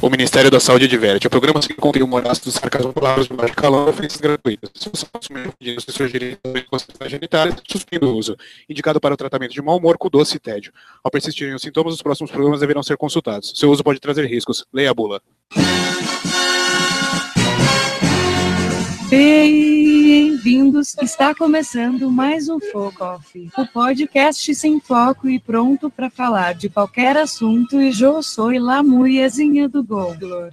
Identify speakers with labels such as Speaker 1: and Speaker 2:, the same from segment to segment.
Speaker 1: O Ministério da Saúde adverte. O programa se contém humor ácido, sarcasmo, palavras de baixo calão, ofensas gratuitas. Se você consumir ofendido, se surgirem inconstâncias genitais, suspenda o uso. Indicado para o tratamento de mau humor, com doce e tédio. Ao persistirem os sintomas, os próximos programas deverão ser consultados. Seu uso pode trazer riscos. Leia a bula.
Speaker 2: Bem-vindos! Está começando mais um Foco Off, o podcast sem foco e pronto para falar de qualquer assunto. E eu sou a mulherzinha do Google.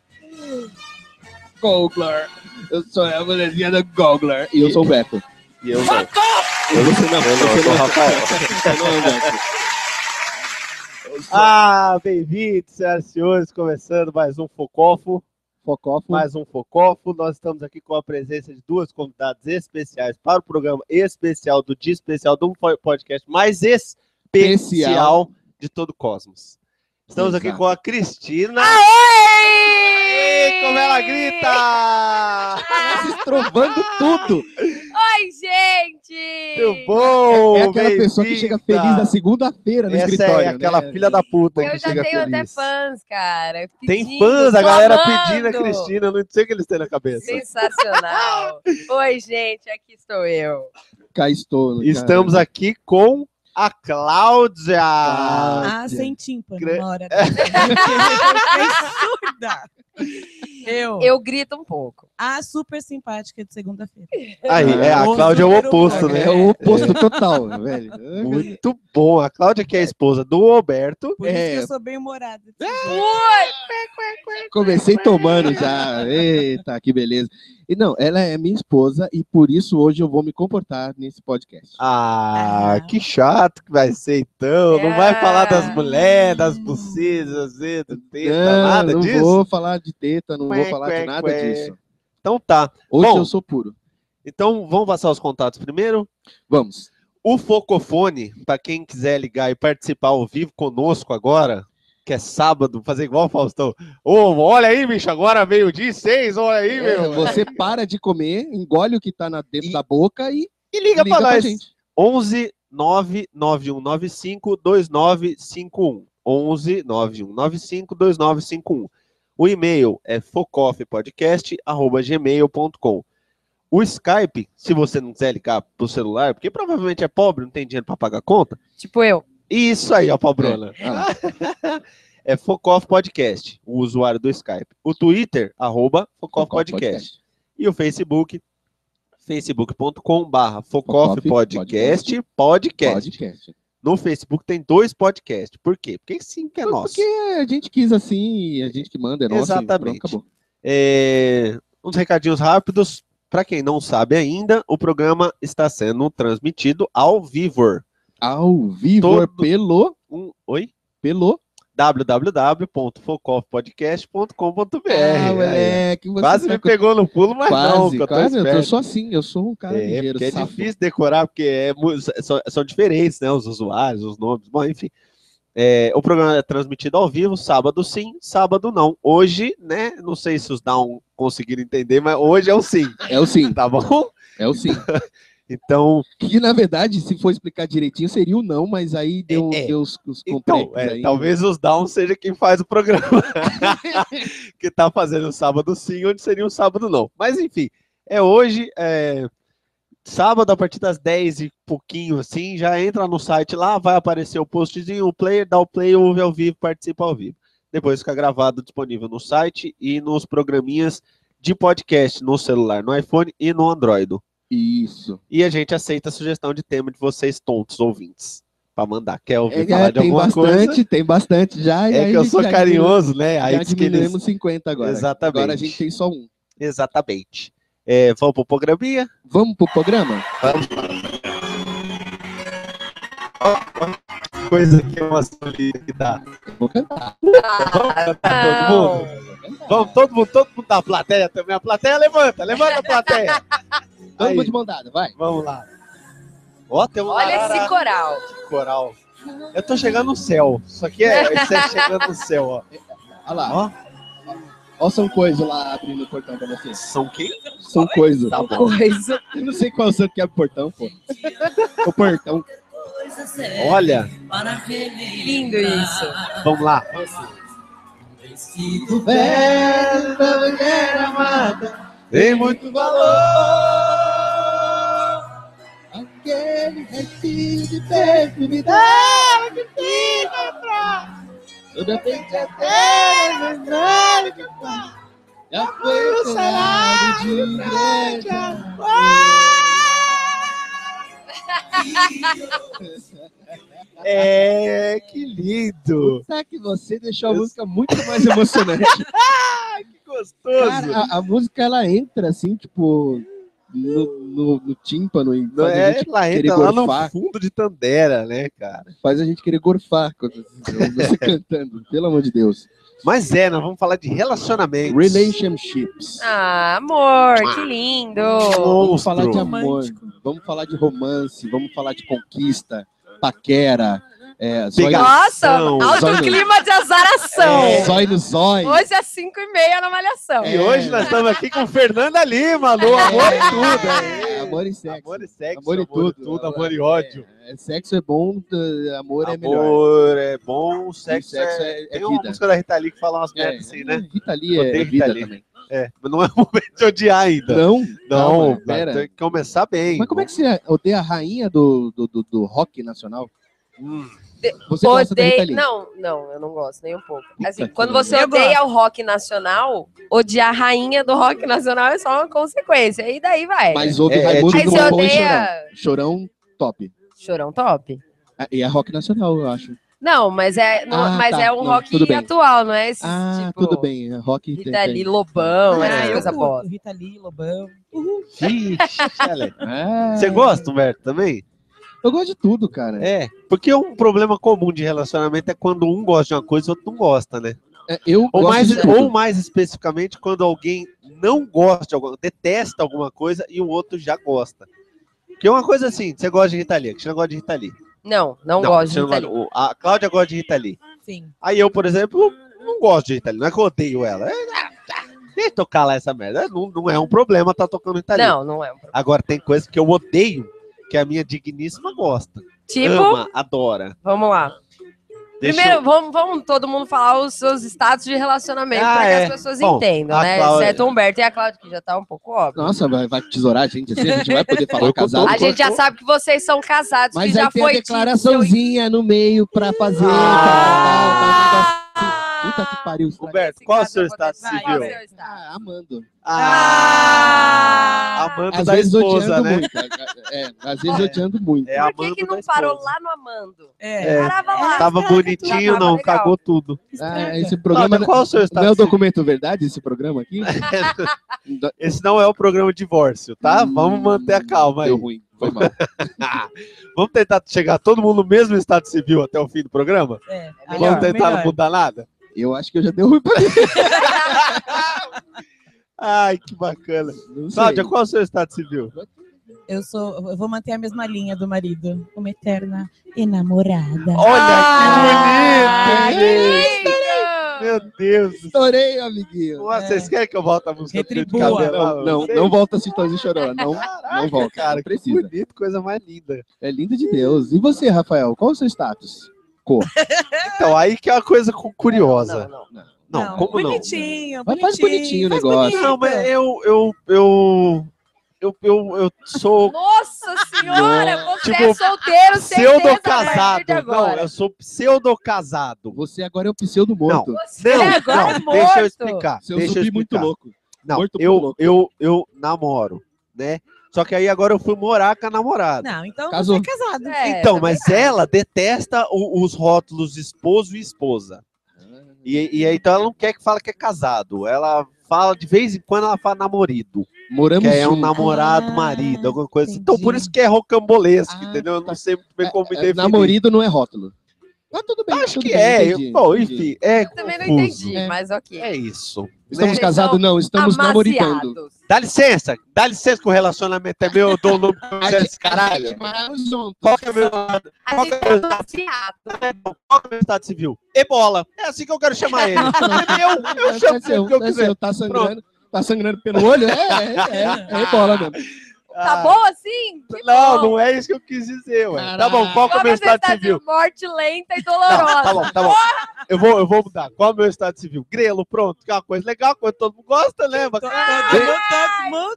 Speaker 3: Gogler. Eu sou a mulherzinha da Gogler. E eu sou o Beto.
Speaker 4: E eu não. Eu não sei não, eu não, eu sou o Rafael.
Speaker 5: Ah, bem-vindos, senhoras e senhores, começando mais um Focofo,
Speaker 3: Focofo.
Speaker 5: mais um Focofo. Nós estamos aqui com a presença de duas convidadas especiais para o programa especial do dia especial do po- podcast mais especial de todo o cosmos. Estamos aqui
Speaker 3: Exato.
Speaker 5: com a Cristina. Aê, Como ela grita!
Speaker 3: Estrovando Tá tudo.
Speaker 6: Oi, gente!
Speaker 5: Muito bom!
Speaker 3: é aquela pessoa que
Speaker 5: bem-vinda!
Speaker 3: chega feliz na segunda-feira no
Speaker 5: Essa
Speaker 3: escritório.
Speaker 5: é aquela
Speaker 3: né?
Speaker 5: filha da puta que
Speaker 6: Eu já
Speaker 5: chega
Speaker 6: tenho até
Speaker 5: feliz.
Speaker 6: fãs, cara.
Speaker 5: Tem
Speaker 6: pedindo,
Speaker 5: fãs, a galera
Speaker 6: clamando.
Speaker 5: pedindo a Cristina, eu não sei o que eles têm na cabeça.
Speaker 6: Sensacional. Oi, gente, aqui estou eu.
Speaker 3: Cá estou. cara.
Speaker 5: Estamos aqui com a Cláudia.
Speaker 7: Ah, sem tímpano
Speaker 5: Assim, Cre- É.
Speaker 7: na hora dessa. né? Eu fiquei é surda. Eu,
Speaker 6: Eu grito um pouco.
Speaker 7: a super simpática de segunda-feira.
Speaker 5: Aí, é, a
Speaker 7: O
Speaker 5: Cláudia é o
Speaker 7: número
Speaker 5: oposto,
Speaker 7: um.
Speaker 3: É
Speaker 5: né?
Speaker 3: o oposto total, velho.
Speaker 5: Muito bom. A Cláudia, que é a esposa do Alberto.
Speaker 7: Por isso
Speaker 3: É.
Speaker 7: que eu sou bem humorada.
Speaker 5: É,
Speaker 3: Comecei tomando já. Eita, que beleza. E não, ela é minha esposa e por isso hoje eu vou me comportar nesse podcast.
Speaker 5: Ah,
Speaker 7: Ah.
Speaker 5: que chato que vai ser então. Não vai
Speaker 6: Ah.
Speaker 5: falar das mulheres, das bucijas, do teta,
Speaker 3: É. não,
Speaker 5: nada
Speaker 3: não
Speaker 5: disso.
Speaker 3: vou falar de teta, não vou
Speaker 5: Quê,
Speaker 3: falar
Speaker 5: quê,
Speaker 3: de nada
Speaker 5: quê.
Speaker 3: disso.
Speaker 5: Então tá.
Speaker 3: Hoje
Speaker 5: Bom.
Speaker 3: eu sou puro.
Speaker 5: Então vamos passar os contatos primeiro.
Speaker 3: Vamos.
Speaker 5: O Focofone, para quem quiser ligar e participar ao vivo conosco agora, que é sábado, fazer igual o Faustão. Ô, olha aí, bicho, agora meio-dia e seis, olha aí, meu.
Speaker 3: Você para de comer, engole o que tá na, dentro
Speaker 5: E-
Speaker 3: da boca e
Speaker 5: E liga,
Speaker 3: liga,
Speaker 5: pra
Speaker 3: pra
Speaker 5: nós.
Speaker 3: gente.
Speaker 5: 11 99195 2951. 11 9195 2951. O e-mail é focofpodcast.gmail.com. O Skype, se você não quiser ligar pro celular, porque provavelmente é pobre, não tem dinheiro para pagar conta,
Speaker 6: Tipo eu.
Speaker 5: Isso aí, ó, Pabrona.
Speaker 3: Ah,
Speaker 5: É Focoff Podcast, o usuário do Skype. O Twitter, arroba Focoff Podcast. E o Facebook, facebook.com barra Focoff
Speaker 3: Focoff
Speaker 5: Podcast,
Speaker 3: Podcast.
Speaker 5: podcast.
Speaker 3: Podcast.
Speaker 5: No Facebook tem dois podcasts. Por quê? Porque sim que é nosso.
Speaker 3: Porque a gente quis assim, a gente que manda, é nosso. e
Speaker 5: Exatamente.
Speaker 3: Pronto, acabou.
Speaker 5: É, uns recadinhos rápidos. Para quem não sabe ainda, o programa está sendo transmitido ao vivo.
Speaker 3: Ao vivo é
Speaker 5: Todo-
Speaker 3: pelo,
Speaker 5: Um, oi?
Speaker 3: pelo...
Speaker 5: www.focoffpodcast.com.br.
Speaker 3: Ah, moleque, você
Speaker 5: É, Quase me
Speaker 3: tá-
Speaker 5: pegou no pulo, mas não,
Speaker 3: Quase,
Speaker 5: que eu tô
Speaker 3: quase. Eu,
Speaker 5: esperto.
Speaker 3: sou assim, eu sou um cara
Speaker 5: é,
Speaker 3: ligeiro,
Speaker 5: porque é
Speaker 3: safo.
Speaker 5: difícil decorar, porque é mu- são, são diferentes, né? Os usuários, os nomes, bom, enfim. É, o programa é transmitido ao vivo, sábado sim, sábado não. Hoje, né? Não sei se os down conseguiram entender, mas hoje é o sim,
Speaker 3: É o sim,
Speaker 5: tá bom?
Speaker 3: é o sim.
Speaker 5: Então,
Speaker 3: Que, na verdade, se for explicar direitinho, seria o não, mas aí deu,
Speaker 5: É, é.
Speaker 3: deu os, os
Speaker 5: então
Speaker 3: complexos
Speaker 5: é,
Speaker 3: aí.
Speaker 5: talvez os down seja quem faz o programa. que tá fazendo o sábado sim, onde seria o sábado não. Mas enfim, é hoje, é, sábado, a partir das 10 e pouquinho assim, já entra no site lá, vai aparecer o postzinho, o player, dá o play, ouve ao vivo, participa ao vivo. Depois fica gravado disponível no site e nos programinhas de podcast no celular, no iPhone e no Android.
Speaker 3: Isso.
Speaker 5: E a gente aceita a sugestão de tema de vocês, tontos ouvintes, pra mandar. Quer ouvir
Speaker 3: É,
Speaker 5: falar de
Speaker 3: tem
Speaker 5: alguma
Speaker 3: bastante,
Speaker 5: coisa?
Speaker 3: tem bastante já. e
Speaker 5: É
Speaker 3: aí
Speaker 5: que
Speaker 3: a
Speaker 5: eu
Speaker 3: gente
Speaker 5: sou
Speaker 3: já
Speaker 5: carinhoso, né?
Speaker 3: Diminu...
Speaker 5: Aí
Speaker 3: Já
Speaker 5: diz que eles...
Speaker 3: diminuímos 50 agora.
Speaker 5: Exatamente.
Speaker 3: Agora a gente tem só um.
Speaker 5: Exatamente. É, vamos pro programinha?
Speaker 3: Vamos pro programa?
Speaker 5: Coisa que é uma solida que dá.
Speaker 3: Eu vou cantar.
Speaker 5: Tá todo
Speaker 6: Não.
Speaker 5: mundo? Vamos, todo mundo, todo mundo da plateia também. A plateia levanta, levanta a plateia.
Speaker 3: Todo
Speaker 5: Aí,
Speaker 3: mundo de mão dada, vai.
Speaker 5: vamos lá. Ó, tem um
Speaker 6: Olha esse
Speaker 5: arara-
Speaker 6: coral.
Speaker 5: coral. Eu tô chegando no céu. Isso aqui é, isso é chegando no céu, ó.
Speaker 3: Olha lá.
Speaker 5: Ó.
Speaker 3: Ó, são coisas lá abrindo o portão pra vocês.
Speaker 5: São quem?
Speaker 3: São coisas.
Speaker 5: Tá bom.
Speaker 6: Coisa.
Speaker 3: Eu não sei qual é o santo que abre o portão, pô. O portão.
Speaker 5: Olha,
Speaker 6: Lindo isso.
Speaker 5: vamos lá.
Speaker 8: Vestido velho da mulher amada tem muito valor. Aquele restinho de perfumidade que fica atrás. Toda penteadeira, verdade que faz. Já foi o salário de um grande amor.
Speaker 5: É, que lindo!
Speaker 3: Será que você deixou a música muito mais emocionante?
Speaker 5: Que gostoso!
Speaker 3: Cara, a, a música ela entra assim, tipo, no, no, no tímpano e
Speaker 5: Não
Speaker 3: faz, a
Speaker 5: é,
Speaker 3: gente,
Speaker 5: ela
Speaker 3: querer
Speaker 5: entra lá no
Speaker 3: gorfar.
Speaker 5: fundo de Tandera, né, cara?
Speaker 3: faz a gente querer gorfar quando você cantando, pelo amor de Deus.
Speaker 5: Mas é, nós vamos falar de relacionamentos.
Speaker 3: Relationships.
Speaker 6: Ah, amor, que lindo.
Speaker 3: Vamos falar de amor,
Speaker 7: tipo, Romântico.
Speaker 3: vamos falar de romance, vamos falar de conquista, paquera, é, zóio-
Speaker 5: Pegar-
Speaker 6: Nossa,
Speaker 5: Zaração,
Speaker 6: alto
Speaker 3: zóio.
Speaker 6: clima de azaração.
Speaker 5: É.
Speaker 3: zóio no zóio.
Speaker 6: Hoje é 5 e meia na Malhação.
Speaker 3: É,
Speaker 5: E hoje nós estamos aqui com Fernanda Lima, no Amor e Tudo.
Speaker 3: É,
Speaker 5: aê.
Speaker 3: amor e sexo.
Speaker 5: Amor e sexo,
Speaker 3: Amor e
Speaker 5: amor
Speaker 3: tudo.
Speaker 5: amor e ódio.
Speaker 3: É, sexo é bom, eh, amor, é melhor.
Speaker 5: Amor é bom, sexo,
Speaker 3: sexo
Speaker 5: é...
Speaker 3: é, é
Speaker 5: Tem uma
Speaker 3: vida.
Speaker 5: música da Rita Lee que fala umas
Speaker 3: É,
Speaker 5: merdas assim, né?
Speaker 3: Rita Lee é,
Speaker 5: Odeio
Speaker 3: é
Speaker 5: Rita
Speaker 3: vida
Speaker 5: Lee.
Speaker 3: também.
Speaker 5: É, mas não é o momento de odiar ainda.
Speaker 3: Não,
Speaker 5: Não,
Speaker 3: calma, pera.
Speaker 5: tem que começar bem.
Speaker 3: Mas como é que você odeia a rainha do, do, do, do rock nacional?
Speaker 5: Hum,
Speaker 3: Você gosta da Rita Lee?
Speaker 6: Não, não, eu não gosto nem um pouco.
Speaker 3: Puta
Speaker 6: Assim,
Speaker 3: que
Speaker 6: quando você
Speaker 7: pariu. Eu
Speaker 6: odeia o rock nacional, odiar a rainha do rock nacional é só uma consequência. E daí vai.
Speaker 3: Mas ouve
Speaker 5: É, é
Speaker 3: Raimundo
Speaker 6: Aí
Speaker 5: tipo-
Speaker 3: no
Speaker 6: você
Speaker 3: Morro e Chorão.
Speaker 6: odeia
Speaker 3: Chorão, top.
Speaker 6: Chorão Top?
Speaker 3: Ah, E é rock nacional, eu acho.
Speaker 6: Não, mas é, não-
Speaker 3: Ah,
Speaker 6: mas
Speaker 3: tá,
Speaker 6: é um
Speaker 3: não, tudo
Speaker 6: rock
Speaker 3: bem.
Speaker 6: atual, não é esse
Speaker 3: Ah,
Speaker 6: tipo...
Speaker 3: tudo bem. é Rock tem-
Speaker 6: Rita
Speaker 3: tem.
Speaker 6: Lee, Lobão,
Speaker 5: é
Speaker 3: Ah,
Speaker 6: essas
Speaker 3: eu
Speaker 6: coisas
Speaker 7: curto
Speaker 6: boas.
Speaker 7: Rita Lee, Lobão.
Speaker 5: Ixi, olha.
Speaker 3: Ah,
Speaker 5: Você gosta, Humberto, também?
Speaker 3: Eu gosto de tudo, cara.
Speaker 5: É. Porque um problema comum de relacionamento é quando um gosta de uma coisa e o outro não gosta, né?
Speaker 3: É, Eu
Speaker 5: Ou
Speaker 3: gosto
Speaker 5: mais,
Speaker 3: de tudo.
Speaker 5: ou mais especificamente, quando alguém não gosta de alguma detesta alguma coisa e o outro já gosta. Porque é uma coisa assim, você gosta de Rita Lee, a Cristina gosta de Rita Lee.
Speaker 6: Não, não, gosto
Speaker 5: você
Speaker 6: de
Speaker 5: não
Speaker 6: Rita Lee.
Speaker 5: gosta- o- A Cláudia gosta de Rita Lee.
Speaker 7: Sim.
Speaker 5: Aí eu, por exemplo, não gosto de Rita Lee, não é que eu odeio ela. É, ah, tá, deixa eu tocar lá essa merda. Não, não é um problema tá tocando Rita Lee.
Speaker 6: Não, não é um problema.
Speaker 5: Agora tem coisa que eu odeio, que a minha digníssima gosta.
Speaker 6: Tipo,
Speaker 5: Ama, adora.
Speaker 6: vamos lá.
Speaker 5: Deixa
Speaker 6: Primeiro,
Speaker 5: eu-
Speaker 6: vamos, vamos todo mundo falar os seus status de relacionamento
Speaker 5: Ah,
Speaker 6: para que
Speaker 5: é.
Speaker 6: as pessoas
Speaker 5: Bom,
Speaker 6: entendam,
Speaker 5: a
Speaker 6: né?
Speaker 5: Cláudia-
Speaker 6: Exceto o Humberto e a Cláudia, que já tá um pouco óbvio.
Speaker 3: Nossa, vai, vai tesourar a gente assim, a gente vai poder falar
Speaker 5: Eu com
Speaker 3: casado.
Speaker 5: todo
Speaker 6: A gente já sabe que vocês são casados,
Speaker 3: Mas
Speaker 6: que já
Speaker 3: aí tem a
Speaker 6: foi dito.
Speaker 3: declaraçãozinha no meio pra fazer.
Speaker 6: Ah!
Speaker 3: tal, tal, tal, tal. tá, Puta que pariu. estraga-
Speaker 5: Humberto,
Speaker 6: Esse
Speaker 5: qual é o
Speaker 6: caso
Speaker 5: seu
Speaker 6: acontece-
Speaker 5: status
Speaker 6: Vai,
Speaker 5: civil?
Speaker 6: qual é o seu status?
Speaker 3: Ah, amando.
Speaker 6: Ah!
Speaker 5: Amando
Speaker 3: Às
Speaker 5: da
Speaker 3: vezes
Speaker 5: esposa,
Speaker 3: odiando
Speaker 5: né?
Speaker 3: muito. É, às vezes
Speaker 7: É.
Speaker 3: odiando muito.
Speaker 5: É
Speaker 6: Por
Speaker 5: amando
Speaker 6: que, que
Speaker 5: da
Speaker 6: não
Speaker 5: esposa.
Speaker 6: parou lá no Amando?
Speaker 7: É.
Speaker 5: É.
Speaker 6: Parava lá.
Speaker 5: Tava bonitinho,
Speaker 6: tava
Speaker 5: não,
Speaker 6: legal.
Speaker 5: cagou tudo.
Speaker 3: Ah,
Speaker 7: estraga.
Speaker 3: esse programa
Speaker 5: Cláudia, qual é o seu
Speaker 3: não, não é o
Speaker 5: status civil?
Speaker 3: documento verdade, esse programa aqui? Da-
Speaker 5: Esse não é o programa divórcio, tá?
Speaker 3: Hum,
Speaker 5: Vamos manter a calma aí.
Speaker 3: Deu ruim, foi mal.
Speaker 5: Vamos tentar chegar todo mundo no mesmo estado civil até o fim do programa?
Speaker 7: É. Aí, ó,
Speaker 5: Vamos tentar não
Speaker 7: melhor.
Speaker 5: mudar nada?
Speaker 3: Eu acho que eu já dei ruim pra ele.
Speaker 5: Ai, que bacana.
Speaker 3: Não sei.
Speaker 5: Cláudia, qual é o seu estado civil?
Speaker 7: Eu sou. Eu vou manter a mesma linha do marido. Uma eterna enamorada.
Speaker 5: Olha,
Speaker 6: Ah,
Speaker 5: que bonito! gente.
Speaker 6: que lindo!
Speaker 5: Meu Deus
Speaker 3: É.
Speaker 5: do
Speaker 3: Estourei, amiguinho.
Speaker 5: Nossa, vocês querem que eu volte a música Fio
Speaker 7: Retribua.
Speaker 5: lá?
Speaker 3: Não, não, não volta Sintonia Chorona. Não, não volta.
Speaker 5: Cara,
Speaker 3: não
Speaker 5: que
Speaker 3: precisa.
Speaker 5: bonito, coisa mais linda.
Speaker 3: É lindo de Deus. E você, Rafael, qual o seu status? Cor.
Speaker 5: Então, aí que é uma coisa cu- curiosa.
Speaker 6: Não, não.
Speaker 5: Não, como não?
Speaker 7: bonitinho,
Speaker 3: Mas faz bonitinho o
Speaker 7: faz
Speaker 3: negócio.
Speaker 7: bonito.
Speaker 5: Não,
Speaker 3: é.
Speaker 5: mas eu, eu, eu, eu, eu, eu sou
Speaker 6: Nossa senhora, você
Speaker 5: Tipo,
Speaker 6: é solteiro, certeza,
Speaker 5: pseudo
Speaker 6: a partir
Speaker 5: casado.
Speaker 6: de
Speaker 5: Não,
Speaker 6: agora.
Speaker 5: eu sou pseudo casado.
Speaker 3: Você agora é o pseudo morto.
Speaker 6: Você agora é morto.
Speaker 5: deixa eu explicar.
Speaker 3: Seu
Speaker 5: deixa eu
Speaker 3: zumbi
Speaker 5: explicar.
Speaker 3: muito louco.
Speaker 5: Não,
Speaker 3: morto
Speaker 5: eu,
Speaker 3: muito louco.
Speaker 5: eu, eu namoro, né? Só que aí agora eu fui morar com a namorada.
Speaker 7: Não, então
Speaker 3: Casou.
Speaker 7: você é casado.
Speaker 6: É,
Speaker 5: então,
Speaker 6: tá
Speaker 5: mas ela detesta o- os rótulos esposo e esposa. E, e aí, então ela não quer que fala que é casado. Ela fala, de vez em quando, ela fala namorido.
Speaker 3: Moramos
Speaker 5: que é um
Speaker 3: juntos.
Speaker 5: namorado,
Speaker 7: Ah,
Speaker 5: marido, alguma coisa. assim. Então, por
Speaker 7: entendi.
Speaker 5: isso que é rocambolesco,
Speaker 3: Ah,
Speaker 5: entendeu? Eu não
Speaker 3: tá.
Speaker 5: sei muito bem como me
Speaker 3: É,
Speaker 5: definir.
Speaker 3: namorido não é rótulo. Mas tudo bem.
Speaker 5: Acho
Speaker 3: tudo
Speaker 5: que
Speaker 3: bem,
Speaker 5: é.
Speaker 3: entendi,
Speaker 5: eu- bom,
Speaker 3: entendi.
Speaker 5: enfim, é
Speaker 6: Eu também não
Speaker 5: confuso.
Speaker 6: entendi,
Speaker 3: É.
Speaker 6: mas ok.
Speaker 5: É isso.
Speaker 3: Estamos
Speaker 5: né?
Speaker 6: Vocês
Speaker 3: casados?
Speaker 6: são
Speaker 3: Não, estamos namoridando.
Speaker 6: Amaciados.
Speaker 5: Dá licença, dá licença que o relacionamento é meu, eu dou o nome pra você, esse caralho.
Speaker 3: Moramos juntos.
Speaker 5: Qual que é o meu lado?
Speaker 6: A gente é amaciado.
Speaker 5: Qual que é o meu estado civil? Ebola. É assim que eu quero chamar ele. É eu, eu
Speaker 3: Deve
Speaker 5: chamo
Speaker 3: ser
Speaker 5: ele
Speaker 3: um,
Speaker 5: que eu
Speaker 3: deve ser
Speaker 5: quiser.
Speaker 3: um. Tá sangrando, tá sangrando pelo olho? É, é, é, é bola mesmo.
Speaker 6: Tá
Speaker 5: Ah,
Speaker 6: bom assim? Que
Speaker 5: Não,
Speaker 6: bom.
Speaker 5: não é isso que eu quis dizer, ué. Tá bom,
Speaker 3: Caraca.
Speaker 5: qual que é o
Speaker 6: Qual
Speaker 5: meu
Speaker 6: a
Speaker 5: estado
Speaker 6: necessidade
Speaker 5: civil?
Speaker 6: de morte lenta e
Speaker 5: Tá,
Speaker 6: dolorosa?
Speaker 5: tá bom, tá bom. Eu vou, eu vou mudar. Qual é o meu estado civil? Grelo, pronto. Que é uma coisa legal, uma coisa que todo mundo gosta, né? Mas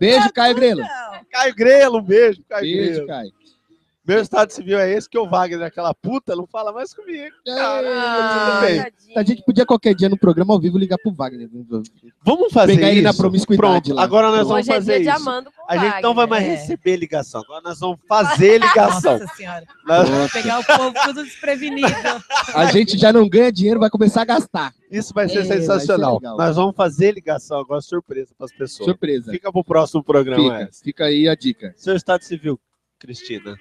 Speaker 3: Beijo, Caio Grelo.
Speaker 5: Caio Grelo, um beijo, Caio
Speaker 3: Beijo,
Speaker 5: Grelo.
Speaker 3: Caio.
Speaker 5: Meu estado civil é esse que o Wagner, aquela puta, não fala mais comigo. cara.
Speaker 6: Ah,
Speaker 5: tudo bem.
Speaker 6: tadinho.
Speaker 3: A gente podia qualquer dia no programa ao vivo ligar pro Wagner.
Speaker 5: Vamos fazer
Speaker 3: Pegar
Speaker 5: isso.
Speaker 3: ele na promiscuidade
Speaker 5: Pronto,
Speaker 3: lá.
Speaker 5: agora nós vamos
Speaker 6: Hoje é
Speaker 5: fazer
Speaker 6: dia de
Speaker 5: isso.
Speaker 6: Amando com
Speaker 5: A gente não vai
Speaker 6: Wagner.
Speaker 5: mais
Speaker 7: É.
Speaker 5: receber ligação, agora nós vamos fazer ligação.
Speaker 7: Nossa senhora.
Speaker 5: Nós-
Speaker 7: Vou pegar o povo tudo desprevenido.
Speaker 3: A gente já não ganha dinheiro, vai começar a gastar.
Speaker 5: Isso vai
Speaker 3: É,
Speaker 5: ser
Speaker 3: vai ser
Speaker 5: sensacional.
Speaker 3: legal.
Speaker 5: nós vamos fazer ligação agora, surpresa para as pessoas.
Speaker 3: Surpresa.
Speaker 5: Fica é. pro próximo programa.
Speaker 3: Fica,
Speaker 5: essa.
Speaker 3: fica aí a dica.
Speaker 5: Seu estado civil, Cristina.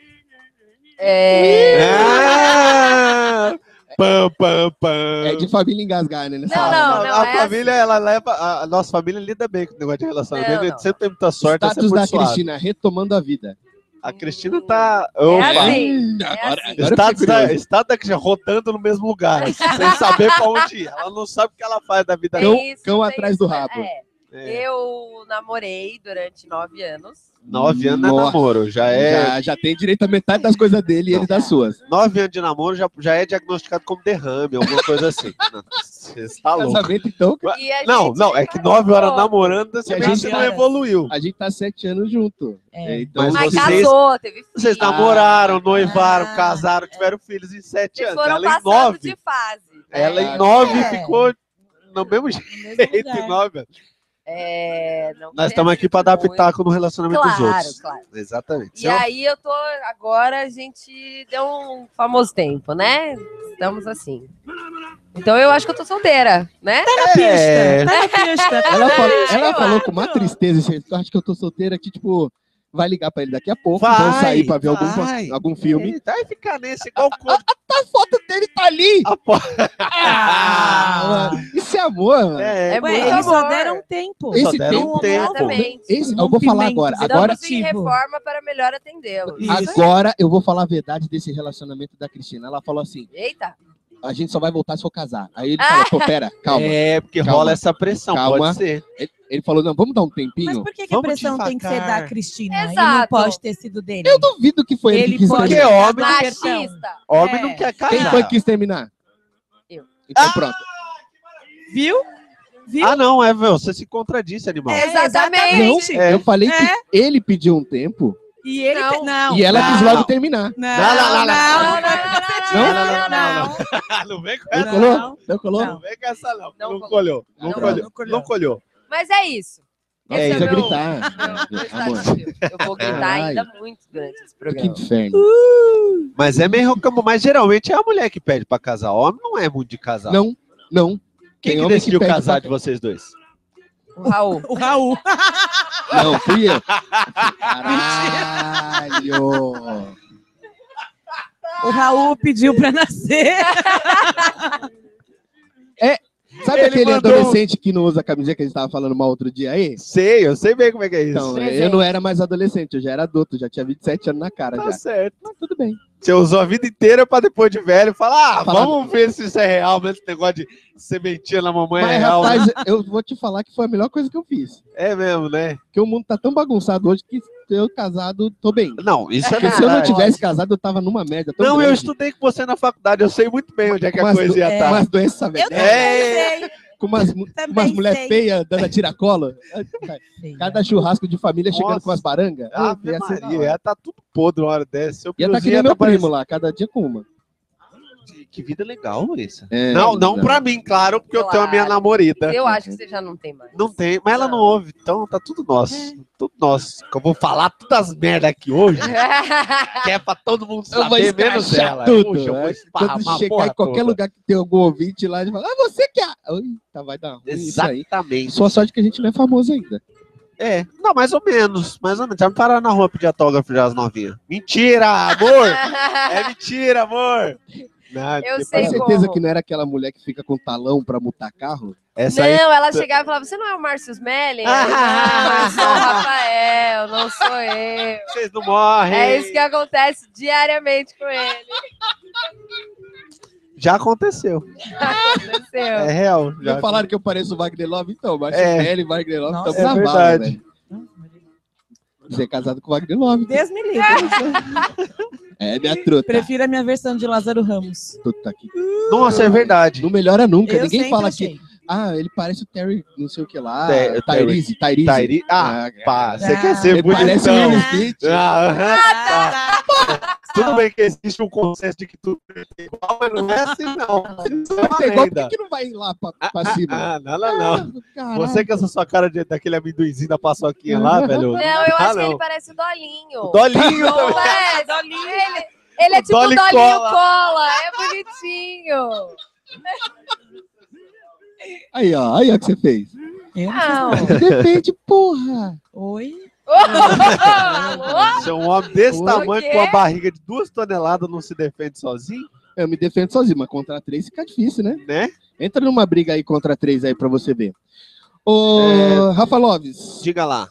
Speaker 6: É.
Speaker 5: Ah! Pam, pam, pam.
Speaker 3: É de família engasgar, né? nessa
Speaker 6: Não,
Speaker 3: hora,
Speaker 6: não,
Speaker 3: né?
Speaker 5: a
Speaker 6: é
Speaker 5: família, ela leva. A, a nossa família lida bem com o negócio de relacionamento.
Speaker 6: Não,
Speaker 5: a gente
Speaker 6: não.
Speaker 5: sempre tem muita sorte. é
Speaker 3: Status
Speaker 5: sempre
Speaker 3: da
Speaker 5: muito suave.
Speaker 3: Cristina, retomando a vida.
Speaker 5: A Cristina tá.
Speaker 6: É
Speaker 5: Opa.
Speaker 6: assim. É assim.
Speaker 3: Agora eu
Speaker 5: Estado
Speaker 3: fiquei
Speaker 5: da,
Speaker 3: curioso.
Speaker 5: estado da Cristina rodando no mesmo lugar, assim, sem saber pra onde ir. Ela não sabe o que ela faz da vida
Speaker 6: Tem
Speaker 3: Cão-
Speaker 6: isso,
Speaker 3: cão
Speaker 6: tem
Speaker 3: atrás
Speaker 6: isso.
Speaker 3: do rabo.
Speaker 6: É.
Speaker 5: dela. É.
Speaker 6: Eu namorei durante nove anos.
Speaker 5: Nove anos é
Speaker 3: Nossa.
Speaker 5: namoro, já é.
Speaker 3: Já, já tem direito a metade das coisas dele e ele das suas.
Speaker 5: Nove anos de namoro já, já é diagnosticado como derrame, alguma coisa assim. Não, Você está Tá louco.
Speaker 3: Casamento, então,
Speaker 6: E a
Speaker 5: Não,
Speaker 6: gente
Speaker 5: não, é que nove horas
Speaker 6: casou.
Speaker 5: namorando, você
Speaker 3: A
Speaker 5: bem que
Speaker 3: gente
Speaker 5: você não
Speaker 7: horas.
Speaker 5: evoluiu.
Speaker 3: a gente tá sete anos junto.
Speaker 7: É.
Speaker 3: Então,
Speaker 5: Mas
Speaker 6: Mas
Speaker 5: vocês-
Speaker 6: casou, teve filho.
Speaker 5: Vocês namoraram, noivaram,
Speaker 7: Ah.
Speaker 5: casaram, tiveram filhos em sete
Speaker 6: Eles
Speaker 5: anos.
Speaker 6: foram
Speaker 5: Ela em
Speaker 6: passando
Speaker 5: nove.
Speaker 6: de fase.
Speaker 5: Ela em
Speaker 3: É.
Speaker 5: nove
Speaker 7: É.
Speaker 5: ficou no mesmo jeito,
Speaker 7: No mesmo
Speaker 5: em
Speaker 7: lugar.
Speaker 5: nove. anos.
Speaker 6: É, não
Speaker 5: Nós estamos aqui para
Speaker 6: cresci muito.
Speaker 5: adaptar com o relacionamento dos
Speaker 6: Claro,
Speaker 5: outros.
Speaker 6: claro.
Speaker 5: Exatamente. é um
Speaker 6: E aí eu tô. Agora a gente deu um famoso tempo, né? Estamos assim. Então eu acho que eu tô solteira, né?
Speaker 5: É,
Speaker 7: Tá na pista.
Speaker 3: Ela, falou, ela
Speaker 6: eu
Speaker 3: falou
Speaker 6: acho.
Speaker 3: com uma tristeza, assim, tu acha que eu tô solteira aqui, tipo, vai ligar pra ele daqui a pouco,
Speaker 5: Vai,
Speaker 3: vão sair pra ver algum,
Speaker 5: vai.
Speaker 3: algum filme.
Speaker 5: Ele vai ficar nesse igual o corpo.
Speaker 3: A foto dele tá ali!
Speaker 5: A po-
Speaker 3: Ah, mano, Isso é amor, mano.
Speaker 5: É,
Speaker 6: É
Speaker 7: Ué,
Speaker 6: muito
Speaker 7: eles só
Speaker 6: amor.
Speaker 7: deram um tempo.
Speaker 3: Esse
Speaker 5: só deram um
Speaker 7: tempo-
Speaker 5: tempo.
Speaker 6: Exatamente.
Speaker 3: Esse-
Speaker 7: um
Speaker 3: eu vou falar agora.
Speaker 7: Rompimento.
Speaker 3: Agora,
Speaker 6: Estamos em reforma para melhor atendê-los.
Speaker 7: Isso.
Speaker 3: agora eu vou falar a verdade desse relacionamento da Cristina. Ela falou assim:
Speaker 6: Eita!
Speaker 3: a gente só vai voltar se for casar. Aí ele falou: pô, pera, calma.
Speaker 5: É, porque
Speaker 3: Calma.
Speaker 5: rola essa pressão,
Speaker 3: Calma.
Speaker 5: pode ser.
Speaker 3: Ele, ele falou: não, vamos dar um
Speaker 7: Mas
Speaker 3: tempinho.
Speaker 7: por que, que a
Speaker 5: Vamos
Speaker 7: pressão tem que ser
Speaker 5: devagar.
Speaker 7: da Cristina e não
Speaker 6: Exato.
Speaker 7: pode ter sido dele?
Speaker 3: Eu duvido que foi ele, que
Speaker 7: Ele
Speaker 3: quis
Speaker 7: pode
Speaker 5: Porque
Speaker 3: terminar.
Speaker 5: homem,
Speaker 7: Mas-
Speaker 6: Machista!
Speaker 5: homem
Speaker 7: É.
Speaker 5: não quer
Speaker 3: Quem
Speaker 5: casar.
Speaker 3: foi que quis terminar?
Speaker 6: Eu.
Speaker 3: Então pronto.
Speaker 7: Viu? Viu?
Speaker 5: Ah, não, é, meu, você se contradisse, animal.
Speaker 7: É,
Speaker 3: Não,
Speaker 6: exatamente!
Speaker 5: É.
Speaker 3: eu falei
Speaker 7: É.
Speaker 3: que ele pediu um tempo
Speaker 7: E ele
Speaker 6: Não.
Speaker 7: não. Não.
Speaker 3: e ela
Speaker 5: não.
Speaker 3: quis logo terminar.
Speaker 7: Não,
Speaker 5: Lá, lá, lá, lá.
Speaker 7: não, não.
Speaker 3: Não?
Speaker 7: Não, não,
Speaker 5: Ah, não vem com
Speaker 3: Ele
Speaker 7: Não.
Speaker 3: colou? Não colou?
Speaker 7: Não.
Speaker 5: vem com essa, não.
Speaker 6: Não colou.
Speaker 5: colhou. Não,
Speaker 6: Não
Speaker 5: colhou.
Speaker 7: colou.
Speaker 5: Não colhou.
Speaker 6: Mas é isso.
Speaker 3: Não,
Speaker 6: Esse é o
Speaker 3: precisa
Speaker 6: meu-
Speaker 3: gritar.
Speaker 6: meu
Speaker 3: É,
Speaker 6: estado
Speaker 3: amor,
Speaker 6: civil. Eu vou gritar
Speaker 3: Caralho.
Speaker 6: ainda muito durante esse
Speaker 3: que
Speaker 6: programa.
Speaker 3: inferno.
Speaker 5: Mas é meio campo, mas geralmente é a mulher que pede pra casar. Homem não é muito de casar.
Speaker 3: Não, não. tem
Speaker 5: Quem que
Speaker 3: homem que
Speaker 5: decidiu
Speaker 3: pede
Speaker 5: casar
Speaker 3: pra-
Speaker 5: de vocês dois?
Speaker 6: O Raul.
Speaker 7: O Raul.
Speaker 3: Não, fui eu. Caralho!
Speaker 7: O Raul pediu pra nascer.
Speaker 3: Sabe
Speaker 5: Ele
Speaker 3: aquele
Speaker 5: mandou-
Speaker 3: adolescente que não usa camiseta que a gente tava falando mal outro dia aí?
Speaker 5: Sei, eu sei bem como é que é isso.
Speaker 3: Então,
Speaker 6: Presente.
Speaker 3: eu não era mais adolescente, eu já era adulto, já tinha 27 anos na cara
Speaker 5: tá
Speaker 3: já.
Speaker 5: certo.
Speaker 3: Mas tudo bem.
Speaker 5: Você usou a vida inteira pra depois de velho falar, ah,
Speaker 3: Falar-
Speaker 5: vamos ver se isso é real, mas esse negócio de sementinha na mamãe é
Speaker 3: Mas,
Speaker 5: real. né?
Speaker 3: rapaz, eu vou te falar que foi a melhor coisa que eu fiz.
Speaker 5: É mesmo, né?
Speaker 3: Porque o mundo tá tão bagunçado hoje que eu casado, tô bem.
Speaker 5: Não, isso é
Speaker 3: Porque se eu não
Speaker 5: verdade.
Speaker 3: tivesse casado, eu tava numa merda. tão
Speaker 5: Não, eu
Speaker 3: grande.
Speaker 5: estudei com você na faculdade, eu sei muito bem onde é que a
Speaker 3: Mas
Speaker 5: coisa
Speaker 3: do-
Speaker 5: ia
Speaker 7: é.
Speaker 5: estar.
Speaker 3: Com umas doenças
Speaker 7: Eu
Speaker 3: velhas,
Speaker 7: também
Speaker 5: É.
Speaker 7: sei.
Speaker 3: com umas, mu-
Speaker 7: Também
Speaker 3: umas mulheres
Speaker 7: sei.
Speaker 3: feias dando a tiracola. Cada churrasco de família chegando
Speaker 5: Nossa.
Speaker 3: com as barangas.
Speaker 5: Ah,
Speaker 3: ia ser da hora.
Speaker 5: Maria, ia tá tudo podre uma hora dessa. Seu
Speaker 3: Ia tá que
Speaker 5: piruzinho
Speaker 3: nem meu
Speaker 5: parecendo-
Speaker 3: primo lá, cada dia com uma.
Speaker 5: assim.
Speaker 3: É,
Speaker 5: Que vida legal, Maurício. Não, não pra mim, claro, porque eu tenho a minha
Speaker 6: Claro.
Speaker 5: namorada.
Speaker 6: Eu acho que você já não tem mais.
Speaker 5: Não tem, mas ela não ouve, então tá tudo nosso. Tudo nosso. Que eu vou falar todas as merdas aqui hoje, que é pra todo mundo
Speaker 3: Eu vou
Speaker 5: saber, menos
Speaker 3: escrachar
Speaker 5: ela.
Speaker 3: tudo,
Speaker 5: Puxa, eu vou
Speaker 3: né?
Speaker 5: esparramar
Speaker 3: Quando
Speaker 5: a
Speaker 3: chegar
Speaker 5: porra
Speaker 3: em qualquer
Speaker 5: toda.
Speaker 3: lugar que tem algum ouvinte lá, ele fala, ah, você que é... Eita, vai dar ruim isso aí.
Speaker 5: Exatamente.
Speaker 3: Sua sorte que a gente não é famoso ainda.
Speaker 5: É, não, mais ou menos. Mais ou menos. Já me pararam na rua pedir autógrafo já as novinhas. Mentira, amor! é mentira, amor! Não,
Speaker 6: Eu
Speaker 5: tem
Speaker 6: sei
Speaker 3: Tem
Speaker 5: pra-
Speaker 3: certeza
Speaker 6: como.
Speaker 3: que não era aquela mulher que fica com talão pra mutar carro?
Speaker 5: Essa aí
Speaker 6: Não, ela chegava e falava: Você não é o Márcio Smelling?
Speaker 5: É Ah.
Speaker 6: não, eu sou o Rafael, não sou eu.
Speaker 5: vocês não morrem.
Speaker 6: É isso que acontece diariamente com ele.
Speaker 5: Já aconteceu. É
Speaker 6: Aconteceu.
Speaker 5: real.
Speaker 3: Já
Speaker 5: Já
Speaker 3: falaram que eu pareço o Wagner Love? Então, mas
Speaker 5: É.
Speaker 3: ele e Wagner Love
Speaker 7: Nossa,
Speaker 3: estamos
Speaker 5: é
Speaker 3: na bala,
Speaker 5: verdade.
Speaker 3: velho. Você é casado com o Wagner Love.
Speaker 7: Deus me livre.
Speaker 3: É minha truta.
Speaker 7: Prefiro a minha versão de Lázaro Ramos.
Speaker 3: Puta que-
Speaker 5: Nossa, é verdade.
Speaker 3: Não melhora nunca.
Speaker 7: Eu
Speaker 3: Ninguém
Speaker 7: sempre
Speaker 3: fala que.
Speaker 7: achei.
Speaker 3: Ah, ele parece o Terry, não sei o que lá.
Speaker 5: Ter-
Speaker 3: Tyrese, Tyrese.
Speaker 5: Tairi... Ah, pá, você quer ser
Speaker 3: Ele parece um o
Speaker 5: bonitão.
Speaker 3: Will Smith.
Speaker 7: É.
Speaker 5: Ah, aham, tá.
Speaker 3: Ah,
Speaker 7: Tá,
Speaker 5: Tudo bem que existe um consenso de que tudo é igual, mas não é assim, não. Isso é uma
Speaker 3: Você é igual, é por
Speaker 5: lenda.
Speaker 3: que, que não vai lá pra, pra cima?
Speaker 5: Ah, não, não, não.
Speaker 3: Caralho.
Speaker 5: Você com essa sua cara de, daquele amendoinzinho da paçoquinha lá, velho.
Speaker 6: Não, eu acho
Speaker 5: Ah,
Speaker 6: que ele
Speaker 5: não.
Speaker 6: parece o Dolinho.
Speaker 5: O Dolinho
Speaker 6: Não
Speaker 5: também.
Speaker 6: é, Dolinho. Ele, ele é
Speaker 5: O
Speaker 6: tipo o
Speaker 5: Dolly
Speaker 6: Dolinho
Speaker 5: Cola.
Speaker 6: cola. é bonitinho.
Speaker 3: Aí, ó, aí ó, o que você fez.
Speaker 7: Eu não sei
Speaker 6: Não.
Speaker 3: Depende, porra.
Speaker 7: se- Oi?
Speaker 6: Alô?
Speaker 5: Você é um homem desse
Speaker 6: O
Speaker 5: tamanho
Speaker 6: quê?
Speaker 5: com uma barriga de duas toneladas não se defende sozinho,
Speaker 3: Eu me defendo sozinho, mas contra três fica difícil, né?
Speaker 5: né?
Speaker 3: Entra numa briga aí contra três aí pra você ver. Ô,
Speaker 5: É.
Speaker 3: Rafa Loves,
Speaker 5: Diga lá.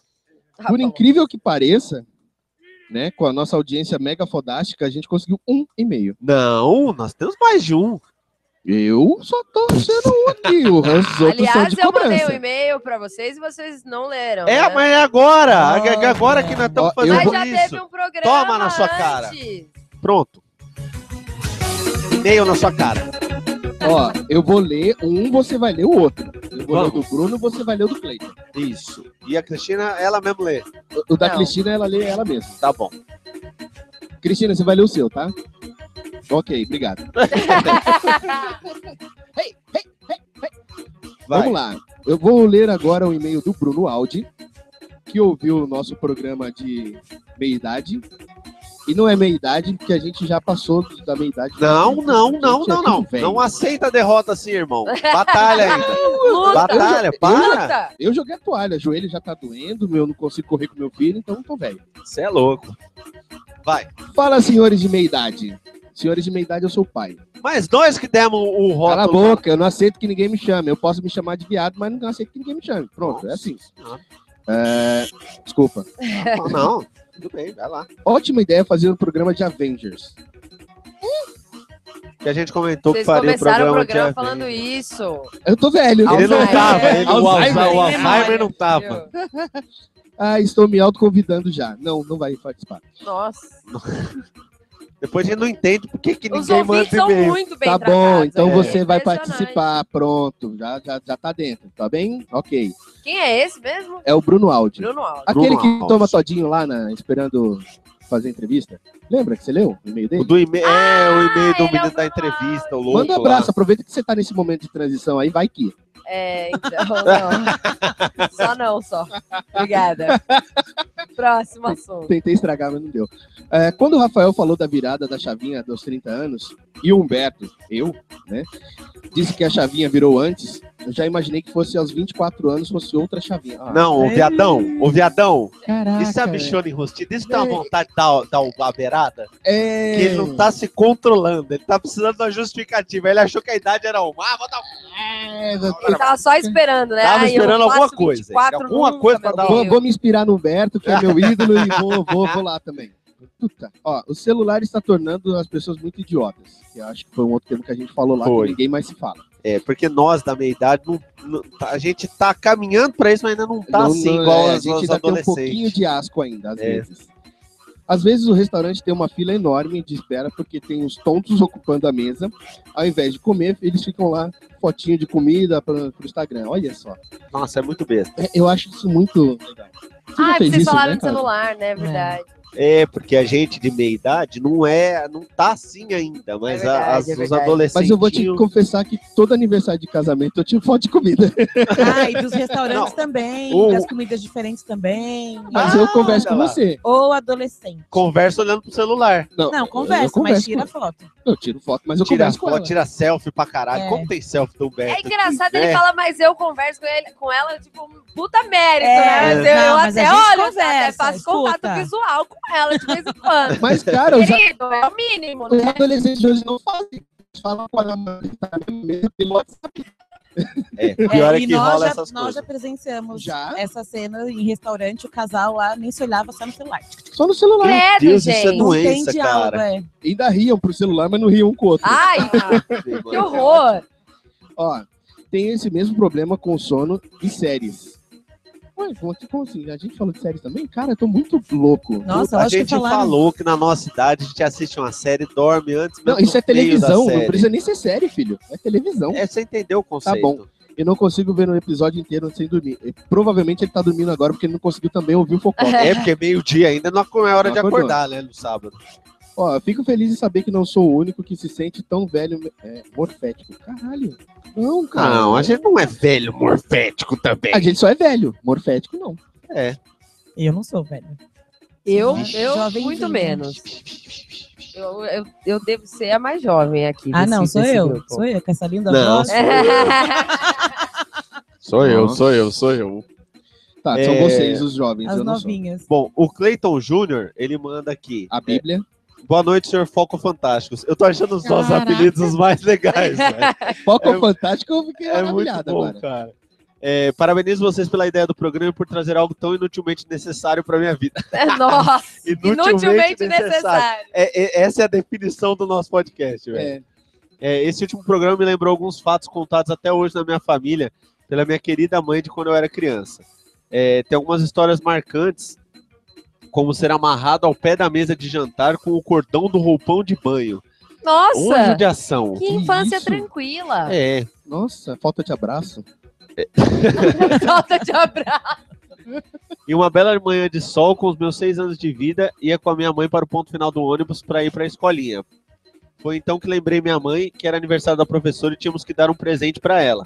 Speaker 3: por incrível que pareça, né, com a nossa audiência mega fodástica, a gente conseguiu um e-mail.
Speaker 5: Não, nós temos mais de um.
Speaker 3: Eu só tô sendo um aqui, o Hans os outros são
Speaker 6: Aliás,
Speaker 3: de
Speaker 6: eu mandei um
Speaker 3: cobrança.
Speaker 6: e-mail pra vocês e vocês não leram.
Speaker 5: É,
Speaker 6: né?
Speaker 5: mas é agora.
Speaker 7: Olha.
Speaker 5: Agora que nós
Speaker 3: Ó,
Speaker 5: estamos
Speaker 3: eu
Speaker 5: fazendo
Speaker 6: Mas
Speaker 3: vou-
Speaker 6: já
Speaker 5: isso.
Speaker 6: teve um programa.
Speaker 5: Toma na sua cara.
Speaker 6: antes.
Speaker 5: Pronto. E-mail na sua cara.
Speaker 3: Ó, eu vou ler um, você vai ler o outro. Eu vou ler o
Speaker 5: Vamos.
Speaker 3: do Bruno, você vai ler o do Cleiton.
Speaker 5: Isso. E a Cristina, ela mesmo lê.
Speaker 3: O- O da
Speaker 6: Não.
Speaker 3: Cristina, ela lê ela mesma.
Speaker 5: Tá bom.
Speaker 3: Cristina, você vai ler o seu, tá? Ok, obrigado.
Speaker 5: Vai.
Speaker 3: Vamos lá. Eu vou ler agora o e-mail do Bruno Aldi, que ouviu o nosso programa de meia-idade. E não é meia-idade, porque a gente já passou da meia-idade.
Speaker 5: Não,
Speaker 3: A
Speaker 5: não,
Speaker 3: gente
Speaker 5: não,
Speaker 3: é
Speaker 5: não,
Speaker 3: tudo
Speaker 5: não.
Speaker 3: velho.
Speaker 5: Não aceita a derrota assim, irmão. Batalha ainda.
Speaker 6: Luta,
Speaker 5: Batalha, para.
Speaker 6: luta.
Speaker 3: Eu joguei a toalha, o joelho já tá doendo, meu, eu não consigo correr com meu filho, então não tô velho.
Speaker 5: Você é louco. Vai.
Speaker 3: Fala, senhores de meia-idade. Senhores de meia-idade, eu sou o pai.
Speaker 5: Mas nós que demos o rótulo.
Speaker 3: Cala a boca, eu não aceito que ninguém me chame. Eu posso me chamar de viado, mas não aceito que ninguém me chame. Pronto, é assim.
Speaker 5: Nossa.
Speaker 3: É, Desculpa.
Speaker 5: Ah, Não, tudo bem, vai lá.
Speaker 3: Ótima ideia fazer um programa de Avengers.
Speaker 5: Que a gente comentou
Speaker 6: Vocês
Speaker 5: que faria o
Speaker 6: começaram
Speaker 5: programa, um
Speaker 6: o programa
Speaker 5: de
Speaker 6: falando
Speaker 5: Avengers.
Speaker 6: isso.
Speaker 3: Eu tô velho.
Speaker 5: Ele não
Speaker 6: Alzheimer.
Speaker 5: tava, ele,
Speaker 3: Alzheimer.
Speaker 5: é o Alzheimer, o
Speaker 6: Memória,
Speaker 5: Alzheimer não tava.
Speaker 6: viu?
Speaker 3: Ah, estou me autoconvidando já. Não, não vai participar.
Speaker 6: Nossa.
Speaker 5: Depois a gente não entende por que, que
Speaker 6: Os
Speaker 5: ninguém
Speaker 6: ouvintes
Speaker 5: manda
Speaker 6: são
Speaker 5: e-mail.
Speaker 6: muito bem
Speaker 3: Tá
Speaker 6: tratados.
Speaker 3: bom, então
Speaker 6: é
Speaker 3: você vai
Speaker 6: impressionante.
Speaker 3: participar. Pronto, já, já, já tá dentro, tá bem? Ok.
Speaker 6: Quem é esse mesmo?
Speaker 3: É o Bruno Aldi.
Speaker 6: Bruno Alves.
Speaker 3: Aquele
Speaker 5: Bruno
Speaker 3: que
Speaker 5: Aldi.
Speaker 3: toma todinho lá, na- esperando fazer entrevista. Lembra que você leu o e-mail
Speaker 5: O
Speaker 3: dele?
Speaker 5: do e-mail, é, o e-mail do
Speaker 6: ele é
Speaker 5: menino
Speaker 6: o Ah,
Speaker 5: da entrevista, o louco.
Speaker 3: Manda um abraço, aproveita que você tá nesse momento de transição aí, vai que.
Speaker 6: É, então. Não. só não, só. Obrigada. Próximo assunto.
Speaker 3: Tentei estragar, mas não deu. É, quando o Rafael falou da virada da chavinha dos 30 anos, e o Humberto, eu, né, disse que a chavinha virou antes, eu já imaginei que fosse aos 24 anos fosse outra chavinha. Ah,
Speaker 5: Lá. Não, o viadão, o viadão.
Speaker 3: caraca.
Speaker 6: Ah,
Speaker 5: Isso é a
Speaker 3: bicho.
Speaker 5: bichona enrustida. Isso dá uma vontade de dar, dar uma beirada.
Speaker 3: É...
Speaker 5: Que ele não tá se controlando. Ele tá precisando de uma justificativa. Ele achou que a idade era uma. Ah, vou dar um-
Speaker 3: É, vou-
Speaker 6: Ele tava só esperando, né?
Speaker 5: Tava
Speaker 6: Ai, eu
Speaker 5: esperando
Speaker 6: não faço
Speaker 5: alguma coisa,
Speaker 6: 24
Speaker 5: alguma
Speaker 6: nunca,
Speaker 5: coisa pra
Speaker 6: meu
Speaker 5: dar uma-
Speaker 3: vou,
Speaker 6: Deus.
Speaker 3: vou me inspirar no Humberto, que é meu ídolo, e vou, vou, vou lá também. Puta. Ó, o celular está tornando as pessoas muito idiotas. que Eu acho que foi um outro tema que a gente falou lá,
Speaker 5: Foi.
Speaker 3: que ninguém mais se fala.
Speaker 5: É, porque nós da meia idade, não- não- tá- a gente tá caminhando pra isso, mas ainda não tá
Speaker 3: Não-
Speaker 5: assim,
Speaker 3: não-
Speaker 5: igual
Speaker 3: é,
Speaker 5: as,
Speaker 3: a gente
Speaker 5: os
Speaker 3: ainda tem um pouquinho
Speaker 5: adolescentes.
Speaker 3: de asco ainda, às
Speaker 5: É.
Speaker 3: vezes. Às vezes o restaurante tem uma fila enorme de espera porque tem os tontos ocupando a mesa. Ao invés de comer, eles ficam lá, fotinho de comida para o Instagram. Olha só.
Speaker 5: Nossa, é muito besta.
Speaker 3: É, Eu acho isso muito legal. Você já
Speaker 6: Ah,
Speaker 3: fez
Speaker 6: vocês
Speaker 3: isso,
Speaker 6: falaram
Speaker 3: né,
Speaker 6: de
Speaker 3: cara?
Speaker 6: celular, né? Verdade.
Speaker 5: É, porque a gente de meia idade não é, não tá assim ainda, mas a-
Speaker 6: verdade,
Speaker 5: as-
Speaker 6: é
Speaker 5: os
Speaker 6: verdade.
Speaker 5: adolescentes.
Speaker 3: Mas eu vou te confessar que todo aniversário de casamento eu tinha foto de comida.
Speaker 7: Ah, e dos restaurantes também,
Speaker 5: O-
Speaker 7: das comidas diferentes também.
Speaker 3: Mas eu
Speaker 5: Ah,
Speaker 3: converso com
Speaker 5: olha lá.
Speaker 3: você.
Speaker 7: Ou adolescente.
Speaker 5: Conversa olhando pro celular.
Speaker 3: Não,
Speaker 7: Não,
Speaker 3: eu
Speaker 7: conversa,
Speaker 3: converso
Speaker 7: mas tira
Speaker 3: com
Speaker 7: foto.
Speaker 3: ela. Eu tiro foto, mas eu
Speaker 5: tira
Speaker 3: converso com
Speaker 5: foto,
Speaker 3: ela.
Speaker 5: tira selfie pra caralho.
Speaker 7: É.
Speaker 5: Como tem selfie do Humberto?
Speaker 6: É engraçado,
Speaker 5: Que
Speaker 6: ele
Speaker 5: inferno.
Speaker 6: fala, mas eu converso com, ele, com ela, tipo, um puta mérito,
Speaker 7: É,
Speaker 6: né? Mas eu,
Speaker 7: não,
Speaker 6: eu
Speaker 7: mas
Speaker 6: até
Speaker 7: a gente
Speaker 6: olho, eu até
Speaker 7: conversa,
Speaker 6: faço contato
Speaker 7: escuta.
Speaker 6: visual com ela de vez em quando.
Speaker 3: Mas, cara, os,
Speaker 6: Querido, é o mínimo,
Speaker 3: os
Speaker 6: né?
Speaker 3: adolescentes de hoje não fazem. Eles falam com a namorada que tá no meio do WhatsApp.
Speaker 5: É, pior é,
Speaker 7: e
Speaker 5: que
Speaker 7: nós,
Speaker 5: rola
Speaker 7: já,
Speaker 5: essas
Speaker 7: nós já
Speaker 5: coisas.
Speaker 7: presenciamos
Speaker 3: Já?
Speaker 7: essa cena em restaurante, o casal lá nem se olhava só no celular.
Speaker 3: Só no celular.
Speaker 6: Credo,
Speaker 5: Deus, isso é
Speaker 6: gente.
Speaker 5: doente. Doença,
Speaker 7: não tem diálogo,
Speaker 5: cara.
Speaker 7: é.
Speaker 3: Ainda riam pro celular, mas não riam um com o outro.
Speaker 7: Ah!
Speaker 6: Ai, que horror.
Speaker 3: Ó, tem esse mesmo problema com sono e séries. Ué, João, tipo assim, a gente falou de séries também? Cara, eu tô muito louco.
Speaker 7: Nossa, eu
Speaker 5: a
Speaker 7: Então, acho que
Speaker 5: gente
Speaker 7: falaram.
Speaker 5: falou que na nossa idade a gente assiste uma série, dorme antes.
Speaker 3: Não,
Speaker 5: mesmo
Speaker 3: isso é
Speaker 5: do meio da
Speaker 3: televisão, não
Speaker 5: série.
Speaker 3: precisa nem ser série, filho. É televisão.
Speaker 5: É, você entendeu o conceito.
Speaker 3: bom. Eu não consigo ver um episódio inteiro sem dormir. E provavelmente ele tá dormindo agora porque ele não conseguiu também ouvir o Focó.
Speaker 5: É, porque meio-dia ainda não é hora
Speaker 3: Não
Speaker 5: de
Speaker 3: acordou.
Speaker 5: acordar, né? No sábado.
Speaker 3: Ó, eu fico feliz em saber que não sou o único que se sente tão velho é, morfético. Caralho. Não, cara.
Speaker 5: Não, a gente não é velho morfético também.
Speaker 3: A gente só é velho. Morfético, não.
Speaker 5: É.
Speaker 7: Eu não sou, velho.
Speaker 6: Eu,
Speaker 7: Vixe,
Speaker 6: eu
Speaker 7: jovenzinho.
Speaker 6: muito menos. Eu, eu, eu devo ser a mais jovem aqui.
Speaker 7: Ah,
Speaker 6: desse-
Speaker 7: não, sou
Speaker 6: desse
Speaker 7: eu.
Speaker 6: grupo.
Speaker 7: Sou eu, com essa linda
Speaker 5: Não,
Speaker 7: voz.
Speaker 5: sou Sou eu, sou eu, sou eu.
Speaker 3: Tá, são
Speaker 5: É.
Speaker 3: vocês, os jovens.
Speaker 7: As
Speaker 3: eu não sou.
Speaker 7: novinhas.
Speaker 5: Bom, o Clayton Júnior, ele manda aqui. é,
Speaker 3: A Bíblia.
Speaker 5: Boa noite, senhor Foco Fantásticos. Eu tô achando os nossos
Speaker 7: Caraca.
Speaker 5: apelidos os mais legais, né?
Speaker 3: Foco
Speaker 5: É-
Speaker 3: Fantástico, eu fiquei
Speaker 5: É muito
Speaker 3: maravilhado
Speaker 5: bom,
Speaker 3: agora.
Speaker 5: cara. É, parabenizo vocês pela ideia do programa e por trazer algo tão inutilmente necessário pra minha vida.
Speaker 6: Nossa,
Speaker 5: Inutilmente,
Speaker 6: inutilmente
Speaker 5: necessário.
Speaker 6: necessário.
Speaker 5: É, é- essa é a definição do nosso podcast, velho.
Speaker 3: É,
Speaker 5: É, esse último programa me lembrou alguns fatos contados até hoje na minha família pela minha querida mãe de quando eu era criança. É, tem algumas histórias marcantes, como ser amarrado ao pé da mesa de jantar com o cordão do roupão de banho. Uma
Speaker 6: Nossa,
Speaker 5: judiação.
Speaker 6: que infância
Speaker 3: isso?
Speaker 6: tranquila.
Speaker 5: É,
Speaker 3: nossa, falta de abraço.
Speaker 6: Falta de abraço.
Speaker 5: e uma bela manhã de sol com os meus seis anos de vida, ia com a minha mãe para o ponto final do ônibus para ir para a escolinha. Foi então que lembrei minha mãe que era aniversário da professora e tínhamos que dar um presente para ela.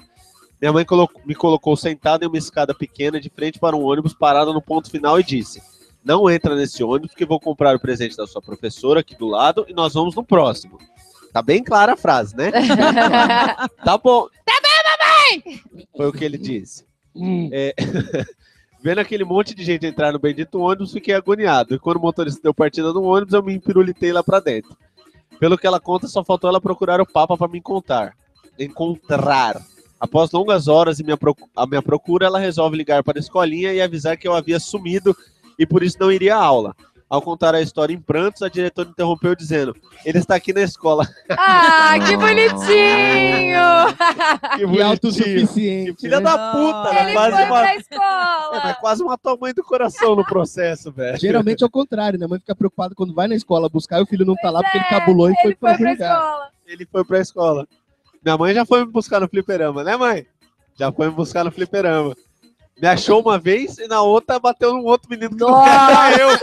Speaker 5: Minha mãe colo- me colocou sentado em uma escada pequena de frente para um ônibus parado no ponto final e disse: Não entra nesse ônibus que vou comprar o presente da sua professora aqui do lado e nós vamos no próximo. Tá bem clara a frase, né? Tá bom. Tá bem, mamãe! Foi o que ele disse. É, Vendo aquele monte de gente entrar no bendito ônibus, fiquei agoniado. E quando o motorista deu partida no ônibus, eu me empirulitei lá pra dentro. Pelo que ela conta, só faltou ela procurar o Papa pra me encontrar. Encontrar. Após longas horas e minha procu- a minha procura, ela resolve ligar para a escolinha e avisar que eu havia sumido e por isso não iria à aula. Ao contar a história em prantos, a diretora interrompeu dizendo: Ele está aqui na escola.
Speaker 6: Ah, que bonitinho!
Speaker 5: Que
Speaker 3: E
Speaker 5: bonitinho.
Speaker 3: autossuficiente.
Speaker 5: Filha
Speaker 3: né?
Speaker 5: da puta, ela
Speaker 6: Ele
Speaker 5: Tá quase
Speaker 6: foi
Speaker 5: uma
Speaker 6: pra
Speaker 5: É, mas
Speaker 6: escola.
Speaker 5: quase matou a mãe do coração no processo, velho.
Speaker 3: Geralmente é o contrário, né? A mãe fica preocupada quando vai na escola buscar e o filho não tá lá porque ele cabulou
Speaker 6: é,
Speaker 3: e
Speaker 6: Ele
Speaker 3: foi
Speaker 6: foi
Speaker 3: pra
Speaker 6: pra
Speaker 3: brigar.
Speaker 6: escola.
Speaker 5: Ele foi pra escola. Minha mãe já foi me buscar no fliperama, né, mãe? Já foi me buscar no fliperama. Me achou uma vez e na outra bateu num outro menino que não
Speaker 6: Nossa.
Speaker 5: era eu.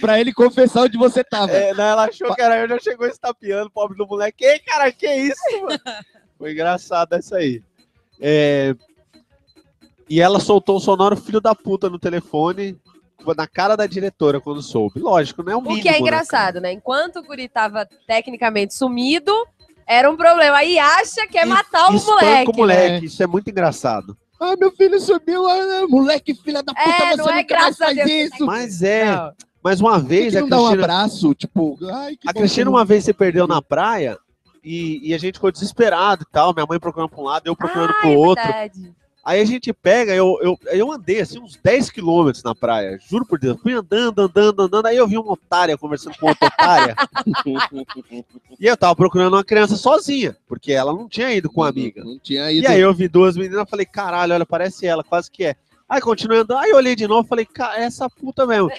Speaker 3: Pra ele confessar onde você tava.
Speaker 5: É, não, ela achou que era eu, já chegou estapeando, pobre do moleque. Ei, cara, que isso, mano? Foi engraçado essa aí. É, E ela soltou um sonoro filho da puta no telefone, na cara da diretora quando soube. Lógico, né? O,
Speaker 6: O
Speaker 5: mínimo,
Speaker 6: que é
Speaker 5: né, cara?
Speaker 6: engraçado, né? Enquanto o guri tava tecnicamente sumido, era um problema. Aí acha que é
Speaker 5: E-
Speaker 6: matar o
Speaker 5: Espanca
Speaker 6: moleque. né?
Speaker 5: o moleque. Isso é muito engraçado.
Speaker 3: Ah, meu filho subiu, ah, moleque, filha da puta,
Speaker 6: É, não
Speaker 3: você nunca
Speaker 6: é
Speaker 3: mais
Speaker 6: graça a
Speaker 3: faz
Speaker 6: Deus.
Speaker 3: isso.
Speaker 5: Mas é.
Speaker 6: Não.
Speaker 5: Mas uma
Speaker 3: Por que
Speaker 5: vez
Speaker 3: que
Speaker 5: a
Speaker 3: não dá um
Speaker 5: Cristina,
Speaker 3: abraço, tipo, ai, que
Speaker 5: a
Speaker 3: bom
Speaker 5: Cristina
Speaker 3: que
Speaker 5: é
Speaker 3: não-
Speaker 5: uma vez se perdeu na praia e, e a gente ficou desesperado e tal. Minha mãe procurando pra um lado, eu procurando pro outro.
Speaker 6: Ah, é Verdade.
Speaker 5: Aí a gente pega, eu, eu, eu andei assim uns 10 quilômetros na praia, juro por Deus. Fui andando, andando, andando. Aí eu vi uma otária conversando com outra otária. e eu tava procurando uma criança sozinha, porque ela não tinha ido com a amiga.
Speaker 3: Não tinha
Speaker 5: E
Speaker 3: ido.
Speaker 5: aí eu vi duas meninas, falei, caralho, olha, parece ela, quase que é. Aí continuei andando, aí eu olhei de novo, falei, cara, é essa puta mesmo.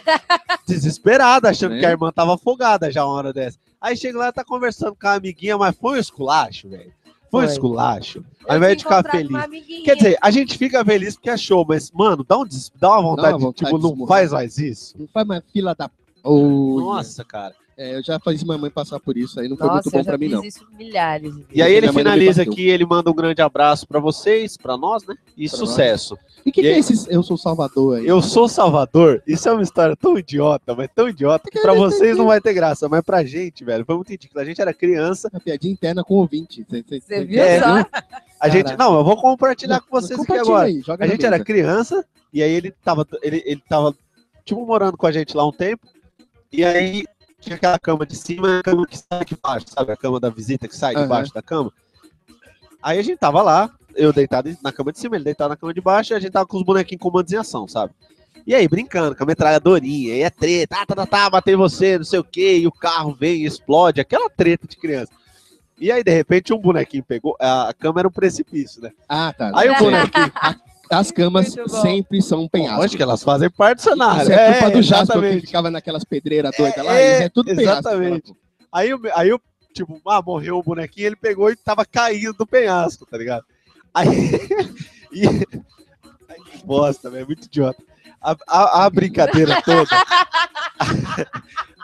Speaker 5: Desesperada, achando
Speaker 3: Né?
Speaker 6: É.
Speaker 5: que a irmã tava afogada já uma hora dessa. Aí chega lá, tá conversando com a amiguinha, mas foi um esculacho, velho. Foi um
Speaker 6: Foi.
Speaker 5: esculacho. Ao
Speaker 6: Eu
Speaker 5: invés
Speaker 6: fui
Speaker 5: de ficar
Speaker 6: encontrar com
Speaker 5: feliz.
Speaker 6: uma amiguinha.
Speaker 5: Quer dizer, a gente fica feliz porque achou, mas, mano, dá, um des- dá uma vontade,
Speaker 3: uma vontade
Speaker 5: de, tipo,
Speaker 3: de
Speaker 5: não
Speaker 3: esmurrar.
Speaker 5: faz mais isso.
Speaker 3: Não faz mais fila da. Ô,
Speaker 5: Nossa, cara.
Speaker 3: é, eu já fiz minha mãe passar por isso, aí não foi
Speaker 6: Nossa,
Speaker 3: muito bom
Speaker 6: eu já
Speaker 3: pra mim,
Speaker 6: fiz
Speaker 3: não.
Speaker 6: isso milhares de vezes.
Speaker 5: E aí ele
Speaker 3: Minha mãe não me
Speaker 5: finaliza
Speaker 3: bateu.
Speaker 5: aqui, ele manda um grande abraço pra vocês, pra nós, né? E
Speaker 3: Pra nós.
Speaker 5: sucesso.
Speaker 3: E o que,
Speaker 5: E
Speaker 3: que é
Speaker 5: aí-
Speaker 3: esse Eu Sou Salvador aí?
Speaker 5: Eu sou Salvador. Isso é uma história tão idiota, mas tão idiota que pra vocês não vai ter graça, mas pra gente, velho, foi muito ridículo. A gente era criança,
Speaker 3: Uma piadinha interna com o ouvinte. Cê, cê,
Speaker 6: Você
Speaker 3: cê-
Speaker 6: viu
Speaker 5: É,
Speaker 6: só?
Speaker 5: a gente, não, eu vou compartilhar com vocês aqui
Speaker 3: Compartilha
Speaker 5: agora.
Speaker 3: aí, joga
Speaker 5: A
Speaker 3: na
Speaker 5: gente era
Speaker 3: mesa.
Speaker 5: criança e aí ele tava ele, ele tava tipo morando com a gente lá um tempo. E aí tinha aquela cama de cima, a cama que sai de baixo, sabe? A cama da visita que sai
Speaker 3: Aham.
Speaker 5: de baixo da cama. Aí a gente tava lá, eu deitado na cama de cima, ele deitado na cama de baixo, e a gente tava com os bonequinhos comandos em ação, sabe? E aí, brincando, com a metralhadorinha, e é treta, tá, tá, tá, tá, batei em você, não sei o quê, e o carro vem e explode, aquela treta de criança. E aí, de repente, um bonequinho pegou, a a cama era um precipício, né?
Speaker 3: Ah, tá.
Speaker 5: Aí o
Speaker 3: Sim.
Speaker 5: bonequinho,
Speaker 3: As camas
Speaker 6: Muito bom.
Speaker 3: sempre são penhascos.
Speaker 5: Onde que elas fazem parte do cenário?
Speaker 3: Isso é, culpa do Jasper que
Speaker 5: exatamente.
Speaker 3: ficava naquelas pedreiras doidas lá.
Speaker 5: É,
Speaker 3: isso é tudo penhasco.
Speaker 5: exatamente. Aí, o- aí eu, tipo, ah, morreu o bonequinho, ele pegou e tava caído do penhasco, tá ligado? Aí. e- Ai, que bosta, velho, muito idiota. A, a- a brincadeira toda.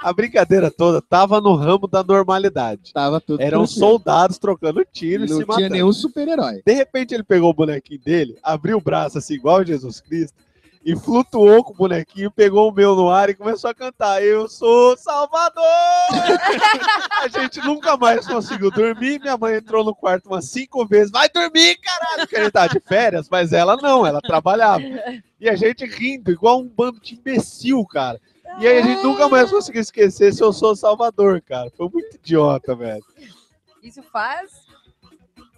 Speaker 5: a brincadeira toda tava no ramo da normalidade.
Speaker 3: Tava tudo
Speaker 5: Eram
Speaker 3: tranquilo.
Speaker 5: soldados trocando tiro e um se
Speaker 3: Não
Speaker 5: matando.
Speaker 3: tinha nenhum super-herói.
Speaker 5: De repente ele pegou o bonequinho dele, abriu o braço assim, igual Jesus Cristo, e flutuou com o bonequinho, pegou o meu no ar e começou a cantar: Eu sou Salvador! a gente nunca mais conseguiu dormir. Minha mãe entrou no quarto umas cinco vezes: Vai dormir, caralho! Porque a gente tava de férias, mas ela não, ela trabalhava. E a gente rindo, igual um bando de imbecil, cara. E aí a gente nunca mais conseguiu esquecer se eu sou Salvador, cara. Foi muito idiota, velho.
Speaker 6: Isso faz.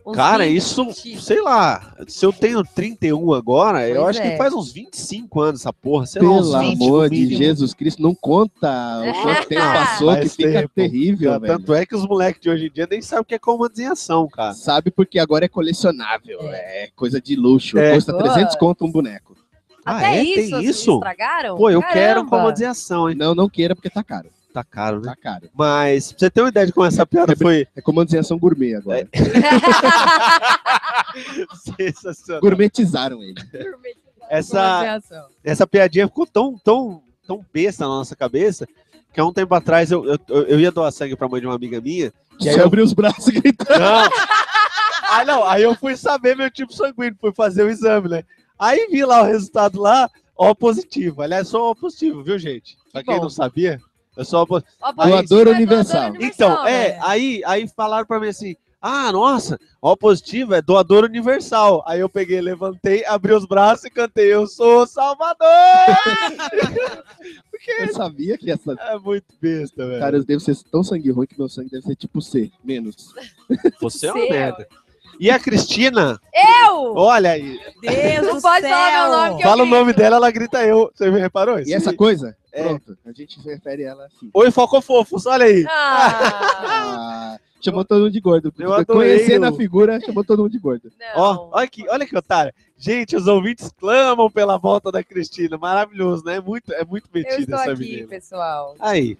Speaker 6: uns
Speaker 5: Cara,
Speaker 6: 20,
Speaker 5: isso,
Speaker 6: 20.
Speaker 5: sei lá, se eu tenho 31 agora, eu
Speaker 6: Pois
Speaker 5: acho
Speaker 6: é.
Speaker 5: que faz uns 25 anos essa porra, sei lá,
Speaker 3: Pelo
Speaker 5: uns 20 no
Speaker 3: amor de
Speaker 5: mínimo.
Speaker 3: Jesus Cristo, não conta o quanto tempo passou que
Speaker 5: Faz
Speaker 3: fica
Speaker 5: tempo.
Speaker 3: terrível,
Speaker 5: Tá-
Speaker 3: velho.
Speaker 5: Tanto é que os moleques de hoje em dia nem sabem o que é comandos em ação, cara.
Speaker 3: Sabe porque agora é colecionável, é coisa de luxo.
Speaker 5: É.
Speaker 3: Custa
Speaker 6: Boa.
Speaker 3: 300 conto um boneco.
Speaker 6: Até
Speaker 5: ah, é?
Speaker 6: isso,
Speaker 5: Tem
Speaker 6: assim,
Speaker 5: isso?
Speaker 6: estragaram?
Speaker 5: Pô, eu quero
Speaker 6: Caramba.
Speaker 5: comandos em ação, hein?
Speaker 3: Não, não queira porque tá caro,
Speaker 5: Tá caro, né?
Speaker 3: tá caro.
Speaker 5: Mas, pra você ter uma ideia de como essa piada foi
Speaker 3: É comandização gourmet agora.
Speaker 5: sensacional.
Speaker 3: Gourmetizaram ele.
Speaker 5: Essa,
Speaker 6: Essa...
Speaker 5: essa piadinha ficou tão, tão, tão besta na nossa cabeça que há um tempo atrás eu, eu, eu ia doar sangue pra mãe de uma amiga minha. E aí
Speaker 3: Só
Speaker 5: eu-
Speaker 3: abriu os braços e gritou.
Speaker 5: Não. Ah, não. Aí eu fui saber meu tipo sanguíneo, fui fazer o exame, né? Aí vi lá o resultado lá, ó positivo. Aliás, sou ó positivo, viu, gente? Pra quem
Speaker 6: bom.
Speaker 5: não sabia, eu sou ó positivo.
Speaker 3: Doador universal.
Speaker 5: Então,
Speaker 6: né?
Speaker 5: é, aí, aí falaram pra mim assim, ah, nossa, ó positivo é doador universal. Aí eu peguei, levantei, abri os braços e cantei, eu sou Salvador!
Speaker 3: Eu sabia que essa.
Speaker 5: É muito besta, velho.
Speaker 3: Cara, eu devo ser tão sangue ruim que meu sangue deve ser tipo C, menos.
Speaker 5: você
Speaker 6: Seu.
Speaker 5: E a Cristina,
Speaker 6: Eu!
Speaker 5: olha aí,
Speaker 7: Deus
Speaker 6: Não
Speaker 7: do
Speaker 6: pode
Speaker 7: céu.
Speaker 6: falar meu nome, que eu
Speaker 5: fala o
Speaker 6: grito.
Speaker 5: nome dela, ela grita eu. Você me reparou isso?
Speaker 3: E essa coisa?
Speaker 5: É.
Speaker 3: Pronto, a gente refere ela assim.
Speaker 5: Oi, Focofofos, olha aí.
Speaker 6: Ah,
Speaker 3: Ah, chamou todo mundo de gordo.
Speaker 5: Eu adorei
Speaker 3: Conhecendo
Speaker 5: o-
Speaker 3: a figura, chamou todo mundo de gordo.
Speaker 6: não.
Speaker 5: Ó, olha aqui, olha que otário. Gente, os ouvintes clamam pela volta da Cristina. Maravilhoso, né? É muito, é muito
Speaker 6: Eu
Speaker 5: metida
Speaker 6: estou
Speaker 5: essa
Speaker 6: aqui,
Speaker 5: menina.
Speaker 6: pessoal.
Speaker 5: Aí.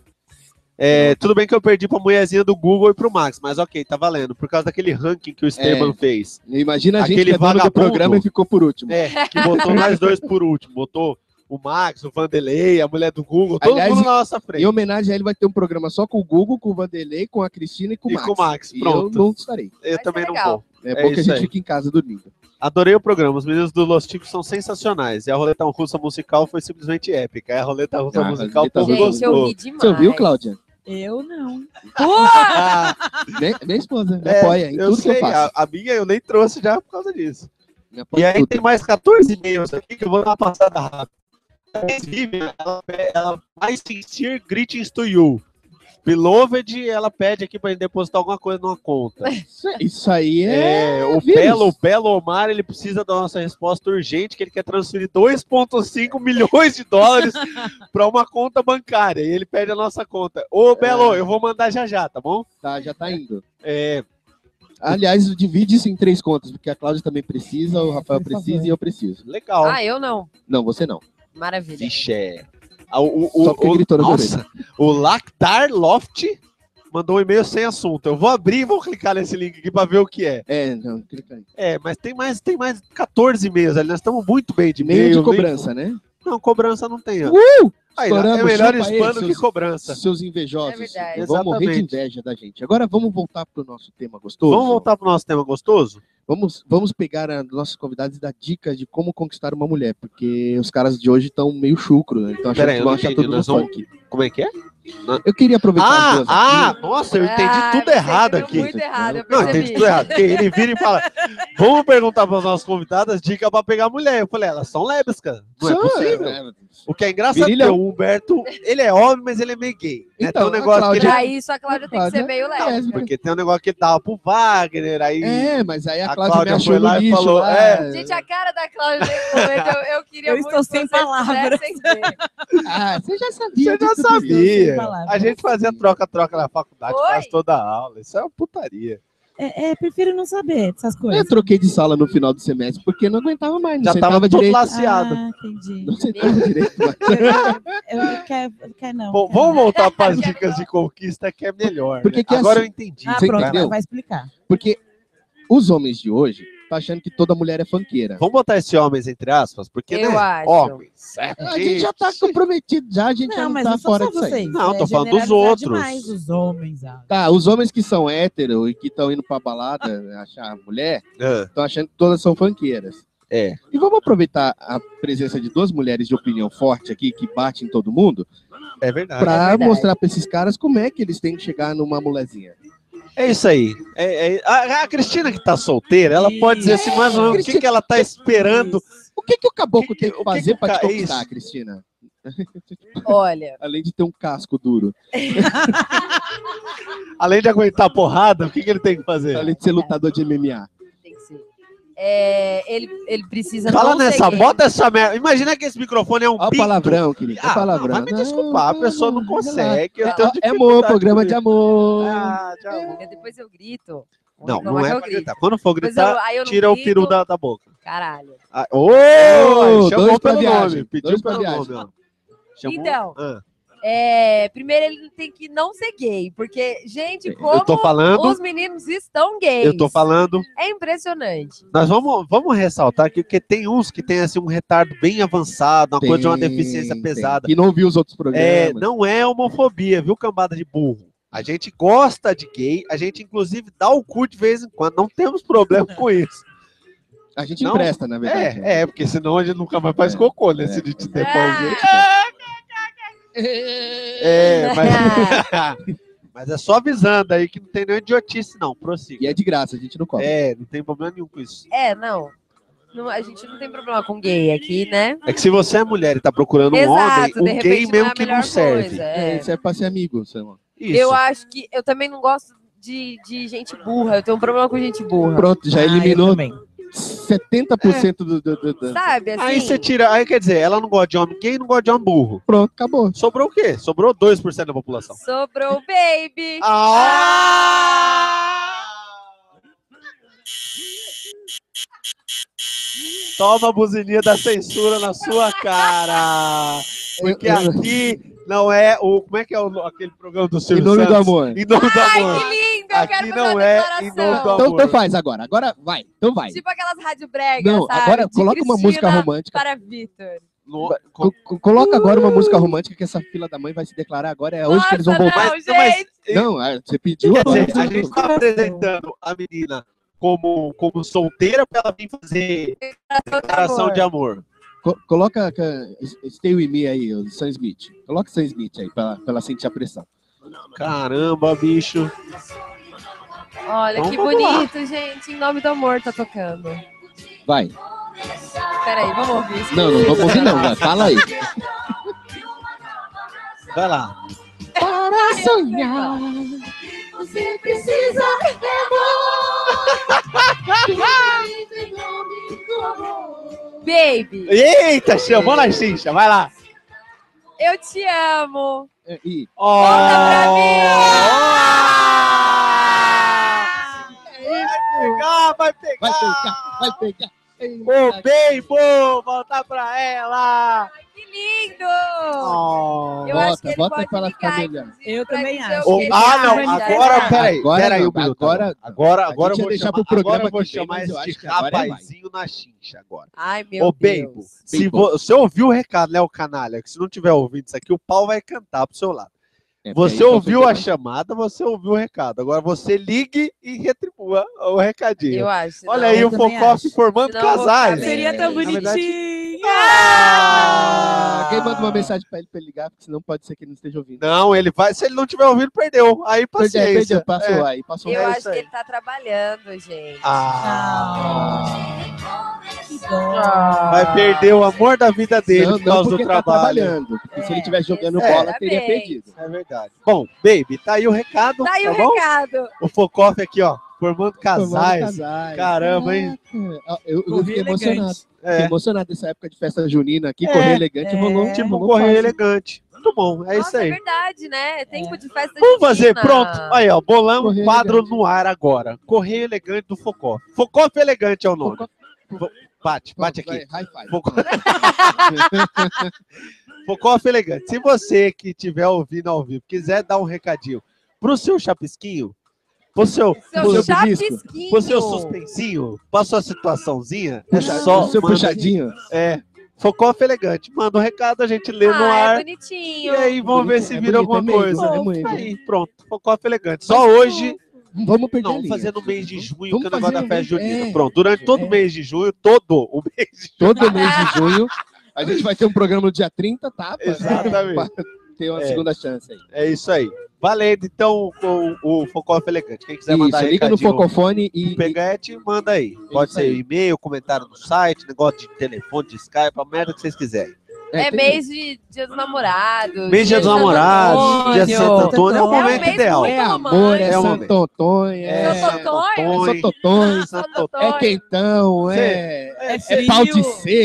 Speaker 5: É, tudo bem que eu perdi pra mulherzinha do Google e pro Max, mas ok, tá valendo. Por causa daquele ranking que o
Speaker 3: É.
Speaker 5: Esteban fez.
Speaker 3: Imagina a gente
Speaker 5: Aquele
Speaker 3: que é dono do
Speaker 5: vagabundo.
Speaker 3: programa e ficou por último.
Speaker 5: É, que botou nós dois por último. Botou o Max, o Vanderlei, a mulher do Google, todo
Speaker 3: Aliás,
Speaker 5: mundo na nossa
Speaker 3: Em
Speaker 5: frente.
Speaker 3: homenagem a ele, vai ter um programa só com o Google, com o Vanderlei, com a Cristina e com o
Speaker 5: E
Speaker 3: Max.
Speaker 5: com o Max,
Speaker 3: E
Speaker 5: pronto.
Speaker 3: eu não estarei.
Speaker 5: Eu,
Speaker 6: ser
Speaker 5: também não
Speaker 6: legal.
Speaker 5: vou.
Speaker 3: É,
Speaker 5: É
Speaker 3: bom que a
Speaker 5: isso
Speaker 3: gente
Speaker 5: aí.
Speaker 3: fica em casa dormindo.
Speaker 5: Adorei o programa. Os meninos do Los Ticos são sensacionais. E a roleta russa musical foi simplesmente épica. É a roleta russa
Speaker 3: Ah,
Speaker 5: musical, o
Speaker 3: roleta
Speaker 5: povo
Speaker 3: russa.
Speaker 6: Gente, eu
Speaker 5: Tá gostou.
Speaker 6: ri demais.
Speaker 3: Você ouviu, Cláudia?
Speaker 7: Eu não.
Speaker 6: Pô,
Speaker 5: Ah,
Speaker 3: Minha, minha esposa me
Speaker 5: É,
Speaker 3: apoia em tudo que eu faço.
Speaker 5: A, a minha eu nem trouxe já por causa disso.
Speaker 3: Me
Speaker 5: E
Speaker 3: apoia em
Speaker 5: aí
Speaker 3: tudo.
Speaker 5: tem mais 14 e-mails aqui que eu vou dar uma passada rápida. A Miss Vivian, ela, pe- ela mais sincere greetings to you. Beloved, ela pede aqui pra gente depositar alguma coisa numa conta.
Speaker 3: Isso, isso aí é.
Speaker 5: É, o
Speaker 3: vírus.
Speaker 5: Belo, o Belo Omar, ele precisa da nossa resposta urgente, que ele quer transferir 2,5 milhões de dólares pra uma conta bancária. E ele pede a nossa conta. Ô, Belo,
Speaker 3: É.
Speaker 5: eu vou mandar já já, tá bom?
Speaker 3: Tá, já tá indo.
Speaker 5: É,
Speaker 3: Aliás, divide isso em três contas, porque a Cláudia também precisa, o Rafael
Speaker 7: por
Speaker 3: precisa
Speaker 7: favor.
Speaker 3: e eu preciso.
Speaker 5: legal.
Speaker 6: ah, eu não.
Speaker 3: Não, você não.
Speaker 6: Maravilha.
Speaker 5: Vixe, é. Ah, O, o,
Speaker 3: Só porque
Speaker 5: o,
Speaker 3: gritou na minha
Speaker 5: nossa, o Lactar Loft mandou um e-mail sem assunto. Eu vou abrir e vou clicar nesse link aqui pra ver o que é.
Speaker 3: É, não, clica aí.
Speaker 5: É, mas tem mais, tem mais 14 e-mails ali. Nós estamos muito bem de
Speaker 3: Meio
Speaker 5: e-mail.
Speaker 3: de cobrança, né?
Speaker 5: Não, cobrança não tem. ó. Aí, é
Speaker 3: Estouramos,
Speaker 5: melhor
Speaker 3: chupa aí,
Speaker 5: spam do que
Speaker 3: seus-
Speaker 5: cobrança.
Speaker 3: Seus invejosos.
Speaker 6: É verdade.
Speaker 3: Vão morrer de
Speaker 5: Tá. Exatamente.
Speaker 3: inveja da gente. Agora vamos voltar pro nosso tema gostoso.
Speaker 5: Vamos voltar pro nosso tema gostoso?
Speaker 3: Vamos, vamos pegar a nossos convidados e dar dicas de como conquistar uma mulher, porque os caras de hoje estão meio chucro, né? Então achando
Speaker 5: Pera aí,
Speaker 3: que
Speaker 5: eu
Speaker 3: vão
Speaker 5: não
Speaker 3: achar
Speaker 5: entendi,
Speaker 3: tudo no
Speaker 5: nós vamos-
Speaker 3: funk.
Speaker 5: Como é que é?
Speaker 3: Eu queria aproveitar as duas
Speaker 5: Ah, ah,
Speaker 3: aqui.
Speaker 5: nossa, eu entendi
Speaker 6: Ah,
Speaker 5: tudo
Speaker 6: você
Speaker 5: errado
Speaker 6: entendeu
Speaker 5: aqui.
Speaker 6: Muito errado, eu
Speaker 5: Não,
Speaker 6: percebi.
Speaker 5: entendi tudo errado. Porque ele vira e fala: Vamos perguntar para as nossas convidadas dica para pegar mulher. Eu falei: Elas são lésbicas. Não é
Speaker 3: Só-
Speaker 5: possível.
Speaker 3: é,
Speaker 5: O que é engraçado é que
Speaker 3: Virilhão.
Speaker 5: o Humberto, ele é homem, mas ele é meio gay. né?
Speaker 3: Então,
Speaker 5: tem um negócio
Speaker 3: a
Speaker 5: que ele,
Speaker 6: Pra isso, a Cláudia tem que ser meio leve.
Speaker 3: Cláudia.
Speaker 5: porque tem um negócio que ele tava pro Wagner, aí
Speaker 3: É, mas aí a,
Speaker 5: A
Speaker 3: Cláudia,
Speaker 5: Cláudia
Speaker 3: me achou
Speaker 5: foi
Speaker 3: no
Speaker 5: lá e
Speaker 3: lixo
Speaker 5: falou,
Speaker 3: lá.
Speaker 5: é.
Speaker 6: Gente, a cara da Cláudia nesse momento, eu, eu queria
Speaker 7: Eu
Speaker 6: muito
Speaker 7: estou
Speaker 6: que
Speaker 7: sem
Speaker 6: vocês
Speaker 7: palavras.
Speaker 6: pudessem ver.
Speaker 3: Ah, você já sabia.
Speaker 5: você já
Speaker 3: disso tudo.
Speaker 7: isso, sem
Speaker 5: sabia.
Speaker 7: palavras.
Speaker 5: A gente fazia troca-troca na faculdade,
Speaker 6: Oi?
Speaker 5: quase toda a aula. Isso é uma putaria.
Speaker 7: É, é, prefiro não saber dessas coisas.
Speaker 3: Eu troquei de sala no final do semestre porque não aguentava mais. Não
Speaker 5: Já
Speaker 3: sentava
Speaker 5: tava todo
Speaker 3: direito.
Speaker 5: laceado.
Speaker 7: Ah, entendi.
Speaker 3: Não sentava direito. mais.
Speaker 7: Eu, eu quero, eu quero
Speaker 3: Ah.
Speaker 7: não.
Speaker 5: Bom,
Speaker 7: quero
Speaker 5: vamos voltar para as dicas de conquista que é melhor.
Speaker 3: Porque
Speaker 5: né?
Speaker 3: que é
Speaker 5: Agora
Speaker 3: assim-
Speaker 5: eu entendi.
Speaker 7: não. Ah,
Speaker 3: você
Speaker 7: pronto,
Speaker 3: entendeu?
Speaker 7: vai explicar.
Speaker 3: Porque os homens de hoje estão achando que toda mulher é funkeira.
Speaker 5: Vamos botar esse homens entre aspas, porque
Speaker 6: Eu
Speaker 5: né,
Speaker 6: acho.
Speaker 5: homens. é
Speaker 3: A gente já tá comprometido, já a gente já
Speaker 7: Não,
Speaker 3: não
Speaker 7: mas
Speaker 3: tá
Speaker 7: não são
Speaker 3: fora
Speaker 7: só
Speaker 3: disso aí.
Speaker 7: vocês.
Speaker 5: Não,
Speaker 7: é
Speaker 5: tô falando dos
Speaker 7: generalizar
Speaker 5: outros.
Speaker 7: demais os homens. ah.
Speaker 3: Tá, os homens que são hétero e que estão indo pra balada né, achar mulher,
Speaker 5: Ah,
Speaker 3: estão achando que todas são funkeiras.
Speaker 5: É.
Speaker 3: E vamos aproveitar a presença de duas mulheres de opinião forte aqui, que batem em todo mundo,
Speaker 5: é verdade.
Speaker 3: pra
Speaker 6: verdade.
Speaker 3: mostrar pra esses caras como é que eles têm que chegar numa molezinha.
Speaker 5: É isso aí. É- é- A, a Cristina que tá solteira, ela pode dizer
Speaker 3: É,
Speaker 5: assim, mais ou menos o que, que ela tá esperando.
Speaker 3: O que, que o caboclo
Speaker 5: O que que-
Speaker 3: tem
Speaker 5: o
Speaker 3: que
Speaker 5: que
Speaker 3: fazer
Speaker 5: que o
Speaker 3: pra te
Speaker 5: ca- é
Speaker 3: conquistar,
Speaker 5: isso?
Speaker 3: Cristina?
Speaker 6: Olha,
Speaker 3: Além de ter um casco duro,
Speaker 5: Além de aguentar porrada, o que, que ele tem que fazer?
Speaker 3: além de ser lutador de MMA.
Speaker 6: tem que ser. É, ele, ele precisa.
Speaker 5: Fala
Speaker 6: conseguir-
Speaker 5: nessa, bota essa merda. Imagina que esse microfone é um
Speaker 3: Olha o
Speaker 5: pinto.
Speaker 3: palavrão, querido. Olha
Speaker 5: Ah,
Speaker 3: o palavrão.
Speaker 5: Mas me desculpar, a pessoa não consegue. eu tenho
Speaker 3: Então, é amor,
Speaker 5: dificuldade
Speaker 3: programa
Speaker 5: com
Speaker 3: de
Speaker 5: isso.
Speaker 3: amor. É.
Speaker 5: Ah, de amor.
Speaker 6: Eu- Depois eu grito. Vou
Speaker 5: Não, não
Speaker 6: reclamar
Speaker 5: é
Speaker 6: que
Speaker 5: pra
Speaker 6: eu grito.
Speaker 5: gritar. Quando for
Speaker 6: Depois
Speaker 5: gritar,
Speaker 6: eu- aí eu não
Speaker 5: tira o
Speaker 6: grito.
Speaker 5: peru da, da boca.
Speaker 6: Caralho.
Speaker 5: Ah, Ô!
Speaker 3: Ô,
Speaker 5: aí chamou
Speaker 3: dois pra
Speaker 5: pelo
Speaker 3: viagem,
Speaker 5: nome. Pediu
Speaker 3: dois pra
Speaker 5: pelo
Speaker 3: viagem.
Speaker 5: nome. ó. Chamou-
Speaker 6: Então.
Speaker 5: Ah,
Speaker 6: É, primeiro ele tem que não ser gay, porque, gente, como
Speaker 5: eu tô falando,
Speaker 6: os meninos estão gays.
Speaker 5: eu tô falando.
Speaker 6: É impressionante.
Speaker 5: Nós vamos, vamos ressaltar aqui, porque tem uns que tem assim, um retardo bem avançado, uma coisa de uma
Speaker 3: Tem,
Speaker 5: deficiência
Speaker 3: tem.
Speaker 5: pesada.
Speaker 3: E não viu os outros programas.
Speaker 5: É, não é homofobia, viu, cambada de burro? A gente gosta de gay, a gente inclusive dá o cu de vez em quando, não temos problema com isso.
Speaker 3: A gente
Speaker 5: Não?
Speaker 3: empresta, na verdade. né?
Speaker 5: É, é, porque senão a gente nunca mais faz
Speaker 3: É,
Speaker 5: cocô, né? se a gente der pra
Speaker 6: Ah,
Speaker 5: alguém. É, mas,
Speaker 6: ah,
Speaker 5: mas é só avisando aí que não tem nenhuma idiotice, não. Prossiga.
Speaker 3: E é de graça, a gente não cobra.
Speaker 5: É, não tem problema nenhum com isso.
Speaker 6: É, não. Não, A gente não tem problema com gay aqui, né?
Speaker 5: É que se você é mulher e tá procurando um
Speaker 6: Exato, de
Speaker 5: homem, o gay
Speaker 6: repente não é
Speaker 5: mesmo
Speaker 6: a
Speaker 5: que
Speaker 6: melhor
Speaker 5: não serve.
Speaker 6: coisa.
Speaker 3: É,
Speaker 6: é.
Speaker 3: Isso é pra ser amigo, Samuel.
Speaker 5: Isso.
Speaker 6: Eu acho que. Eu também não gosto de, de gente burra. Eu tenho um problema com gente burra.
Speaker 3: Pronto, já
Speaker 7: Ah, eu
Speaker 3: eliminou
Speaker 7: também.
Speaker 3: 70% do, do, do, do-
Speaker 6: Sabe? Assim,
Speaker 5: Aí você tira, aí quer dizer, ela não gosta de homem gay e não gosta de homem burro.
Speaker 3: Pronto, acabou.
Speaker 5: Sobrou o quê? Sobrou 2% da população.
Speaker 6: sobrou o baby.
Speaker 5: Ah, Toma a buzininha da censura na sua cara. Porque
Speaker 3: Eu- eu-
Speaker 5: aqui não é o. Como é que é o, aquele programa do
Speaker 3: Em
Speaker 5: Silvio
Speaker 3: nome do
Speaker 5: Santos?
Speaker 3: amor.
Speaker 5: Em nome do
Speaker 6: Ai, que
Speaker 5: amor.
Speaker 6: lindo! Eu
Speaker 5: tá Aqui
Speaker 6: quero fazer
Speaker 5: não
Speaker 6: uma
Speaker 5: é
Speaker 6: declaração.
Speaker 5: em nome do amor.
Speaker 3: Então, então faz agora. Agora vai. Então vai.
Speaker 6: Tipo aquelas rádio bregas,
Speaker 3: Não,
Speaker 6: sabe?
Speaker 3: agora
Speaker 6: De
Speaker 3: coloca uma música
Speaker 6: Cristina
Speaker 3: romântica.
Speaker 6: Para Vitor.
Speaker 5: No-
Speaker 3: Co- co- Coloca agora uma música romântica que essa fila da mãe vai se declarar agora. É hoje que eles vão
Speaker 6: Nossa,
Speaker 3: voltar.
Speaker 6: Não,
Speaker 5: Não, mas-
Speaker 6: gente.
Speaker 3: Não, ah, você pediu.
Speaker 5: Quer dizer,
Speaker 3: agora.
Speaker 5: a gente tá apresentando a menina como, como solteira pra ela vir fazer declaração de amor.
Speaker 3: Co- coloca ca- Stay With Me aí, o Sam Smith. Coloca o Sam Smith aí pra, pra ela sentir a pressão.
Speaker 5: Caramba, bicho.
Speaker 6: Olha
Speaker 5: Então,
Speaker 6: que
Speaker 5: vamos lá.
Speaker 6: bonito, gente. Em nome do amor tá tocando.
Speaker 3: Vai.
Speaker 6: Peraí, vamos ouvir isso.
Speaker 3: Não, não vou ouvir não, vai. Fala aí.
Speaker 5: Vai lá.
Speaker 2: Para sonhar, você precisa
Speaker 6: Baby,
Speaker 5: Eita, chamou na xincha, vai lá.
Speaker 6: eu te amo.
Speaker 3: É, E,
Speaker 5: Ó.
Speaker 6: Volta
Speaker 5: Oh!
Speaker 6: pra mim.
Speaker 5: Ó. Vai pegar, vai pegar.
Speaker 3: vai pegar, vai pegar.
Speaker 5: Ô, Beibo, voltar pra ela.
Speaker 6: Que lindo!
Speaker 5: Ó.
Speaker 6: eu
Speaker 3: Bota,
Speaker 6: acho que ele
Speaker 3: bota
Speaker 6: pode
Speaker 3: pra ela
Speaker 6: ligar,
Speaker 3: ficar melhor.
Speaker 6: inclusive,
Speaker 7: Eu
Speaker 6: pra
Speaker 7: também
Speaker 6: dizer
Speaker 7: acho.
Speaker 6: o que ele
Speaker 5: Ah,
Speaker 6: acha
Speaker 5: não,
Speaker 6: de
Speaker 5: agora,
Speaker 6: verdade.
Speaker 5: peraí,
Speaker 3: Agora
Speaker 5: peraí
Speaker 3: não,
Speaker 5: um minuto.
Speaker 3: agora-
Speaker 5: agora, agora
Speaker 3: gente ia
Speaker 5: eu vou
Speaker 3: deixar
Speaker 5: chamar,
Speaker 3: pro programa
Speaker 5: agora eu vou
Speaker 3: que vem,
Speaker 5: chamar
Speaker 3: mas eu acho
Speaker 5: este
Speaker 3: que agora é vai.
Speaker 5: rapazinho na xincha agora.
Speaker 6: Ai, meu
Speaker 5: Ô,
Speaker 6: Deus.
Speaker 5: Beibo, se
Speaker 3: Beibo.
Speaker 5: vo- você ouviu o recado, né, o canalha? Que se não tiver ouvindo isso aqui, o pau vai cantar pro seu lado.
Speaker 3: É, porque aí
Speaker 5: Você
Speaker 3: só
Speaker 5: ouviu a
Speaker 3: fica-
Speaker 5: chamada, você ouviu o recado. Agora você ligue e retribua o recadinho.
Speaker 6: Eu um acho. um
Speaker 5: Olha
Speaker 6: não.
Speaker 5: aí
Speaker 7: eu
Speaker 5: o
Speaker 7: também
Speaker 5: Focoff
Speaker 7: acho.
Speaker 5: formando
Speaker 6: Senão eu vou
Speaker 5: casais.
Speaker 6: ficar
Speaker 7: Seria tão
Speaker 3: É,
Speaker 5: na
Speaker 7: bonitinho.
Speaker 5: verdade-
Speaker 3: Ah, quem manda uma mensagem pra ele, pra ele ligar, porque senão pode ser que ele não esteja ouvindo.
Speaker 5: Não, ele vai. Se ele não tiver ouvido, perdeu. Aí
Speaker 3: Perde- perde-
Speaker 5: paciência.
Speaker 3: passou aí, passou
Speaker 6: Eu
Speaker 5: É
Speaker 3: aí.
Speaker 5: isso
Speaker 6: acho que
Speaker 5: aí.
Speaker 6: ele tá trabalhando, gente.
Speaker 7: Ah, é
Speaker 5: Ah,
Speaker 7: Que dó.
Speaker 6: Ah.
Speaker 5: vai perder o amor da vida dele
Speaker 3: Não,
Speaker 5: por
Speaker 3: não
Speaker 5: causa
Speaker 3: porque
Speaker 5: do
Speaker 3: tá
Speaker 5: trabalho.
Speaker 3: trabalhando. Porque se
Speaker 6: É,
Speaker 3: ele estivesse jogando bola,
Speaker 6: exatamente.
Speaker 3: teria perdido.
Speaker 5: é verdade. Bom, baby, tá aí o recado.
Speaker 6: Tá aí o
Speaker 5: bom?
Speaker 6: recado.
Speaker 5: O Focoff aqui, ó, formando casais.
Speaker 3: Casais.
Speaker 5: Caramba, hein?
Speaker 3: Ah, Eu, eu
Speaker 7: Correr
Speaker 3: fiquei emocionado.
Speaker 7: elegante.
Speaker 3: Fiquei
Speaker 5: É.
Speaker 3: emocionado nessa época de festa junina aqui,
Speaker 5: É.
Speaker 3: correr elegante
Speaker 7: É.
Speaker 3: rolou.
Speaker 5: Tipo um
Speaker 3: rolou
Speaker 5: correio
Speaker 3: fácil.
Speaker 5: elegante. Muito bom, é isso
Speaker 6: Nossa, é
Speaker 5: aí.
Speaker 6: verdade, né? É Tempo de festa
Speaker 5: Vamos fazer,
Speaker 6: junina.
Speaker 5: pronto. Aí, ó, bolamos
Speaker 3: Correio
Speaker 5: quadro no ar agora. Correio elegante do Focó. Focó elegante é o nome. Fo- Bate, bate aqui.
Speaker 3: Vai, high five.
Speaker 5: Focó... Focoff Elegante. Se você que estiver ouvindo ao vivo quiser dar um recadinho pro seu chapisquinho, pro seu,
Speaker 6: Seu
Speaker 5: pro seu,
Speaker 6: chapisquinho.
Speaker 5: pro seu suspensinho, pra sua situaçãozinha, é
Speaker 3: Puxa-
Speaker 5: só.
Speaker 3: seu
Speaker 5: manda-
Speaker 3: puxadinho.
Speaker 5: É. Focoff Elegante. Manda um recado, a gente lê no
Speaker 6: Ah, é
Speaker 5: ar. E
Speaker 6: bonitinho.
Speaker 5: aí, vamos ver
Speaker 3: Bonito,
Speaker 5: se
Speaker 3: é
Speaker 5: vira
Speaker 3: bonito,
Speaker 5: alguma
Speaker 3: é mesmo,
Speaker 5: coisa.
Speaker 3: é bonito.
Speaker 5: Aí, pronto. Focoff Elegante. Só hoje.
Speaker 3: Não Vamos perder a
Speaker 5: Não,
Speaker 3: linha.
Speaker 5: fazendo o mês de junho,
Speaker 3: um Vamos
Speaker 5: que é o negócio da
Speaker 3: fazer no
Speaker 5: festa
Speaker 3: mês-
Speaker 5: junina.
Speaker 3: é.
Speaker 5: Pronto, durante todo o
Speaker 3: É.
Speaker 5: mês de junho, todo o mês de junho.
Speaker 3: Todo mês de junho. A gente vai ter um programa no dia 30, tá? Pra-
Speaker 5: Exatamente.
Speaker 3: Pra ter uma
Speaker 5: É.
Speaker 3: segunda chance aí.
Speaker 5: É isso aí. Valendo, então, o, o Focoff Elegante. Quem quiser mandar
Speaker 3: Isso, liga no
Speaker 5: recadinho
Speaker 3: Focofone e.
Speaker 5: pro Peguete, manda aí. Pode
Speaker 3: Isso aí.
Speaker 5: ser e-mail, comentário no site, negócio de telefone, de Skype, a merda que vocês quiserem.
Speaker 6: É,
Speaker 3: tem-
Speaker 6: mês de Dia dos Namorados.
Speaker 5: Mês de Dia dos
Speaker 6: Santo
Speaker 5: Namorados, Dia de Santo
Speaker 6: Antônio.
Speaker 5: Antônio, é o
Speaker 7: É um
Speaker 5: momento
Speaker 6: mês
Speaker 5: ideal.
Speaker 6: muito-
Speaker 3: É amor, é,
Speaker 5: É um
Speaker 3: Santo Antônio,
Speaker 5: É,
Speaker 3: é,
Speaker 6: Santo Antônio?
Speaker 3: é
Speaker 5: Antônio,
Speaker 3: Sototões,
Speaker 5: Santo
Speaker 3: é quentão, é,
Speaker 7: É,
Speaker 3: é pau de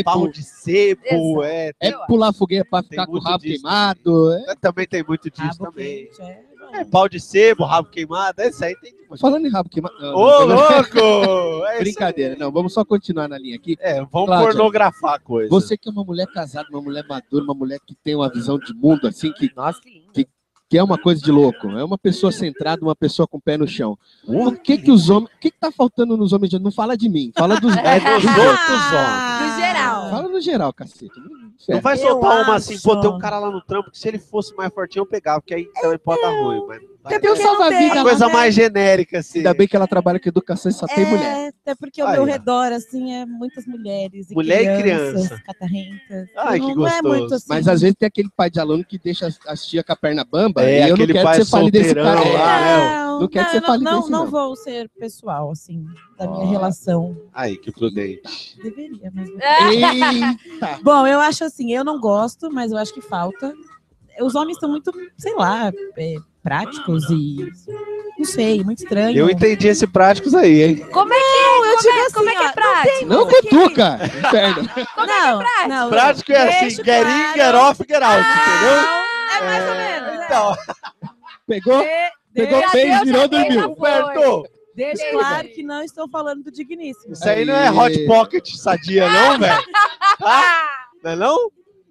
Speaker 5: Pau
Speaker 3: sebo,
Speaker 5: de Sebo, é.
Speaker 3: é
Speaker 6: eu acho.
Speaker 3: pular fogueira pra ficar
Speaker 5: Tem
Speaker 3: com o
Speaker 5: muito
Speaker 3: rabo
Speaker 5: disso
Speaker 3: queimado. é.
Speaker 5: Também tem muito disso
Speaker 7: Rabo
Speaker 5: também.
Speaker 7: quente, é bom.
Speaker 5: É pau de sebo, rabo queimado, é isso aí tem demais.
Speaker 3: Falando em rabo queimado. não,
Speaker 5: Ô,
Speaker 3: não, não,
Speaker 5: louco! É isso aí.
Speaker 3: Brincadeira, não, vamos só continuar na linha aqui.
Speaker 5: É, vamos
Speaker 3: Cláudia,
Speaker 5: pornografar a coisa.
Speaker 3: Você que é uma mulher casada, uma mulher madura, uma mulher que tem uma visão de mundo assim, que,
Speaker 6: Nossa, que lindo.
Speaker 3: que é uma coisa de louco, é uma pessoa centrada, uma pessoa com o pé no chão. Por que que os homens, o que que tá faltando nos homens? de hoje? Não fala de mim, fala dos
Speaker 5: É dos outros homens.
Speaker 7: Ah!
Speaker 6: Do geral.
Speaker 3: Fala no geral, cacete. Não-
Speaker 5: Não vai
Speaker 7: Eu
Speaker 5: soltar uma assim,
Speaker 7: acho.
Speaker 5: pô, tem um cara lá no trampo que se ele fosse mais fortinho eu pegava, porque aí também pode dar ruim. Mas vai
Speaker 3: Tem um
Speaker 7: porque é não
Speaker 3: salva-vida
Speaker 7: tem.
Speaker 5: Uma
Speaker 3: lá,
Speaker 5: coisa mais genérica, assim.
Speaker 3: Ainda bem que ela trabalha com educação e só tem mulher.
Speaker 7: É, até porque ao
Speaker 5: Aí,
Speaker 7: meu
Speaker 5: ó.
Speaker 7: redor, assim, é muitas mulheres. E
Speaker 5: Mulher e
Speaker 7: crianças,
Speaker 5: criança.
Speaker 7: Catarrentas.
Speaker 5: Ai,
Speaker 7: não,
Speaker 5: que
Speaker 7: não é
Speaker 5: gostoso.
Speaker 7: muito assim.
Speaker 3: Mas às vezes tem aquele pai de aluno que deixa as, as tia com a perna bamba
Speaker 5: É,
Speaker 3: e eu não
Speaker 5: aquele
Speaker 3: quero
Speaker 5: pai
Speaker 3: que você fale desse cara.
Speaker 5: solteirão lá. né?
Speaker 3: É.
Speaker 7: não,
Speaker 3: não quero que
Speaker 7: não,
Speaker 3: você
Speaker 7: não,
Speaker 3: fale
Speaker 7: não,
Speaker 3: desse,
Speaker 7: não
Speaker 3: não.
Speaker 7: vou ser pessoal, assim, da minha
Speaker 5: Ó.
Speaker 7: relação.
Speaker 5: Aí, que prudente.
Speaker 7: Deveria, mas... É não
Speaker 6: É,
Speaker 3: É. Ei,
Speaker 7: Bom, eu acho assim, eu não gosto, mas eu acho que falta. Os homens são muito, sei lá, é, práticos e. Não sei, muito estranho.
Speaker 5: Eu entendi esse práticos aí, hein?
Speaker 6: Como é que é?
Speaker 7: eu
Speaker 6: como,
Speaker 7: digo
Speaker 6: é,
Speaker 7: assim,
Speaker 6: como é que
Speaker 7: ó,
Speaker 6: é
Speaker 7: não
Speaker 6: prático?
Speaker 3: não cutuca! Inferno.
Speaker 7: não, não,
Speaker 5: Prático é assim,
Speaker 7: Deixa
Speaker 5: get in,
Speaker 7: claro.
Speaker 5: get off, get out, entendeu?
Speaker 6: É mais ou menos.
Speaker 5: Então,
Speaker 3: Pegou? Pegou
Speaker 6: já
Speaker 3: bem,
Speaker 6: deu, já
Speaker 3: virou,
Speaker 6: deu, já
Speaker 3: dormiu.
Speaker 6: foi.
Speaker 5: Humberto,
Speaker 7: Deixa claro
Speaker 6: É
Speaker 7: que não estou falando do digníssimo.
Speaker 5: isso aí não é hot pocket sadia, não, velho? Tá? Não é não?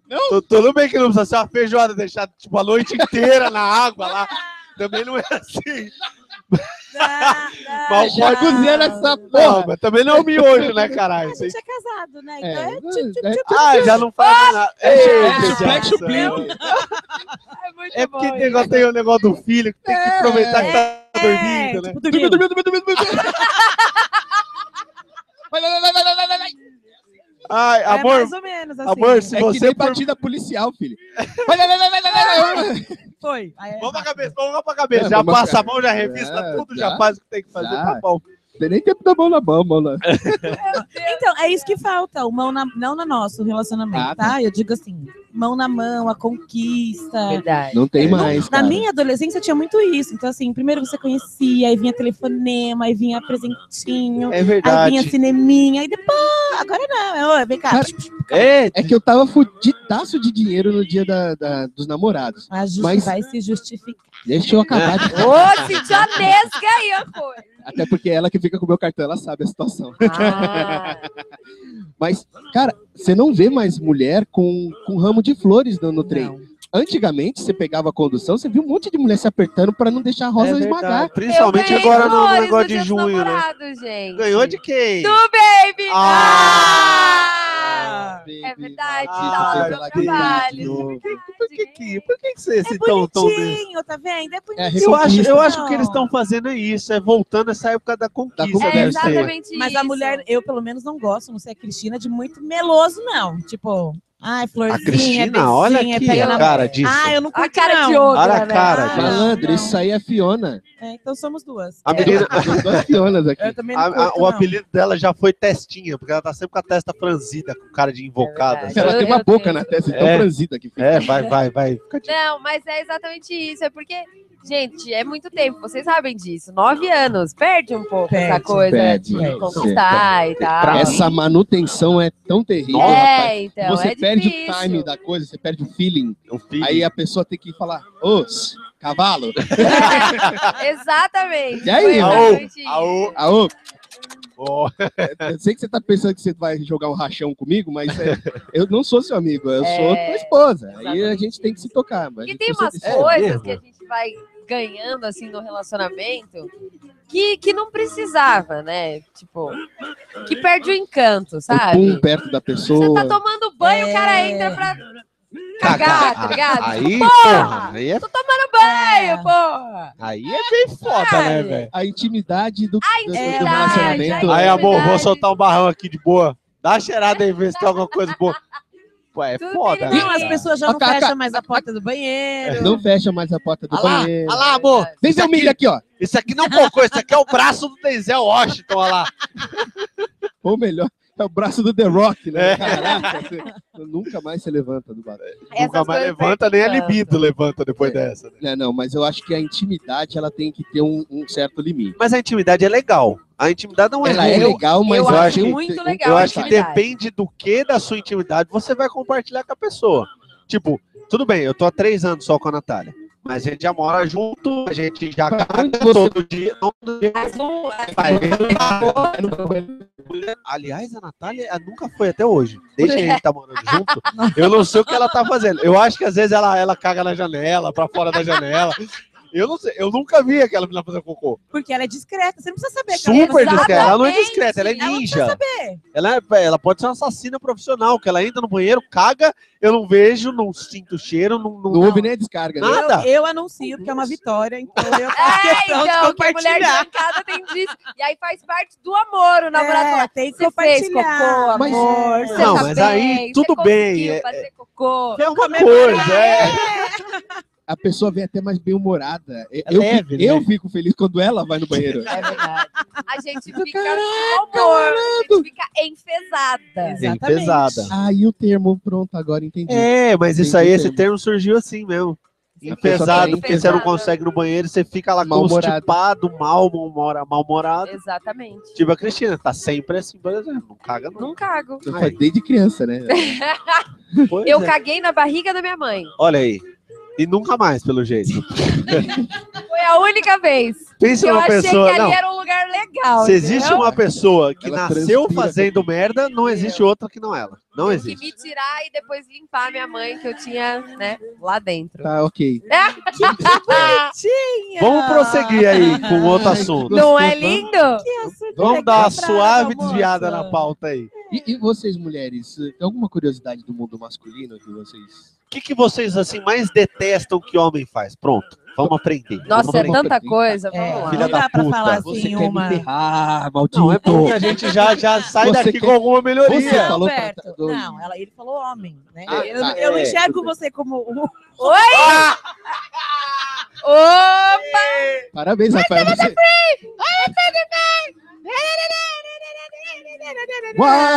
Speaker 5: Não. tudo bem que não precisa ser uma feijoada, deixar tipo a noite inteira na água lá. Também não é assim.
Speaker 7: Mal
Speaker 5: Mal né?
Speaker 3: Já cozinhando essa
Speaker 5: Não,
Speaker 3: porra.
Speaker 5: mas também não é o miojo, né, caralho?
Speaker 7: A gente é casado, né?
Speaker 3: É,
Speaker 7: Então é
Speaker 5: Ah, já não faz mais nada. Ei,
Speaker 3: é, chupete,
Speaker 5: Jackson. né?
Speaker 3: chupinho.
Speaker 6: É muito
Speaker 5: É
Speaker 6: bom.
Speaker 5: porque tem negócio- tem o negócio do filho que tem que aproveitar que tá
Speaker 7: é,
Speaker 5: dormindo, né?
Speaker 7: tipo, dormindo.
Speaker 3: Vai, vai, vai, vai, vai, vai, vai, vai.
Speaker 5: Ai,
Speaker 7: É
Speaker 5: amor,
Speaker 7: mais ou menos assim.
Speaker 5: amor, se
Speaker 3: É que
Speaker 5: você
Speaker 3: nem
Speaker 5: por...
Speaker 3: partida policial, filho. Vai, vai, vai, vai, vai, vai, vai, vai.
Speaker 7: Foi. Aí é
Speaker 5: Vamos pra
Speaker 7: rápido.
Speaker 5: cabeça, vamos pra cabeça.
Speaker 3: É,
Speaker 5: Já
Speaker 3: vamos pra
Speaker 5: passa a mão, já revista
Speaker 3: É,
Speaker 5: tudo, já
Speaker 3: já.
Speaker 5: faz o que tem que fazer,
Speaker 3: Já.
Speaker 5: tá bom.
Speaker 3: Não tem nem tempo da mão na mão, mano.
Speaker 7: Então, é isso que falta, o mão na, não no nosso relacionamento,
Speaker 3: Ah, tá.
Speaker 7: tá? Eu digo assim, mão na mão, a conquista.
Speaker 6: Verdade.
Speaker 3: Não tem
Speaker 5: É, não-
Speaker 3: mais,
Speaker 7: Na
Speaker 3: cara.
Speaker 7: minha adolescência tinha muito isso. Então, assim, primeiro você conhecia, aí vinha telefonema, aí vinha presentinho,
Speaker 5: É
Speaker 7: aí vinha
Speaker 5: verdade.
Speaker 7: cineminha, aí depois. Agora não, é, ô, vem cá.
Speaker 3: Cara,
Speaker 5: É,
Speaker 3: É que eu tava fudidaço de dinheiro no dia da- da- dos namorados.
Speaker 7: A justi
Speaker 3: mas-
Speaker 7: vai se justificar.
Speaker 3: Deixa eu acabar de
Speaker 6: Ô, sentiu a nesga aí, amor.
Speaker 3: Até porque ela que fica com o meu cartão, ela sabe a situação.
Speaker 7: Ah.
Speaker 3: Mas, cara, você não vê mais mulher com, com ramo de flores no, no trem. Antigamente, você pegava a condução, você viu um monte de mulher se apertando pra não deixar a rosa
Speaker 5: é
Speaker 3: esmagar.
Speaker 5: verdade. Principalmente agora no negócio de junho, né?
Speaker 6: Gente.
Speaker 5: Ganhou de quem?
Speaker 6: Do baby!
Speaker 5: Ah!
Speaker 6: Ah! É verdade,
Speaker 5: Ah,
Speaker 6: tá lá no
Speaker 5: pela
Speaker 6: meu
Speaker 5: Deus.
Speaker 6: trabalho.
Speaker 5: Por que que, por que que você
Speaker 7: É
Speaker 5: se tão, tão desse?
Speaker 7: bonitinho, tá vendo? É bonitinho.
Speaker 3: É,
Speaker 5: Eu acho, eu
Speaker 3: reconquista.
Speaker 5: acho que o que eles estão fazendo é isso, é voltando essa época da conquista,
Speaker 3: Da conquista.
Speaker 6: É
Speaker 5: deve ser.
Speaker 6: exatamente isso.
Speaker 7: Mas a mulher, eu pelo menos não gosto, não sei a Cristina, de muito meloso, não. Tipo, ai, florzinha,
Speaker 5: A Cristina,
Speaker 7: beijinho,
Speaker 5: olha
Speaker 7: é
Speaker 5: aqui
Speaker 7: pega
Speaker 5: a
Speaker 7: na
Speaker 5: cara disso.
Speaker 7: Ah, eu não
Speaker 6: A
Speaker 7: curto,
Speaker 6: cara
Speaker 7: não.
Speaker 6: de outra,
Speaker 5: Olha a
Speaker 6: né?
Speaker 5: cara,
Speaker 6: Ah,
Speaker 5: gente.
Speaker 3: Malandro,
Speaker 7: não.
Speaker 3: isso aí é Fiona.
Speaker 7: É, então somos duas.
Speaker 5: A
Speaker 7: É,
Speaker 5: menina-
Speaker 3: São duas Fionas aqui.
Speaker 7: eu também não
Speaker 5: A- a-
Speaker 7: curto,
Speaker 5: o
Speaker 7: não.
Speaker 5: apelido dela já foi Testinha, porque ela tá sempre com a testa franzida, com cara de
Speaker 7: É
Speaker 5: invocada.
Speaker 6: verdade.
Speaker 5: sabe?
Speaker 3: Ela tem uma
Speaker 6: eu
Speaker 3: boca
Speaker 6: tenho-
Speaker 3: na testa,
Speaker 5: É.
Speaker 3: então franzida aqui.
Speaker 5: É, vai, vai, vai. Fica de-
Speaker 6: Não, mas é exatamente isso. É porque, Gente, é muito tempo, vocês sabem disso. Nove anos, perde um pouco
Speaker 7: Perde,
Speaker 6: essa coisa
Speaker 3: perde,
Speaker 6: de
Speaker 7: perde.
Speaker 6: conquistar e tal.
Speaker 3: Essa manutenção é tão terrível. rapaz.
Speaker 6: é, então,
Speaker 3: você
Speaker 6: é
Speaker 3: perde
Speaker 6: difícil.
Speaker 3: o time da coisa, você perde o feeling.
Speaker 5: O filho.
Speaker 3: Aí a pessoa tem que falar, ô, s- cavalo,
Speaker 6: É, exatamente.
Speaker 3: tá? E aí?
Speaker 6: foi exatamente isso.
Speaker 5: Aô,
Speaker 3: aô,
Speaker 5: ó.
Speaker 3: eu sei que você tá pensando que você vai jogar um rachão comigo, mas é, eu não sou seu amigo, eu
Speaker 6: É,
Speaker 3: sou tua esposa. Aí a
Speaker 6: exatamente.
Speaker 3: gente tem que se tocar. Mas
Speaker 6: Porque tem
Speaker 3: você
Speaker 6: umas
Speaker 3: decide.
Speaker 6: coisas
Speaker 5: mesmo?
Speaker 6: que a gente vai ganhando assim no relacionamento que, que não precisava, né? Tipo, que perde o encanto,
Speaker 3: o
Speaker 6: sabe?
Speaker 3: pum perto da
Speaker 6: Você
Speaker 3: pessoa.
Speaker 6: tá tomando banho, o cara
Speaker 7: É.
Speaker 6: entra pra cagar, tá ligado?
Speaker 5: Aí,
Speaker 6: Porra!
Speaker 5: porra, aí é,
Speaker 6: Tô tomando banho, porra!
Speaker 5: aí é bem foda, né,
Speaker 6: Caralho.
Speaker 5: velho?
Speaker 3: A intimidade do, do- do
Speaker 7: intimidade,
Speaker 3: relacionamento.
Speaker 6: a
Speaker 5: Aí, amor, vou
Speaker 6: É Verdade.
Speaker 5: soltar um barrão aqui de boa. Dá uma cheirada aí, vê se tem alguma coisa boa. Pô, é
Speaker 6: Tudo
Speaker 5: foda, né?
Speaker 6: bem.
Speaker 7: Não, as pessoas já não
Speaker 3: Aca- aca-
Speaker 7: fecham mais a porta do banheiro.
Speaker 3: Não fecha mais a porta do
Speaker 5: Olha lá,
Speaker 3: banheiro.
Speaker 5: olha lá, amor.
Speaker 3: Desde o milho aqui, ó.
Speaker 5: Isso aqui não cocô, isso aqui é o braço do Denzel Washington, olha lá.
Speaker 3: Ou melhor, é o braço do The Rock, né?
Speaker 5: É.
Speaker 3: Caraca, você- nunca mais se levanta do barco.
Speaker 6: Essas né?
Speaker 5: Nunca mais
Speaker 6: coisas
Speaker 5: levanta, nem a
Speaker 6: perdem
Speaker 5: libido levanta depois dessa. né?
Speaker 3: Não, não, mas eu acho que a intimidade ela tem que ter um, um certo limite.
Speaker 5: Mas a intimidade é legal. A intimidade não é
Speaker 3: Ela é
Speaker 5: ruim.
Speaker 3: legal, mas
Speaker 6: eu
Speaker 3: eu
Speaker 5: acho
Speaker 3: acho que
Speaker 6: muito
Speaker 3: tem-
Speaker 6: legal.
Speaker 5: Eu acho que
Speaker 6: é Intimidade.
Speaker 5: depende do que da sua intimidade você vai compartilhar com a pessoa. Tipo, tudo bem, eu tô há três anos só com a Natália. Mas a gente já mora junto, a gente já caga
Speaker 3: onde você-
Speaker 5: todo dia. Todo dia
Speaker 6: Mas um-
Speaker 5: vai ver.
Speaker 3: Eu
Speaker 5: Aliás, a Natália ela nunca foi até hoje. Desde que a gente tá morando junto, eu não sei o que ela tá fazendo. Eu acho que às vezes ela, ela caga na janela, pra fora da janela. Eu não sei, eu nunca vi aquela menina fazer cocô.
Speaker 7: Porque ela é discreta, você não precisa saber. que ela é
Speaker 5: Super
Speaker 7: casada.
Speaker 5: discreta. Ela não é
Speaker 6: Exatamente.
Speaker 5: discreta, ela é
Speaker 7: Ela não
Speaker 5: ninja.
Speaker 7: precisa saber.
Speaker 5: Ela, é- ela pode ser uma assassina profissional, que ela entra no banheiro, caga, eu não vejo, não sinto o cheiro, não. não-
Speaker 3: Não houve nem a descarga, né?
Speaker 5: Não. Nada.
Speaker 7: Eu, eu anuncio que é uma vitória, então eu faço
Speaker 6: É, então,
Speaker 7: questão de
Speaker 6: que a mulher
Speaker 7: compartilhar.
Speaker 6: trancada tem disso. E aí faz parte do amor, o namorado fala,
Speaker 7: É, tem que
Speaker 6: você fez cocô,
Speaker 7: compartilhar.
Speaker 6: amor,
Speaker 3: Mas-
Speaker 6: você
Speaker 5: Não,
Speaker 6: tá
Speaker 5: mas
Speaker 6: bem,
Speaker 5: aí, tudo
Speaker 6: você
Speaker 5: bem,
Speaker 6: conseguiu
Speaker 5: é-
Speaker 6: fazer cocô.
Speaker 5: É uma coisa, é.
Speaker 3: A pessoa vem até mais bem-humorada. Eu,
Speaker 5: É
Speaker 3: eu
Speaker 5: leve,
Speaker 3: fico-
Speaker 5: né?
Speaker 3: eu fico feliz quando ela vai no banheiro.
Speaker 6: É verdade. A gente fica com amor, a gente fica enfesada.
Speaker 5: Bem
Speaker 7: Exatamente.
Speaker 5: pesada.
Speaker 3: Aí Ah, o termo, pronto, agora entendi.
Speaker 5: É, mas isso aí,
Speaker 3: Entendi o
Speaker 5: esse
Speaker 3: termo.
Speaker 5: termo surgiu assim mesmo.
Speaker 3: A pessoa
Speaker 5: Pesado,
Speaker 3: tá
Speaker 5: porque você não
Speaker 6: enfesada.
Speaker 5: consegue no banheiro, você fica lá
Speaker 3: Mal-humorado.
Speaker 5: constipado, mal, mal-humorado. mal-humorado.
Speaker 6: Exatamente.
Speaker 5: Tipo a Cristina, tá sempre assim, por exemplo, não caga não.
Speaker 6: Não cago.
Speaker 3: Eu falei Desde criança, né?
Speaker 7: É.
Speaker 5: Pois
Speaker 6: Eu
Speaker 5: é.
Speaker 6: caguei na barriga da minha mãe.
Speaker 5: Olha aí. E nunca mais, pelo jeito.
Speaker 6: Foi a única vez.
Speaker 5: Pensa
Speaker 6: Que eu
Speaker 5: numa
Speaker 6: achei
Speaker 5: é pessoa.
Speaker 6: que ali
Speaker 5: Não,
Speaker 6: era um lugar legal.
Speaker 5: se existe
Speaker 6: entendeu?
Speaker 5: uma pessoa que
Speaker 3: Ela
Speaker 5: nasceu
Speaker 3: transpira.
Speaker 5: fazendo merda, não existe outra que não ela. Não
Speaker 6: que
Speaker 5: existe.
Speaker 6: me tirar e depois limpar a minha mãe que eu tinha, né, lá dentro. Ah,
Speaker 3: Tá, ok.
Speaker 7: Ah.
Speaker 5: Vamos prosseguir aí com outro assunto.
Speaker 6: Não é
Speaker 3: Gostou, tá?
Speaker 6: lindo?
Speaker 7: Que assunto
Speaker 5: Vamos dar uma
Speaker 7: legal,
Speaker 5: suave
Speaker 7: moça.
Speaker 5: desviada na pauta aí.
Speaker 3: E, e vocês, mulheres, tem alguma curiosidade do mundo masculino que vocês.
Speaker 5: O que, que vocês assim mais detestam que homem faz? Pronto, vamos aprender. Vamos
Speaker 6: Nossa, é
Speaker 5: aprender.
Speaker 6: tanta coisa.
Speaker 7: É,
Speaker 6: Vamos lá.
Speaker 5: Filha
Speaker 7: não dá
Speaker 5: da
Speaker 7: pra
Speaker 5: puta,
Speaker 7: falar
Speaker 3: Você
Speaker 7: assim
Speaker 3: quer
Speaker 7: uma.
Speaker 3: me ferrar, maldito.
Speaker 5: Não, é bom que a gente já, já sai
Speaker 3: Você
Speaker 5: daqui
Speaker 3: quer-
Speaker 5: com alguma
Speaker 3: Você
Speaker 5: melhoria.
Speaker 3: falou
Speaker 7: Roberto,
Speaker 3: tratador.
Speaker 7: Não, ela, ele falou homem, né?
Speaker 3: Ah,
Speaker 7: eu,
Speaker 3: tá,
Speaker 7: eu
Speaker 3: é,
Speaker 7: enxergo
Speaker 3: tudo bem.
Speaker 7: você como um
Speaker 6: Ô,
Speaker 3: Parabéns, Rafael. Você...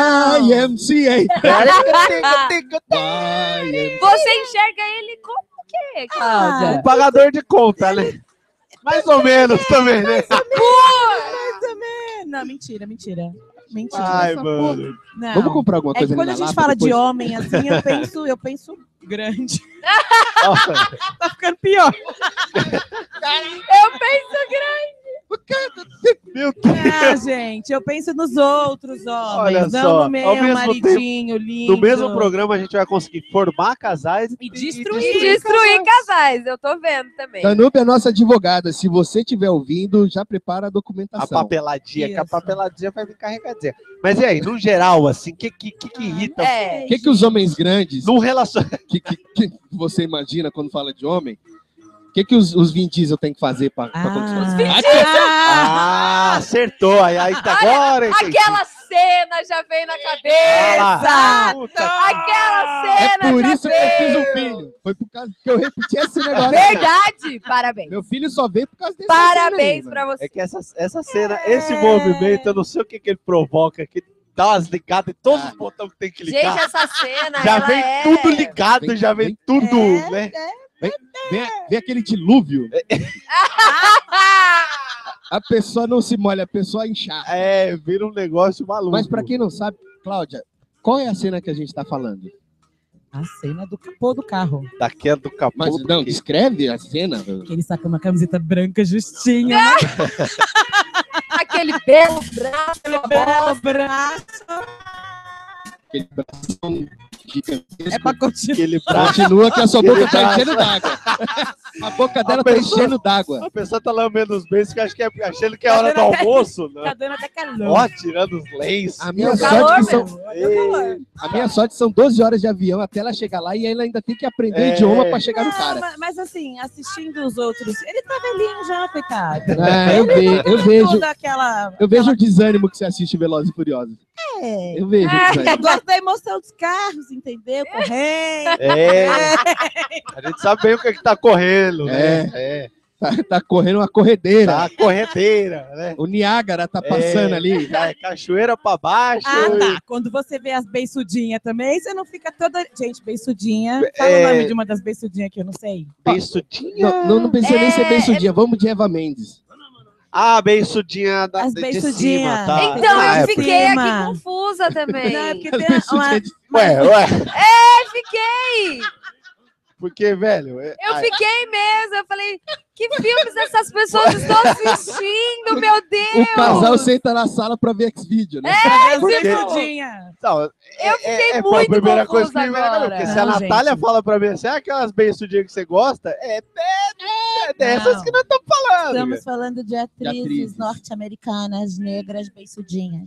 Speaker 3: YMCA. YMCA.
Speaker 6: você enxerga ele como o quê, Cláudia?
Speaker 5: Um pagador de conta, né? Mais ou menos também, né?
Speaker 7: É, Ah, Não, mentira, mentira. Mentira.
Speaker 5: Ai,
Speaker 3: essa
Speaker 5: mano.
Speaker 7: Não.
Speaker 3: Vamos comprar alguma
Speaker 7: é
Speaker 3: coisa
Speaker 7: que quando
Speaker 3: ali
Speaker 7: a
Speaker 3: na
Speaker 7: gente
Speaker 3: Lapa
Speaker 7: fala de
Speaker 3: depois?
Speaker 7: homem, assim, eu penso, eu penso grande.
Speaker 5: Nossa,
Speaker 7: Tá ficando pior.
Speaker 6: Eu penso que
Speaker 5: Meu Deus.
Speaker 7: Ah, gente, eu penso nos outros homens,
Speaker 5: Olha
Speaker 7: não
Speaker 5: só,
Speaker 7: no
Speaker 5: ao
Speaker 7: meu
Speaker 5: mesmo
Speaker 7: maridinho lindo.
Speaker 5: No mesmo programa a gente vai conseguir formar casais
Speaker 7: E
Speaker 6: que
Speaker 7: destruir.
Speaker 6: destruir casais, eu tô vendo também.
Speaker 3: Danúbia é nossa advogada. Se você estiver ouvindo, já prepara a
Speaker 5: a
Speaker 3: documentação.
Speaker 5: papeladinha, que a
Speaker 7: Isso.
Speaker 5: papeladinha vai vir carregadinha. Mas e aí, no geral, assim, o que, que, que, que irrita?
Speaker 6: É.
Speaker 3: O que, que os homens grandes,
Speaker 5: No relacionamento.
Speaker 3: que, que- que você imagina quando fala de homem, o que, que os, os Vin Diesel tem que fazer para
Speaker 7: Ah,
Speaker 3: acontecer?
Speaker 7: ah,
Speaker 5: Ah, acertou. Aí, aí tá agora. entendi.
Speaker 6: Aquela cena já vem na
Speaker 5: Ah
Speaker 6: cabeça.
Speaker 5: lá. Puta,
Speaker 6: Aquela cena
Speaker 3: É por
Speaker 6: já
Speaker 3: isso que eu
Speaker 6: veio.
Speaker 3: fiz um filho. Foi por causa que eu repeti esse negócio.
Speaker 6: Verdade, parabéns.
Speaker 3: Meu filho só veio por causa desse
Speaker 6: Parabéns pra você.
Speaker 5: É que essa, essa cena,
Speaker 6: É.
Speaker 5: esse movimento, eu não sei o que, que ele provoca, que dá umas ligadas em todos os botões que tem que
Speaker 6: Ah. Gente,
Speaker 5: ligar.
Speaker 6: essa cena,
Speaker 5: já
Speaker 6: ela
Speaker 5: vem
Speaker 6: é...
Speaker 5: tudo ligado,
Speaker 3: Vem-
Speaker 5: já vem
Speaker 3: vem-
Speaker 5: tudo, né?
Speaker 7: É,
Speaker 3: Vem, vem, vem aquele dilúvio.
Speaker 6: Ah,
Speaker 3: A pessoa não se molha, a pessoa encharca.
Speaker 5: É, vira um negócio maluco.
Speaker 3: Mas pra quem não sabe, Cláudia, qual é a cena que a gente tá falando?
Speaker 7: A cena do capô do carro.
Speaker 5: Da queda Tá do capô.
Speaker 3: Mas
Speaker 5: do
Speaker 3: não,
Speaker 5: quê?
Speaker 3: descreve a cena.
Speaker 7: Que ele saca uma camiseta branca justinha. né?
Speaker 6: Aquele belo braço, aquela bola.
Speaker 7: Belo braço.
Speaker 3: Aquele bração gigantesco.
Speaker 7: É pra continuar.
Speaker 5: Aquele braço.
Speaker 3: Continua que a sua boca tá
Speaker 5: braço.
Speaker 3: enchendo d'água. A boca dela
Speaker 5: A
Speaker 3: tá
Speaker 5: pessoa-
Speaker 3: enchendo d'água.
Speaker 5: A pessoa tá lambendo os beijos, que acho que é, achando que é hora do almoço, né?
Speaker 7: Tá dando até calor. Tá
Speaker 5: Ó, tirando os leis.
Speaker 7: Ah,
Speaker 3: A minha,
Speaker 6: calor
Speaker 3: sorte é que
Speaker 6: mesmo.
Speaker 3: são,
Speaker 5: Ei,
Speaker 3: a minha sorte são 12 horas de avião até ela chegar lá e ela ainda tem que aprender
Speaker 5: É.
Speaker 3: idioma pra chegar no
Speaker 7: Não,
Speaker 3: cara.
Speaker 7: ma- mas assim, assistindo os outros, ele tá velhinho já, coitado.
Speaker 3: É, eu, ve- eu vejo,
Speaker 7: Toda aquela.
Speaker 3: eu vejo o desânimo que você assiste Velozes e Furiosos.
Speaker 7: É.
Speaker 3: Eu vejo o
Speaker 7: Eu
Speaker 3: desânimo.
Speaker 7: gosto da emoção dos carros, entendeu? Correndo.
Speaker 5: É, a gente sabe bem o que, é que tá correndo, né? É,
Speaker 3: Tá, tá correndo uma corredeira.
Speaker 5: tá correteira, né?
Speaker 3: O Niágara tá passando
Speaker 5: É.
Speaker 3: ali.
Speaker 5: Tá, é cachoeira pra baixo.
Speaker 7: Ah,
Speaker 5: e-
Speaker 7: tá. Quando você vê as beiçudinhas também, você não fica toda. Gente, beiçudinha. Fala
Speaker 5: É.
Speaker 7: o nome de uma das beiçudinhas que eu não sei.
Speaker 5: Beiçudinha.
Speaker 3: Não, não, não precisa nem ser
Speaker 6: É,
Speaker 3: bem sudinha. Vamos de Eva Mendes.
Speaker 5: Ah, beiçudinha da,
Speaker 7: As
Speaker 5: de
Speaker 7: beiçudinha.
Speaker 5: cima, tá?
Speaker 6: Então,
Speaker 5: Ah,
Speaker 6: eu
Speaker 5: é,
Speaker 6: fiquei aqui
Speaker 7: prima.
Speaker 6: confusa também.
Speaker 7: Não, é porque
Speaker 3: As
Speaker 7: tem uma.
Speaker 3: beiçudinhas de-
Speaker 5: Ué, ué,
Speaker 6: Eu fiquei,
Speaker 5: porque, velho... é-
Speaker 6: eu
Speaker 5: ai,
Speaker 6: fiquei mesmo. Eu falei, que filmes essas pessoas estão assistindo, meu Deus!
Speaker 3: O casal senta na sala pra ver X-Video,
Speaker 5: É.
Speaker 3: né?
Speaker 7: As
Speaker 5: porque-
Speaker 7: beiçudinha.
Speaker 5: Não,
Speaker 6: Eu fiquei
Speaker 5: então, é, é,
Speaker 6: muito
Speaker 5: a
Speaker 6: confusa
Speaker 5: primeira coisa que me vem na cabeça,
Speaker 6: agora.
Speaker 5: Porque se a
Speaker 7: Não,
Speaker 5: Natália
Speaker 7: gente.
Speaker 5: fala pra mim, se é aquelas beiçudinhas que você gosta, é, é, é dessas
Speaker 7: Não.
Speaker 5: que nós estamos falando.
Speaker 7: Estamos falando de atrizes,
Speaker 3: atrizes.
Speaker 7: norte-americanas, negras, beiçudinhas.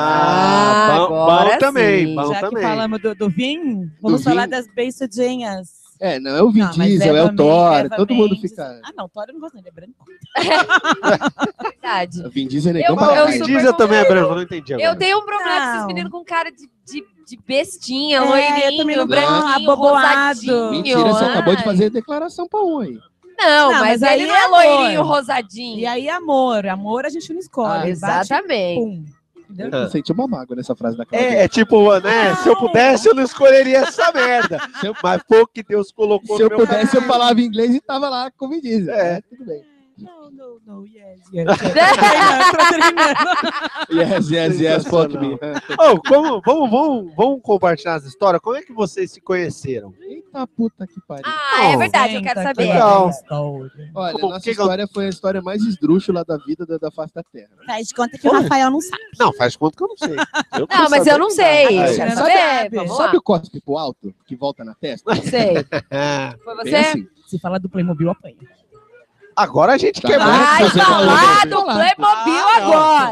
Speaker 5: Ah,
Speaker 6: Ah,
Speaker 5: bom,
Speaker 6: agora
Speaker 5: bom Ah, também,
Speaker 6: sim.
Speaker 5: bom
Speaker 7: Já que
Speaker 5: também.
Speaker 7: falamos do, do vinho, vamos
Speaker 3: Do
Speaker 7: falar
Speaker 3: vinho?
Speaker 7: das beiçudinhas.
Speaker 3: É, não é o Vin
Speaker 7: Não, mas
Speaker 3: Diesel, é
Speaker 7: Eva
Speaker 3: o Thor.
Speaker 7: Mendes, Eva
Speaker 3: Todo mundo
Speaker 7: Mendes.
Speaker 3: fica.
Speaker 7: Ah, não, Thor eu não gosto, ele é branco.
Speaker 6: Verdade.
Speaker 3: O Vin Diesel é negão
Speaker 6: Eu-
Speaker 3: pra
Speaker 5: Mas o
Speaker 3: caralho.
Speaker 5: Vin
Speaker 6: super
Speaker 5: Diesel também é branco, não entendi agora.
Speaker 6: Eu tenho um problema com esses
Speaker 7: Não.
Speaker 6: meninos com cara de, de, de bestinha,
Speaker 7: É, eu também
Speaker 6: loirinho,
Speaker 7: não
Speaker 6: branquinho,
Speaker 7: gosto, aboboado.
Speaker 6: rosadinho.
Speaker 3: Mentira, você acabou de
Speaker 6: Ai.
Speaker 3: fazer declaração pra um aí.
Speaker 6: Não,
Speaker 7: Não,
Speaker 6: mas,
Speaker 7: mas
Speaker 6: ele
Speaker 7: aí
Speaker 6: não é
Speaker 7: é
Speaker 6: loirinho,
Speaker 7: amor.
Speaker 6: rosadinho.
Speaker 7: E aí, amor. Amor a gente não escolhe.
Speaker 3: Ah,
Speaker 7: bate um e
Speaker 6: Exatamente.
Speaker 7: pum. Entendeu?
Speaker 3: Eu senti uma mágoa nessa frase da cara.
Speaker 5: Ah. É, é tipo, né? Se eu pudesse, eu não escolheria essa merda.
Speaker 3: Ah, Se eu-
Speaker 5: Mas pouco que Deus colocou
Speaker 3: Se eu
Speaker 5: no meu
Speaker 3: pudesse, eu falava inglês e tava lá com o Vin Diesel.
Speaker 5: É.
Speaker 3: É, tudo bem.
Speaker 7: Não, não, não, yes, yes. yes. Tô terminando.
Speaker 3: Yes, yes, yes, fuck me.
Speaker 5: Oh, como, vamos, vamos, vamos compartilhar as histórias. Como é que vocês se conheceram?
Speaker 3: Eita puta que pariu.
Speaker 6: Ah, é verdade, eu quero
Speaker 7: Senta
Speaker 6: saber.
Speaker 7: aqui,
Speaker 5: Não.
Speaker 7: história.
Speaker 3: Olha,
Speaker 5: Pô,
Speaker 3: nossa
Speaker 5: que que eu-
Speaker 3: história foi a história mais esdrúxula da vida da, da face da Terra.
Speaker 7: Faz de conta que o Rafael não sabe.
Speaker 5: Não, faz conta que eu não sei. Eu
Speaker 6: Não, mas eu não sei.
Speaker 5: Ah,
Speaker 6: Eu quero
Speaker 7: sabe-
Speaker 6: saber. Vamos lá.
Speaker 3: Sabe o cospe pro alto que volta na testa?
Speaker 6: Não sei.
Speaker 5: Ah,
Speaker 6: Foi
Speaker 3: Bem
Speaker 7: é
Speaker 6: você?
Speaker 3: assim.
Speaker 7: Se falar do Playmobil, apanha.
Speaker 5: Agora a gente
Speaker 3: Tá
Speaker 5: quebrou.
Speaker 3: bom.
Speaker 6: Vai
Speaker 3: Você falou,
Speaker 6: falar
Speaker 3: você
Speaker 6: do
Speaker 3: falou.
Speaker 6: Playmobil
Speaker 5: Ah, não.
Speaker 3: tá,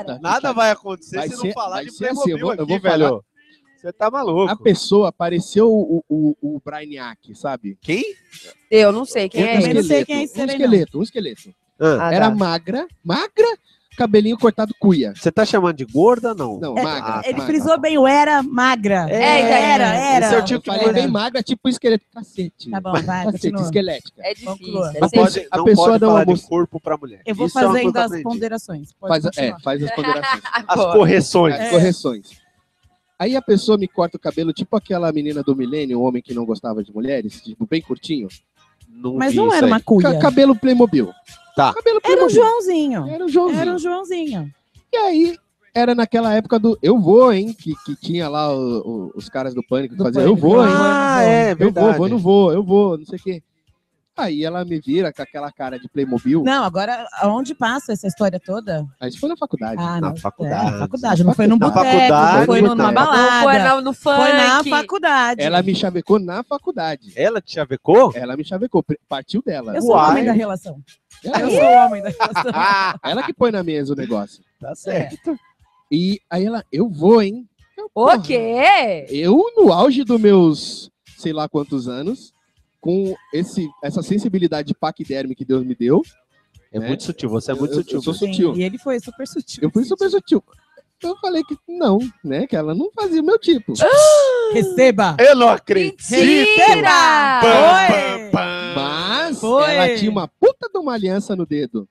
Speaker 6: agora.
Speaker 5: Nada vai acontecer
Speaker 3: Vai
Speaker 5: se não
Speaker 3: ser-
Speaker 5: falar
Speaker 3: vai
Speaker 5: de
Speaker 3: ser assim,
Speaker 5: Playmobil
Speaker 3: eu vou- eu
Speaker 5: aqui,
Speaker 3: vou falar-
Speaker 5: velho. Você tá maluco.
Speaker 3: A pessoa pareceu o, o, o Brainiac, sabe?
Speaker 5: Quem?
Speaker 6: Eu não sei quem
Speaker 3: Um
Speaker 6: é
Speaker 7: também
Speaker 6: ele.
Speaker 7: não sei quem é esse
Speaker 3: um
Speaker 7: aí, não.
Speaker 3: esqueleto, um esqueleto.
Speaker 5: Ah,
Speaker 6: Ah, tá.
Speaker 3: Era magra, magra, cabelinho cortado cuia.
Speaker 5: Você tá chamando de gorda ou não?
Speaker 3: Não,
Speaker 7: É,
Speaker 3: magra.
Speaker 7: Ele
Speaker 3: magra.
Speaker 7: frisou bem, eu era magra.
Speaker 5: tá, É,
Speaker 7: era, era. era.
Speaker 5: esse é o
Speaker 3: Eu
Speaker 5: tipo de
Speaker 3: falei
Speaker 5: coisa-
Speaker 3: bem magra, tipo esqueleto. Cacete.
Speaker 7: Tá bom, vai,
Speaker 3: Cacete,
Speaker 7: continua.
Speaker 3: esquelética.
Speaker 6: É difícil.
Speaker 7: Conclua.
Speaker 6: é
Speaker 3: Mas
Speaker 5: Não
Speaker 6: sempre-
Speaker 3: pessoa-
Speaker 5: pode,
Speaker 3: a
Speaker 5: não
Speaker 3: pessoa
Speaker 5: pode
Speaker 3: dá um
Speaker 5: falar de
Speaker 3: almoço-
Speaker 5: corpo pra mulher.
Speaker 7: Eu vou
Speaker 5: Isso é uma
Speaker 7: fazendo
Speaker 5: coisa
Speaker 7: as
Speaker 5: aprendida.
Speaker 7: ponderações. Pode
Speaker 3: Faz, a-
Speaker 7: continuar.
Speaker 3: é,
Speaker 5: um
Speaker 3: faz as ponderações.
Speaker 5: As
Speaker 6: Agora.
Speaker 5: correções.
Speaker 3: As correções. Aí a pessoa me corta o cabelo, tipo aquela menina do milênio, o homem que não gostava de mulheres, tipo, bem curtinho.
Speaker 5: Não
Speaker 7: Mas
Speaker 5: vi
Speaker 7: não
Speaker 5: isso
Speaker 7: era
Speaker 5: aí.
Speaker 7: uma cuia.
Speaker 3: Ca- cabelo Playmobil.
Speaker 5: Tá.
Speaker 3: Cabelo
Speaker 7: Era um
Speaker 3: Playmobil.
Speaker 7: Joãozinho.
Speaker 3: Era o Joãozinho.
Speaker 7: Era um Joãozinho.
Speaker 3: E aí, era naquela época do Eu Vou, hein? Que, que tinha lá o- o- os caras do Pânico que
Speaker 7: Do
Speaker 3: faziam Eu
Speaker 7: Pânico,
Speaker 3: Vou,
Speaker 7: né?
Speaker 3: hein?
Speaker 5: Ah, é
Speaker 3: Eu
Speaker 5: verdade.
Speaker 3: vou, vou, não vou, eu vou, não sei o quê. Aí ela me vira com aquela cara de Playmobil.
Speaker 7: Não, agora, aonde passa essa história toda?
Speaker 3: Aí isso foi na faculdade.
Speaker 7: Ah,
Speaker 5: Na
Speaker 7: não,
Speaker 5: faculdade.
Speaker 7: É, na faculdade. Não foi num
Speaker 3: Na
Speaker 7: boteco,
Speaker 5: faculdade,
Speaker 7: não foi numa
Speaker 5: não.
Speaker 7: balada.
Speaker 6: Foi na- no funk.
Speaker 7: Foi na faculdade.
Speaker 3: Ela me chavecou na faculdade.
Speaker 5: Ela te chavecou?
Speaker 3: Ela me chavecou, pre- partiu dela.
Speaker 7: Eu sou o
Speaker 5: Uai.
Speaker 7: homem da relação. Eu
Speaker 3: Ela,
Speaker 7: sou o homem da relação.
Speaker 5: Ah,
Speaker 3: ela que põe na mesa o negócio.
Speaker 5: tá certo.
Speaker 3: E aí ela, eu vou, hein? Eu,
Speaker 6: O
Speaker 3: porra,
Speaker 6: quê?
Speaker 3: Eu, no auge dos meus sei lá quantos anos, com esse, essa sensibilidade paquiderme que Deus me deu,
Speaker 5: É
Speaker 3: Né?
Speaker 5: muito sutil, você é
Speaker 3: Eu-
Speaker 5: muito
Speaker 3: eu- eu
Speaker 5: sutil.
Speaker 3: sou
Speaker 5: mesmo.
Speaker 3: su- sutil.
Speaker 7: E ele foi super sutil.
Speaker 3: eu fui super sutil. Eu falei que não, né? Que ela não fazia o meu tipo.
Speaker 7: Receba!
Speaker 5: Eu não acredito.
Speaker 6: Mentira!
Speaker 5: Pam, pam,
Speaker 7: Oi!
Speaker 5: pam.
Speaker 3: Mas
Speaker 7: Ah, Foi.
Speaker 3: ela tinha uma puta de uma aliança no dedo.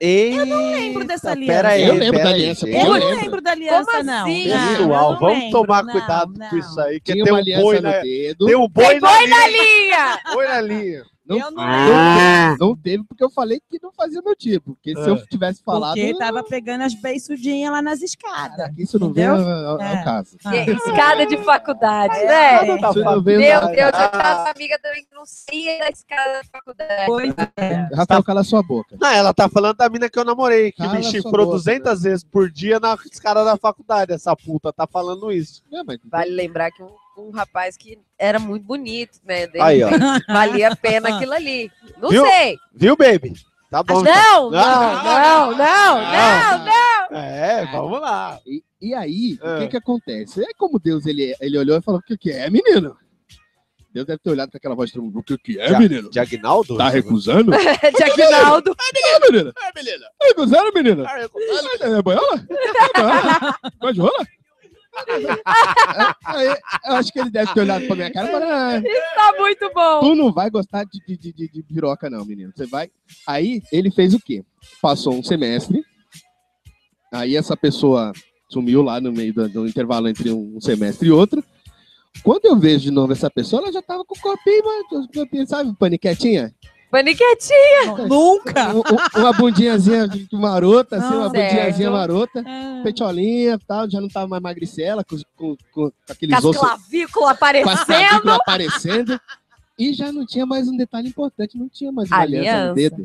Speaker 5: Eu não lembro
Speaker 7: dessa
Speaker 5: Pera
Speaker 7: aliança.
Speaker 5: aí,
Speaker 3: Eu lembro
Speaker 5: pera
Speaker 3: da
Speaker 5: aí,
Speaker 3: aliança,
Speaker 5: gente.
Speaker 7: Eu
Speaker 3: Eu
Speaker 7: não
Speaker 3: lembro.
Speaker 7: lembro da aliança,
Speaker 6: Como
Speaker 7: não.
Speaker 6: assim?
Speaker 7: Não,
Speaker 5: Pessoal,
Speaker 7: não
Speaker 5: vamos
Speaker 7: lembro,
Speaker 5: tomar
Speaker 7: não,
Speaker 5: cuidado
Speaker 7: não.
Speaker 5: com isso aí, que
Speaker 3: Tinha
Speaker 5: tem
Speaker 3: uma
Speaker 5: um boi
Speaker 3: aliança
Speaker 5: na...
Speaker 3: no dedo.
Speaker 5: Tem um
Speaker 6: Foi
Speaker 5: boi na
Speaker 6: boi na
Speaker 5: linha.
Speaker 6: linha!
Speaker 5: Boi na linha.
Speaker 3: Não,
Speaker 7: Eu não-
Speaker 3: não, não teve, porque eu falei que não fazia meu tipo. Porque se
Speaker 5: Ah.
Speaker 3: eu tivesse falado.
Speaker 7: Porque tá tava pegando as beiçudinhas lá nas escadas.
Speaker 3: Aqui isso não vem ao,
Speaker 7: Entendeu?
Speaker 3: ao- ao
Speaker 7: É.
Speaker 3: caso.
Speaker 7: Ah.
Speaker 6: Que Escada de faculdade, né?
Speaker 7: É.
Speaker 3: Isso não vem ao
Speaker 6: Meu
Speaker 3: caso.
Speaker 6: Deus, eu tava
Speaker 5: Ah,
Speaker 6: uma amiga também que não saía da escada da faculdade.
Speaker 7: Pois é.
Speaker 3: Rafael, cala sua boca.
Speaker 5: Não, ela tá falando da mina que eu namorei, que
Speaker 3: Cala
Speaker 5: me
Speaker 3: sua
Speaker 5: chifrou
Speaker 3: boca.
Speaker 5: 200 vezes por dia na cara da faculdade. Essa puta tá falando isso.
Speaker 3: Não, mas
Speaker 6: Vale lembrar que um, um rapaz que era muito bonito, né? Dele,
Speaker 5: Aí, ó.
Speaker 6: Valia a pena aquilo ali. Não
Speaker 5: Viu?
Speaker 6: sei.
Speaker 5: Viu, baby? Tá
Speaker 6: Ah,
Speaker 5: bom.
Speaker 6: não, não,
Speaker 5: então.
Speaker 6: não, não,
Speaker 5: Não.
Speaker 6: não, não.
Speaker 5: É, vamos lá.
Speaker 3: E, e aí,
Speaker 5: Ah.
Speaker 3: o que que acontece? É como Deus, ele, ele olhou e falou, o que que é, menino? Deus deve ter olhado com aquela voz de o que que é,
Speaker 5: Já-
Speaker 3: menino?
Speaker 5: Diagnaldo?
Speaker 3: Tá recusando? é,
Speaker 6: De Aguinaldo.
Speaker 3: menino? É, menino. Tá recusando, menino?
Speaker 5: Tá recusando.
Speaker 3: É, é boiola? É boiola? Gosta de rola? É, aí, eu acho que ele deve ter olhado pra minha cara e falado, "Ah,
Speaker 6: Tá muito bom.
Speaker 3: Tu não vai gostar de, de, de, de, de piroca, não, menino. Você vai. Aí ele fez o quê? Passou um semestre. Aí essa pessoa sumiu lá no meio do, do intervalo entre um semestre e outro. Quando eu vejo de novo essa pessoa, ela já tava com o corpinho, mas- corpinho, sabe, paniquetinha?
Speaker 6: Paniquetinho.
Speaker 7: Nunca!
Speaker 3: Um- um- uma bundinhazinha de- de marota, assim, uma
Speaker 7: Ah,
Speaker 3: bundinhazinha
Speaker 6: certo.
Speaker 3: marota,
Speaker 7: Ah.
Speaker 3: peitolinha e tal, já não tava mais magricela, com, com, com aqueles
Speaker 6: Com as
Speaker 3: ossos
Speaker 6: clavículas
Speaker 3: com a
Speaker 6: aparecendo.
Speaker 3: clavícula aparecendo. E já não tinha mais um detalhe importante, não tinha mais uma aliança, no
Speaker 6: Aliança.
Speaker 3: dedo.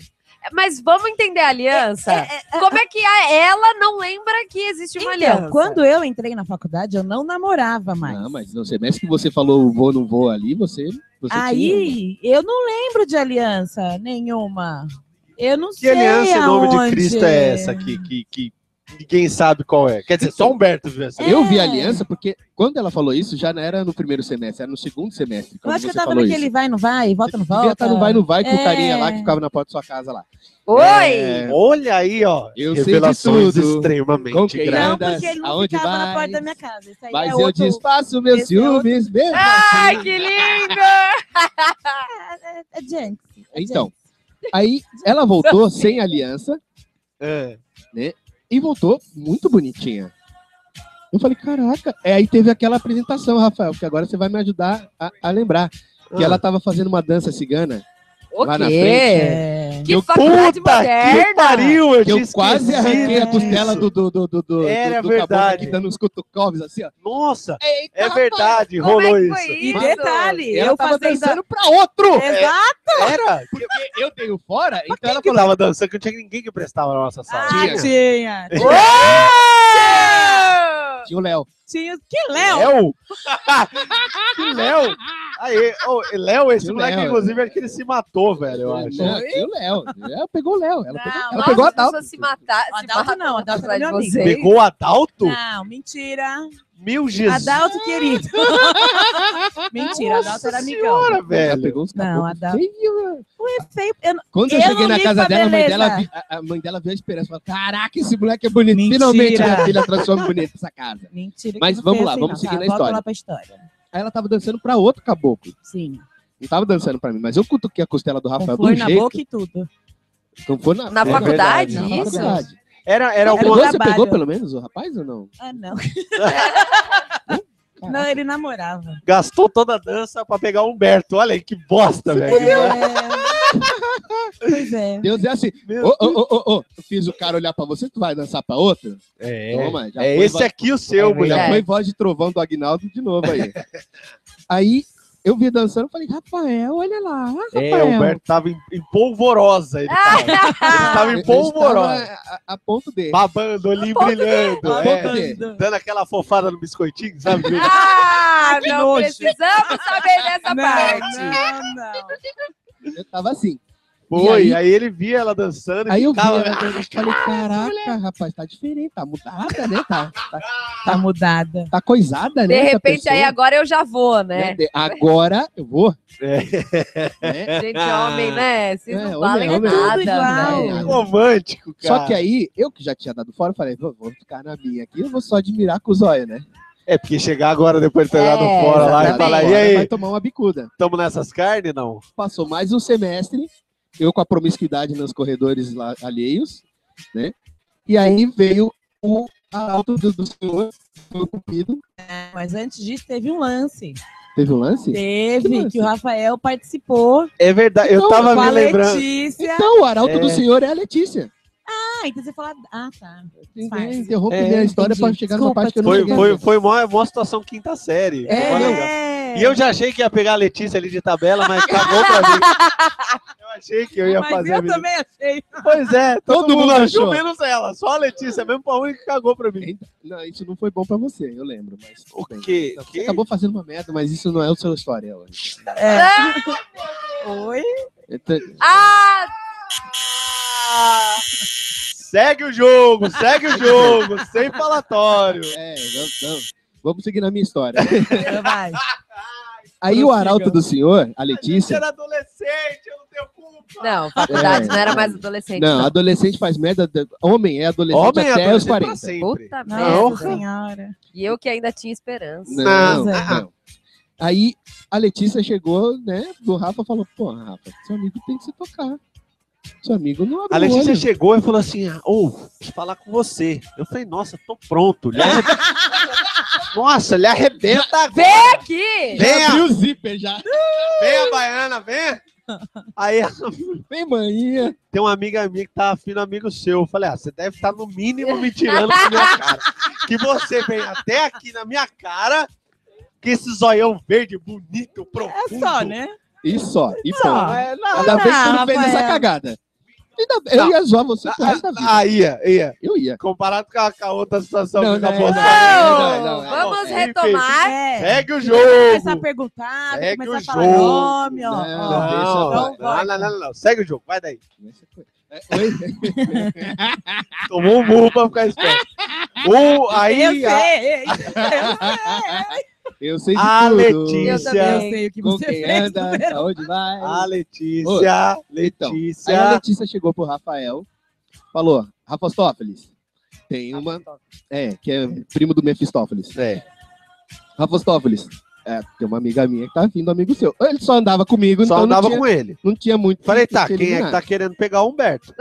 Speaker 6: Mas vamos entender a aliança. Como é que a- ela não lembra que existe uma aliança?
Speaker 7: Então, quando eu entrei na faculdade, eu não namorava mais.
Speaker 3: Não, mas no semestre que você falou vou, não vou ali, você. você tinha.
Speaker 7: Aí, eu não lembro de aliança nenhuma. Eu não
Speaker 5: Que
Speaker 7: sei
Speaker 5: aliança em nome de
Speaker 7: aonde.
Speaker 5: Cristo é essa que, que, que ninguém sabe qual é? Quer dizer,
Speaker 3: Então,
Speaker 5: só Humberto viu essa.
Speaker 3: Eu vi
Speaker 7: É.
Speaker 3: a aliança porque quando ela falou isso, já não era no primeiro semestre, era no segundo semestre.
Speaker 7: Eu
Speaker 3: quando
Speaker 7: acho que eu
Speaker 3: você
Speaker 7: tava
Speaker 3: falou
Speaker 7: naquele tá
Speaker 3: isso.
Speaker 7: vai, não vai, volta, não
Speaker 3: Você devia
Speaker 7: volta.
Speaker 3: estar no vai, não vai com o
Speaker 7: É.
Speaker 3: carinha lá que ficava na porta da sua casa lá.
Speaker 5: É.
Speaker 6: Oi!
Speaker 5: Olha aí, ó.
Speaker 3: Eu sei de
Speaker 5: Revelações
Speaker 3: tudo. Com
Speaker 5: extremamente
Speaker 3: quem
Speaker 7: Não,
Speaker 5: graves.
Speaker 3: anda?
Speaker 7: porque ele não
Speaker 3: Aonde
Speaker 7: ficava na
Speaker 3: vai?
Speaker 7: porta da minha casa. Isso aí
Speaker 3: Mas
Speaker 7: é
Speaker 3: eu
Speaker 7: outro...
Speaker 3: desfaço meus
Speaker 7: Esse é outro-
Speaker 3: ciúmes mesmo.
Speaker 6: Ai, que lindo!
Speaker 7: É, é Jenks. é
Speaker 3: Então, aí ela voltou sem aliança
Speaker 5: É.
Speaker 3: e voltou muito bonitinha. Eu falei, caraca. É, aí teve aquela apresentação, Rafael, que agora você vai me ajudar a, a lembrar. Que
Speaker 5: Ah.
Speaker 3: ela tava fazendo uma dança cigana.
Speaker 6: O
Speaker 3: Lá na
Speaker 7: Jenks.
Speaker 6: quê?
Speaker 7: É.
Speaker 6: Que
Speaker 3: Eu-
Speaker 6: faculdade
Speaker 5: né? Puta que
Speaker 6: moderna!
Speaker 5: pariu, eu
Speaker 3: Que eu
Speaker 5: tinha
Speaker 3: quase
Speaker 5: esquecido
Speaker 3: arranquei a
Speaker 5: disso.
Speaker 3: costela do, do, do, do, do,
Speaker 5: Era
Speaker 3: do, do caboclo
Speaker 5: verdade.
Speaker 3: aqui dando uns cutucões assim, ó.
Speaker 5: Nossa,
Speaker 3: Eita,
Speaker 5: é
Speaker 3: rapaz.
Speaker 5: verdade,
Speaker 6: Como é
Speaker 5: rolou
Speaker 6: que
Speaker 5: isso.
Speaker 6: foi
Speaker 7: E
Speaker 6: isso?
Speaker 7: detalhe,
Speaker 3: Ela
Speaker 7: eu
Speaker 3: tava
Speaker 7: fazendo... É,
Speaker 3: dançando pra outro!
Speaker 7: Exato!
Speaker 5: Era?
Speaker 3: Porque eu tenho fora, então ela
Speaker 5: que
Speaker 3: falou...
Speaker 5: tava dançando que não tinha ninguém que prestava na nossa sala.
Speaker 7: Ah,
Speaker 3: Tinha.
Speaker 7: tinha.
Speaker 6: Uou!
Speaker 3: assim, Tinha o Léo.
Speaker 7: Tinha... Que Léo!
Speaker 5: Léo? que Léo? Aí, ô, Léo, esse
Speaker 3: Que
Speaker 5: moleque,
Speaker 3: Léo,
Speaker 5: inclusive, acho que ele se matou, velho, eu acho.
Speaker 3: Não, Tinha o Léo. Ela pegou o Léo. Ela pegou, ela
Speaker 6: Nossa,
Speaker 3: pegou a
Speaker 6: as
Speaker 3: tal.
Speaker 6: pessoas
Speaker 7: assim,
Speaker 6: se matar. se
Speaker 7: Adalto
Speaker 6: matam
Speaker 7: não, Adalto é
Speaker 6: atrás
Speaker 7: meu
Speaker 6: de
Speaker 7: amigo.
Speaker 6: vocês.
Speaker 5: Pegou o Adalto?
Speaker 7: Não, mentira.
Speaker 5: Meu Jesus.
Speaker 7: Adalto, querido. mentira, Adalto
Speaker 5: Nossa
Speaker 7: era amigão.
Speaker 5: senhora,
Speaker 3: Ela
Speaker 5: velho.
Speaker 3: pegou uns
Speaker 7: Não,
Speaker 3: caboclos
Speaker 7: a da-
Speaker 3: feios.
Speaker 7: Foi feio. Eu não-
Speaker 3: Quando eu,
Speaker 7: Eu
Speaker 3: cheguei
Speaker 7: não
Speaker 3: na
Speaker 7: ligo
Speaker 3: casa
Speaker 7: pra
Speaker 3: dela, a mãe
Speaker 7: beleza.
Speaker 3: dela, vi- a, a mãe dela veio a esperança. Falou, Caraca, esse moleque é bonito.
Speaker 7: Mentira.
Speaker 3: Finalmente minha filha trouxe um homem bonito essa casa.
Speaker 7: Mentira. que
Speaker 3: Mas
Speaker 7: não
Speaker 3: vamos
Speaker 7: foi
Speaker 3: lá,
Speaker 7: assim,
Speaker 3: vamos
Speaker 7: não.
Speaker 3: seguir
Speaker 7: Tá,
Speaker 3: na
Speaker 7: volta
Speaker 3: história.
Speaker 7: lá pra história.
Speaker 3: Aí ela tava dançando pra outro caboclo.
Speaker 7: Sim.
Speaker 3: Não tava dançando pra mim, mas eu cutuquei a costela do
Speaker 7: Com
Speaker 3: Rafael
Speaker 7: flor
Speaker 3: do
Speaker 7: na
Speaker 3: jeito.
Speaker 7: boca e tudo.
Speaker 3: Então foi na,
Speaker 6: Na
Speaker 3: foi
Speaker 6: faculdade,
Speaker 3: na
Speaker 6: isso?
Speaker 3: faculdade.
Speaker 5: Era, era
Speaker 7: Era
Speaker 5: alguma
Speaker 3: Pegou,
Speaker 7: o
Speaker 3: você
Speaker 7: trabalho.
Speaker 3: pegou pelo menos o rapaz ou não?
Speaker 7: Ah, não. não, ele namorava.
Speaker 5: Gastou toda a dança pra pegar o Humberto. Olha aí, que bosta, velho.
Speaker 7: É. Pois é.
Speaker 3: Deus é assim,
Speaker 5: Meu
Speaker 3: ô, ô, ô, ô, ô, eu fiz o cara olhar pra você, tu vai dançar pra outro?
Speaker 5: É,
Speaker 3: Toma, já
Speaker 5: é
Speaker 3: foi
Speaker 5: esse
Speaker 3: voz-
Speaker 5: aqui o seu,
Speaker 6: É
Speaker 5: mulher.
Speaker 3: Já
Speaker 6: verdade.
Speaker 3: foi voz de trovão do Agnaldo de novo aí. aí eu vi dançando, falei, Rafael, olha lá, ah,
Speaker 5: É,
Speaker 3: Rafael.
Speaker 5: o Humberto tava em, em polvorosa. Ele tava, ele tava em
Speaker 3: Eu estava
Speaker 5: polvorosa.
Speaker 3: a, a ponto dele.
Speaker 5: Babando, ali brilhando.
Speaker 3: Ah,
Speaker 5: é.
Speaker 3: ponto dele.
Speaker 5: Dando aquela fofada no biscoitinho, sabe?
Speaker 6: Ah,
Speaker 7: Que
Speaker 6: não
Speaker 7: nojo.
Speaker 6: precisamos saber dessa
Speaker 7: Não,
Speaker 6: parte.
Speaker 7: não, não.
Speaker 3: Eu tava assim.
Speaker 5: Foi,
Speaker 3: E
Speaker 5: aí, ele via ela dançando
Speaker 3: Aí
Speaker 5: e
Speaker 3: eu vi,
Speaker 5: ficava...
Speaker 3: ela dançando, falei, caraca, rapaz, tá diferente, tá mudada, né? Tá, tá,
Speaker 7: Tá mudada.
Speaker 3: tá coisada, né?
Speaker 6: De
Speaker 3: essa
Speaker 6: repente, aí
Speaker 3: pessoa,
Speaker 6: agora eu já vou, né?
Speaker 3: né? De- Agora eu vou.
Speaker 5: É.
Speaker 3: Né?
Speaker 6: Gente, homem, né? Vocês
Speaker 3: É,
Speaker 6: não
Speaker 3: homem,
Speaker 6: valem
Speaker 3: homem.
Speaker 6: nada, né?
Speaker 7: Tudo igual.
Speaker 6: velho.
Speaker 5: Romântico, cara.
Speaker 3: Só que aí, eu que já tinha dado fora, eu falei, vou, vou ficar na minha aqui, eu vou só admirar com os olhos, né?
Speaker 5: É, porque chegar agora depois de ter dado um
Speaker 6: É,
Speaker 5: fora lá e
Speaker 3: Dado
Speaker 5: falar, e
Speaker 3: fora, Vai
Speaker 5: aí,
Speaker 3: tomar uma bicuda.
Speaker 5: tamo nessas carnes, não?
Speaker 3: Passou mais um semestre, eu com a promiscuidade nos corredores lá, alheios, né? E aí veio o a auto do, do senhor, foi o cupido.
Speaker 7: Mas antes disso, teve um lance.
Speaker 3: Teve um lance?
Speaker 7: Teve,
Speaker 3: Que
Speaker 7: que o Rafael participou
Speaker 5: É verdade, eu
Speaker 3: Então,
Speaker 5: tava
Speaker 7: com a
Speaker 5: me lembrando.
Speaker 7: Letícia.
Speaker 3: Então, o arauto
Speaker 5: É.
Speaker 3: do senhor é a Letícia.
Speaker 7: Ah, então você fala... Ah, tá.
Speaker 3: Ninguém
Speaker 7: Disfarce.
Speaker 3: Interrompe
Speaker 5: É,
Speaker 3: minha história
Speaker 7: entendi.
Speaker 3: pra chegar numa
Speaker 7: Desculpa,
Speaker 3: parte que eu não
Speaker 5: Foi,
Speaker 3: cheguei.
Speaker 5: foi, foi uma, uma situação quinta série. Foi mó legal.
Speaker 7: É.
Speaker 5: E eu já achei que ia pegar a Letícia ali de tabela, mas cagou pra mim. Eu achei que eu ia
Speaker 7: Mas
Speaker 5: fazer. a
Speaker 7: eu
Speaker 5: menina.
Speaker 7: também achei.
Speaker 5: Pois é, todo,
Speaker 3: Todo
Speaker 5: mundo
Speaker 3: mundo
Speaker 5: achou,
Speaker 3: achou.
Speaker 5: menos ela. Só a Letícia, mesmo pra única que cagou pra mim.
Speaker 3: Não, isso não foi bom pra você, eu lembro. Mas
Speaker 5: O
Speaker 3: tudo bem.
Speaker 5: quê?
Speaker 3: Não, Você
Speaker 5: Que?
Speaker 3: acabou fazendo uma merda, mas isso não é o seu história hoje.
Speaker 5: É.
Speaker 7: Oi?
Speaker 3: Então,
Speaker 6: Ah,
Speaker 5: Segue o jogo, segue o jogo, sem falatório.
Speaker 3: é, vamos, vamos- vamos seguir na minha história.
Speaker 7: Então Vai.
Speaker 3: Aí o arauto do senhor, a Letícia,
Speaker 5: era adolescente, eu não tenho culpa.
Speaker 6: não, faculdade
Speaker 3: É.
Speaker 6: não era mais adolescente.
Speaker 3: Não,
Speaker 6: Não,
Speaker 3: adolescente faz merda. de- Homem é adolescente
Speaker 5: tá? Homem
Speaker 3: até
Speaker 5: até
Speaker 3: os 40.
Speaker 5: pra sempre.
Speaker 6: Puta
Speaker 7: Nossa
Speaker 6: merda.
Speaker 7: senhora.
Speaker 6: E eu que ainda tinha esperança.
Speaker 3: Não,
Speaker 7: Mas é.
Speaker 3: não. Aí a Letícia chegou, né, do Rafa e falou: Pô, Rafa, seu amigo tem que se tocar. Seu amigo não abre
Speaker 5: A
Speaker 3: o
Speaker 5: Letícia
Speaker 3: olho.
Speaker 5: chegou e falou assim: "Ah, Ô, preciso falar com você. Eu falei, nossa, tô pronto. Ele arre- nossa, ele arrebenta agora.
Speaker 6: Vem aqui!
Speaker 5: Vem, a-
Speaker 3: Abriu o zíper já.
Speaker 5: vem a baiana, vem! Aí
Speaker 3: Vem, maninha.
Speaker 5: tem uma amiga minha que tá afim do amigo seu. Eu falei, ah, você deve estar no mínimo me tirando da minha cara. Que você vem até aqui na minha cara, que esse zoião verde bonito,
Speaker 7: É
Speaker 5: profundo.
Speaker 7: só, né?
Speaker 3: E só, e
Speaker 7: Só.
Speaker 3: pô.
Speaker 5: Não, é nada.
Speaker 3: Ainda bem que você não fez
Speaker 7: Rafael.
Speaker 3: essa cagada. Ainda bem-
Speaker 5: Não.
Speaker 3: Eu ia zoar você pro resto da vida.
Speaker 5: Ah, ia, ia.
Speaker 3: Eu ia.
Speaker 5: Comparado com a, com a outra situação
Speaker 3: Não,
Speaker 5: que
Speaker 3: não,
Speaker 5: acabou.
Speaker 3: não,
Speaker 6: não,
Speaker 3: não, não.
Speaker 6: Vamos
Speaker 5: Enfim,
Speaker 6: retomar.
Speaker 7: É.
Speaker 5: Segue o
Speaker 7: Começar a
Speaker 5: jogo.
Speaker 7: perguntar,
Speaker 5: Segue
Speaker 7: começar
Speaker 5: o
Speaker 7: a falar
Speaker 5: jogo.
Speaker 7: nome, ó.
Speaker 3: Não,
Speaker 7: ó.
Speaker 5: Não,
Speaker 7: Então vai.
Speaker 5: não, não, não, não. Segue o jogo, vai daí. ah,
Speaker 3: É, Oi?
Speaker 5: Tomou um burro pra ficar esperto. Um,
Speaker 7: eu
Speaker 5: aí, a,
Speaker 7: sei, eu
Speaker 3: Eu sei de
Speaker 5: a
Speaker 6: Eu
Speaker 3: tudo.
Speaker 5: ah, Letícia.
Speaker 7: sei, eu
Speaker 6: também.
Speaker 7: sei o que
Speaker 3: Com
Speaker 7: você
Speaker 3: quem
Speaker 7: fez.
Speaker 3: anda,
Speaker 7: Roberto.
Speaker 3: pra onde vai.
Speaker 5: A Letícia.
Speaker 3: Então,
Speaker 5: Letícia.
Speaker 3: Aí a Letícia chegou pro Rafael, falou: Rafostófeles, tem uma. É, que é primo do Mefistófeles.
Speaker 5: É.
Speaker 3: Rafostófeles, é, tem uma amiga minha que tá vindo, amigo seu. Ele só andava comigo,
Speaker 5: Só
Speaker 3: então
Speaker 5: andava
Speaker 3: não, tinha,
Speaker 5: com ele.
Speaker 3: não tinha muito.
Speaker 5: Falei,
Speaker 3: que
Speaker 5: tá,
Speaker 3: te
Speaker 5: quem é que
Speaker 3: eliminar.
Speaker 5: tá querendo pegar o Humberto?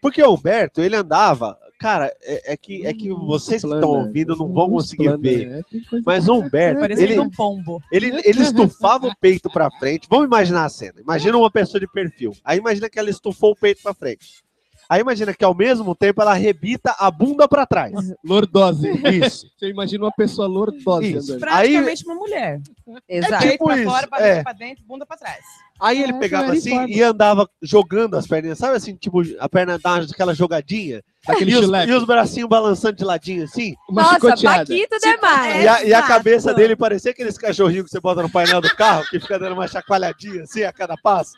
Speaker 5: Porque o Humberto, ele andava. Cara, é, é que, é que vocês que
Speaker 3: Hum, Plana,
Speaker 5: estão ouvindo não vão conseguir
Speaker 3: plana,
Speaker 5: ver.
Speaker 3: né? Tem coisa-
Speaker 5: Mas o Humberto,
Speaker 7: Parecendo
Speaker 5: ele,
Speaker 7: um pombo.
Speaker 5: ele, ele estufava o peito pra frente. Vamos imaginar a cena. Imagina uma pessoa de perfil. Aí imagina que ela estufou o peito pra frente. Aí imagina que ao mesmo tempo ela rebita a bunda pra trás.
Speaker 3: Lordose.
Speaker 5: Isso.
Speaker 3: Você imagina uma pessoa lordose
Speaker 5: Isso.
Speaker 3: andando.
Speaker 7: Praticamente uma mulher.
Speaker 6: Exato.
Speaker 7: Peito pra
Speaker 5: isso,
Speaker 7: fora, pra,
Speaker 5: é.
Speaker 7: pra dentro, bunda pra trás.
Speaker 5: Aí ele
Speaker 3: É,
Speaker 5: pegava
Speaker 3: Clarice
Speaker 5: assim
Speaker 3: Lispector.
Speaker 5: e andava jogando as perninhas. Sabe assim, tipo, a perna dá aquela jogadinha?
Speaker 3: Aquele
Speaker 5: E os,
Speaker 3: chulé,
Speaker 5: e os bracinhos balançando de ladinho assim?
Speaker 3: uma
Speaker 6: Nossa,
Speaker 7: tá
Speaker 3: chicoteada.
Speaker 6: Paquito demais.
Speaker 5: E a, e a
Speaker 7: Exato.
Speaker 5: cabeça dele parecia aqueles cachorrinhos que você bota no painel do carro, que fica dando uma chacoalhadinha assim a cada passo.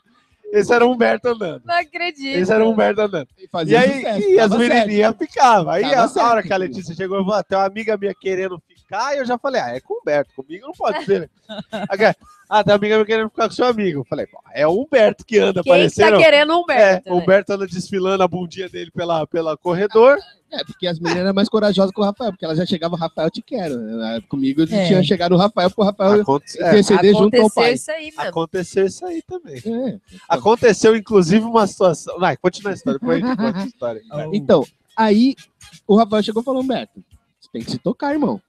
Speaker 5: Esse era o Humberto andando.
Speaker 6: Não acredito.
Speaker 5: Esse era o Humberto andando.
Speaker 3: E
Speaker 5: E
Speaker 3: fazia
Speaker 5: aí
Speaker 3: sucesso,
Speaker 5: e as
Speaker 3: tava certo.
Speaker 5: menininhas ficavam. Aí
Speaker 3: Tava
Speaker 5: a
Speaker 3: certo.
Speaker 5: hora que a Letícia chegou, eu falei, tem uma amiga minha querendo ficar, e eu já falei, ah, é com o Humberto, comigo não pode ser. Aí, cara, ah, tem uma amiga minha querendo ficar com seu amigo. Eu falei, "Bom, é o Humberto que anda
Speaker 6: Quem que tá
Speaker 5: aparecendo.
Speaker 6: querendo o Humberto?
Speaker 5: É, o
Speaker 6: né?
Speaker 5: Humberto anda desfilando a bundinha dele pela, pela corredor.
Speaker 3: É, porque as meninas eram mais corajosas que o Rafael, porque elas já chegavam, Rafael, te quero. Comigo
Speaker 7: É.
Speaker 3: tinha chegado o Rafael, porque o Rafael
Speaker 5: Aconte- é,
Speaker 3: interceder junto ao
Speaker 6: Aconteceu
Speaker 3: pai.
Speaker 6: isso aí mesmo.
Speaker 5: aconteceu isso aí também.
Speaker 3: É.
Speaker 5: Aconteceu, inclusive, uma situação. Vai, continua a história. Depois a gente conta a história. Vai.
Speaker 3: Então, aí o Rafael chegou e falou, Humberto, você tem que se tocar, irmão.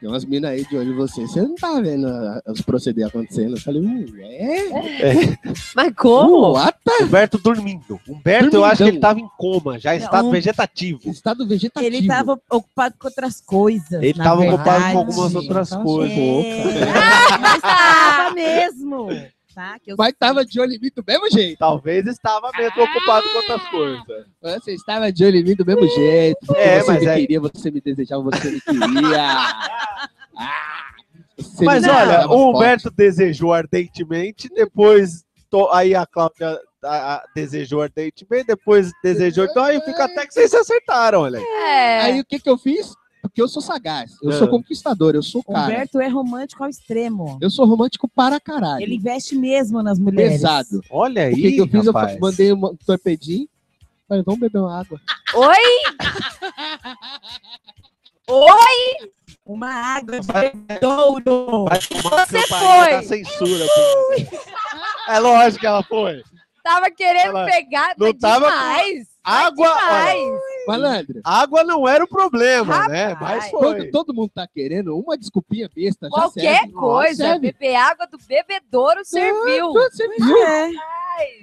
Speaker 3: Tem umas minas aí de onde você, você não tá vendo a- os proceder acontecendo. Eu falei, ué,
Speaker 6: Mas como?
Speaker 3: what?
Speaker 5: Humberto dormindo. Humberto, eu
Speaker 3: Dormidão.
Speaker 5: acho que ele estava em coma, já estado
Speaker 6: um
Speaker 7: Não.
Speaker 5: vegetativo.
Speaker 3: Estado vegetativo.
Speaker 7: Ele tava ocupado com outras coisas.
Speaker 5: Ele
Speaker 7: na
Speaker 5: estava ocupado
Speaker 7: verdade.
Speaker 5: com algumas outras coisas.
Speaker 7: É, mas tava mesmo. Tá? Que eu
Speaker 3: Mas tava de olho em mim do mesmo jeito.
Speaker 5: Talvez estava mesmo ocupado com outras coisas.
Speaker 3: Você estava de olho em mim do mesmo jeito. Porque
Speaker 5: É,
Speaker 3: você
Speaker 5: mas
Speaker 3: me
Speaker 5: é-
Speaker 3: queria, você me desejava, você me queria. Ah, você
Speaker 5: Mas
Speaker 3: me
Speaker 5: olha,
Speaker 3: desejava
Speaker 5: o
Speaker 3: forte.
Speaker 5: Humberto desejou ardentemente, depois. to- Aí a Cláudia a- a- desejou ardentemente, depois desejou. Então aí fica até que vocês se acertaram, olha aí.
Speaker 6: É.
Speaker 3: Aí o que que eu fiz? Porque eu sou sagaz, eu
Speaker 5: Ah.
Speaker 3: sou conquistador, eu sou
Speaker 7: O
Speaker 3: cara.
Speaker 7: Humberto é romântico ao extremo.
Speaker 3: Eu sou romântico para caralho.
Speaker 7: Ele investe mesmo nas mulheres.
Speaker 3: pesado.
Speaker 5: Olha aí.
Speaker 3: O que, que eu fiz? Eu
Speaker 5: É rapaz.
Speaker 3: fa- mandei um torpedinho. Falei, vamos beber uma água.
Speaker 6: Oi? Oi?
Speaker 7: Uma água de touro.
Speaker 5: Vai tomar
Speaker 6: Você
Speaker 5: seu pai,
Speaker 6: foi.
Speaker 5: tá assim. dá censura. pô. É lógico que ela foi.
Speaker 6: Tava querendo
Speaker 5: Ela
Speaker 6: pegar.
Speaker 5: não
Speaker 6: mas
Speaker 5: tava com-
Speaker 6: demais.
Speaker 5: Água. olha,
Speaker 6: Demais.
Speaker 3: Malandro,
Speaker 5: Água não era o problema, né?
Speaker 6: Rapaz.
Speaker 5: Mas foi.
Speaker 3: quando todo mundo tá querendo, uma desculpinha besta já
Speaker 6: Qualquer
Speaker 3: serve.
Speaker 6: coisa,
Speaker 3: Serve.
Speaker 6: beber água do bebedouro serviu.
Speaker 3: Tudo serve.
Speaker 7: É.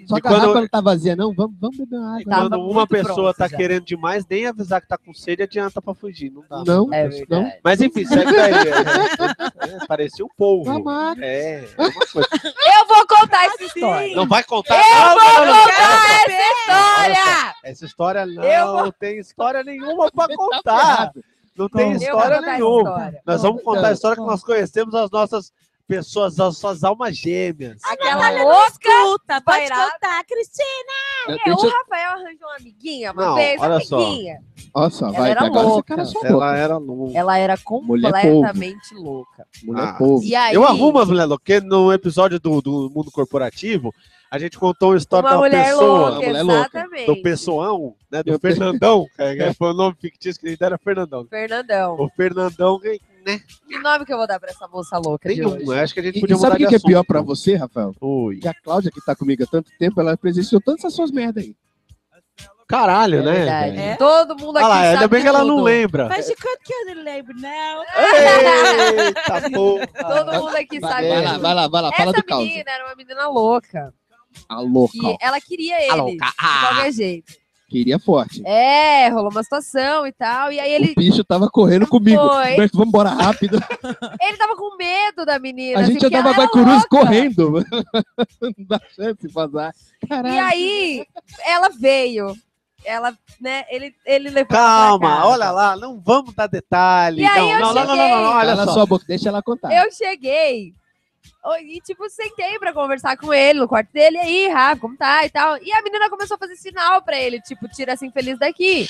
Speaker 3: Só
Speaker 5: E
Speaker 3: que a garrafa
Speaker 5: quando-
Speaker 3: não tá vazia, não? Vamos, vamos beber uma água.
Speaker 6: Tava
Speaker 5: Quando uma
Speaker 6: muito
Speaker 5: pessoa
Speaker 6: pronto
Speaker 5: tá
Speaker 6: já.
Speaker 5: querendo demais, nem avisar que tá com sede adianta pra fugir. Não dá.
Speaker 3: Não,
Speaker 6: É
Speaker 5: então.
Speaker 3: não.
Speaker 6: verdade.
Speaker 5: Mas enfim, segue daí. É, é, parecia um polvo.
Speaker 3: Tá má.
Speaker 5: É, é uma coisa.
Speaker 6: Eu vou contar essa história.
Speaker 5: Não vai contar.
Speaker 6: Eu
Speaker 5: não,
Speaker 6: vou
Speaker 5: não, Tá não, não.
Speaker 6: contar essa história.
Speaker 5: Essa história não
Speaker 6: Eu vou-
Speaker 5: tem história nenhuma pra contar.
Speaker 3: ferrado.
Speaker 5: Não tem
Speaker 3: Eu vou
Speaker 5: história
Speaker 6: contar essa
Speaker 5: nenhuma.
Speaker 6: história.
Speaker 5: Nós vamos contar a
Speaker 3: Então,
Speaker 5: história que
Speaker 7: vamos.
Speaker 5: nós conhecemos as nossas pessoas, as suas almas gêmeas.
Speaker 6: Aquela louca.
Speaker 7: Puta, pode
Speaker 6: Pairada.
Speaker 7: contar, Cristina.
Speaker 3: É
Speaker 6: Meu,
Speaker 3: Deixa-
Speaker 6: o Rafael arranjou uma amiguinha, uma
Speaker 5: Não,
Speaker 6: vez,
Speaker 5: olha só.
Speaker 6: amiguinha.
Speaker 3: Olha só, vai,
Speaker 6: era
Speaker 3: que agora esse
Speaker 6: louca.
Speaker 3: cara só
Speaker 5: Ela era louca.
Speaker 6: Ela era
Speaker 3: Mulher
Speaker 6: completamente louca.
Speaker 3: Mulher
Speaker 5: Ah.
Speaker 3: povo.
Speaker 6: E aí,
Speaker 5: Eu arrumo as mulheres loucas, porque no episódio do, do Mundo Corporativo, a gente contou uma história
Speaker 6: uma
Speaker 5: de uma
Speaker 6: mulher
Speaker 5: pessoa,
Speaker 6: louca,
Speaker 3: uma mulher louca.
Speaker 5: do
Speaker 6: exatamente.
Speaker 5: Pessoão, né, do
Speaker 3: Eu-
Speaker 5: Fernandão, que É, foi o nome fictício que a gente era Fernandão.
Speaker 6: Fernandão.
Speaker 5: O Fernandão, né,
Speaker 6: Que nome que eu vou dar pra essa moça louca de hoje?
Speaker 5: nenhum, acho que a gente
Speaker 3: E,
Speaker 5: podia
Speaker 3: e
Speaker 5: mudar
Speaker 3: sabe o
Speaker 5: de
Speaker 3: que, que é
Speaker 5: assunto.
Speaker 3: pior pra você, Rafael?
Speaker 5: Oi.
Speaker 3: Que a Cláudia, que tá comigo há tanto tempo, ela presenciou tantas essas suas merdas aí.
Speaker 5: Caralho,
Speaker 6: É
Speaker 5: né?
Speaker 6: verdade.
Speaker 5: velho?
Speaker 7: É.
Speaker 6: Todo mundo aqui
Speaker 5: Olha lá,
Speaker 6: sabe
Speaker 5: ainda bem que ela não
Speaker 6: tudo.
Speaker 5: lembra.
Speaker 7: Faz de quanto que eu não lembro, não.
Speaker 5: Eita
Speaker 6: Todo
Speaker 5: porra.
Speaker 6: mundo aqui
Speaker 3: Vai,
Speaker 6: sabe
Speaker 3: vai
Speaker 6: tudo.
Speaker 3: lá, vai lá, vai lá, fala
Speaker 6: Essa
Speaker 3: do caos.
Speaker 6: menina era uma menina louca.
Speaker 3: A
Speaker 6: E
Speaker 3: Tá louca, Ah.
Speaker 6: ela queria ele. De qualquer jeito.
Speaker 3: queria forte.
Speaker 6: É, rolou uma situação e tal. E aí ele,
Speaker 3: O bicho tava correndo comigo.
Speaker 6: Foi.
Speaker 3: Mas vamos embora rápido.
Speaker 6: ele tava com medo da menina.
Speaker 3: a gente
Speaker 6: assim, porque
Speaker 3: andava
Speaker 6: ela era
Speaker 3: Guacuruz
Speaker 6: louca.
Speaker 3: correndo. Não dá chance de vazar. Caralho.
Speaker 6: E aí, ela veio. Ela, né, ele, ele levou ela pra
Speaker 5: Calma,
Speaker 6: casa.
Speaker 5: olha lá, não vamos dar detalhe.
Speaker 6: E aí
Speaker 5: não,
Speaker 6: eu
Speaker 5: não, não, não, não, não,
Speaker 6: cheguei.
Speaker 5: olha
Speaker 3: Cala
Speaker 5: só.
Speaker 3: sua boca, deixa ela contar.
Speaker 6: Eu cheguei. oh, E, tipo, sentei pra conversar com ele no quarto dele. E aí, Rafa, como tá e tal? E a menina começou a fazer sinal pra ele, tipo, tira essa infeliz daqui.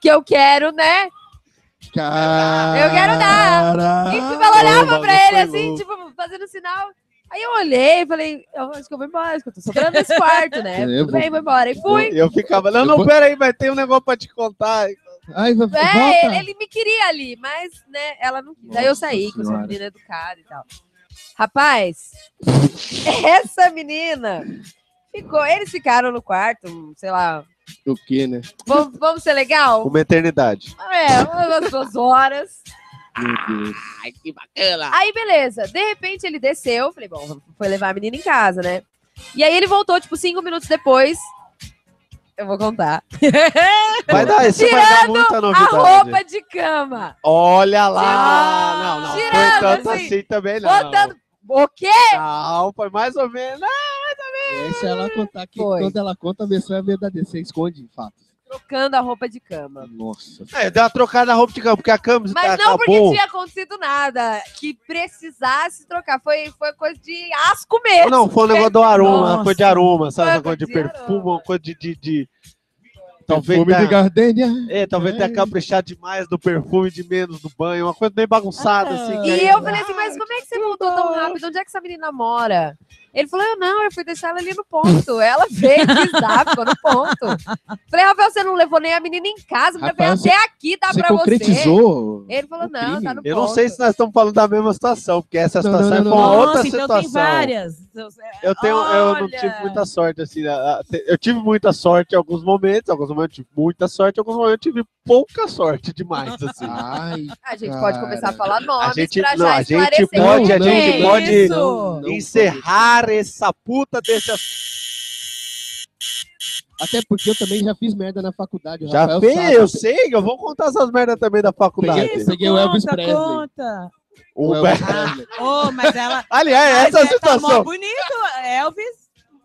Speaker 6: Que eu quero, né? Eu quero dar. E tipo, ela olhava
Speaker 5: Oba,
Speaker 6: pra ele,
Speaker 5: foi
Speaker 6: assim, tipo, fazendo sinal. Aí eu olhei e falei, eu acho que eu vou embora, acho que eu tô sobrando nesse quarto, né?
Speaker 3: Eu
Speaker 6: Tudo bem,
Speaker 3: vou-
Speaker 6: vou embora. E fui.
Speaker 5: Eu ficava, não, não,
Speaker 3: Eu vou-
Speaker 5: peraí, mas tem um negócio pra te contar.
Speaker 3: Ai, vai,
Speaker 6: É, ele,
Speaker 3: volta.
Speaker 6: ele me queria ali, mas, né, ela não quis. Aí eu
Speaker 3: Nossa
Speaker 6: saí com essa
Speaker 3: Senhora.
Speaker 6: menina educada e tal. Rapaz, essa menina ficou. Eles ficaram no quarto, sei lá.
Speaker 3: O que, né?
Speaker 6: Vamos, vamos ser legal?
Speaker 5: Uma eternidade.
Speaker 6: É, umas duas horas.
Speaker 3: Meu Deus.
Speaker 6: Aí, beleza. De repente, ele desceu. Falei, bom, foi levar a menina em casa, né? E aí, ele voltou, tipo, cinco minutos depois. Eu vou contar.
Speaker 5: Vai dar, isso vai dar muita
Speaker 6: A
Speaker 5: novidade.
Speaker 6: roupa de cama.
Speaker 5: Olha lá.
Speaker 6: Tirando,
Speaker 5: Não, não, foi
Speaker 6: tirando,
Speaker 5: tanto
Speaker 6: assim,
Speaker 5: assim também, não.
Speaker 6: Botando. O quê?
Speaker 5: Não, foi mais ou menos.
Speaker 3: Deixa ela contar que
Speaker 6: Foi.
Speaker 3: quando ela conta, a versão é verdadeira. Você esconde fatos.
Speaker 6: Trocando a roupa de cama.
Speaker 3: Nossa.
Speaker 5: É, deu uma trocada na roupa de cama, porque a camisa
Speaker 6: Mas
Speaker 5: tá-
Speaker 6: não porque
Speaker 5: acabou.
Speaker 6: tinha acontecido nada que precisasse trocar. Foi, foi coisa de asco mesmo.
Speaker 5: Não, foi um negócio do aroma, uma coisa de aroma, sabe?
Speaker 6: Foi
Speaker 5: Uma coisa de
Speaker 6: coisa de
Speaker 5: perfume,
Speaker 6: aroma.
Speaker 5: uma coisa de. de, de- Talvez
Speaker 3: Perfume de
Speaker 5: tenha,
Speaker 3: gardenia.
Speaker 5: é, talvez tenha
Speaker 3: Ai.
Speaker 5: caprichado demais do perfume de menos do banho, uma coisa bem bagunçada,
Speaker 7: Ah.
Speaker 5: assim. que
Speaker 6: E
Speaker 5: aí-
Speaker 6: eu falei assim, mas como é que você voltou tão rápido? Onde é que essa menina mora? Ele falou, eu não, eu fui deixar ela ali no ponto. Ela veio, quis dar, ficou no ponto. Falei, Rafael, você não levou nem a menina em casa, pra
Speaker 3: Rafael,
Speaker 6: veio até aqui dar
Speaker 3: Você
Speaker 6: pra você.
Speaker 3: concretizou.
Speaker 6: Ele falou,
Speaker 3: o
Speaker 6: não,
Speaker 3: crime.
Speaker 6: tá no ponto.
Speaker 5: Eu não sei se nós estamos falando da mesma situação, porque essa
Speaker 3: Não,
Speaker 5: situação
Speaker 3: não, não,
Speaker 5: é uma
Speaker 3: não.
Speaker 5: outra
Speaker 7: Nossa, então
Speaker 5: situação.
Speaker 7: tem várias.
Speaker 5: Eu, tenho, eu não
Speaker 6: Olha!
Speaker 5: tive muita sorte, assim. a- a- te- Eu tive muita sorte em alguns momentos, alguns momentos eu tive muita sorte, alguns momentos eu tive pouca sorte demais, assim.
Speaker 3: Ai,
Speaker 6: A gente pode começar a falar nomes
Speaker 5: Ah, A gente-
Speaker 6: pra já
Speaker 5: não, a gente
Speaker 6: esclarecer.
Speaker 5: pode-
Speaker 6: quem
Speaker 5: a gente
Speaker 6: é.
Speaker 5: pode-
Speaker 6: Isso.
Speaker 3: não, não,
Speaker 7: um
Speaker 5: Encerrar essa puta desse assunto.
Speaker 3: Até porque eu também já fiz merda na faculdade. o
Speaker 5: Já
Speaker 7: É
Speaker 3: Rafael
Speaker 5: fez,
Speaker 3: sabe.
Speaker 5: eu sei, eu vou contar essas merdas também da faculdade.
Speaker 3: Peguei- peguei o Elvis Presley.
Speaker 7: É Conta.
Speaker 3: O
Speaker 5: O
Speaker 3: Elvis
Speaker 5: Be-
Speaker 3: Presley.
Speaker 7: Oh, mas ela.
Speaker 3: É
Speaker 5: Aliás,
Speaker 7: mas
Speaker 5: essa
Speaker 7: ela Tá mó
Speaker 5: situação.
Speaker 7: bonito, Elvis.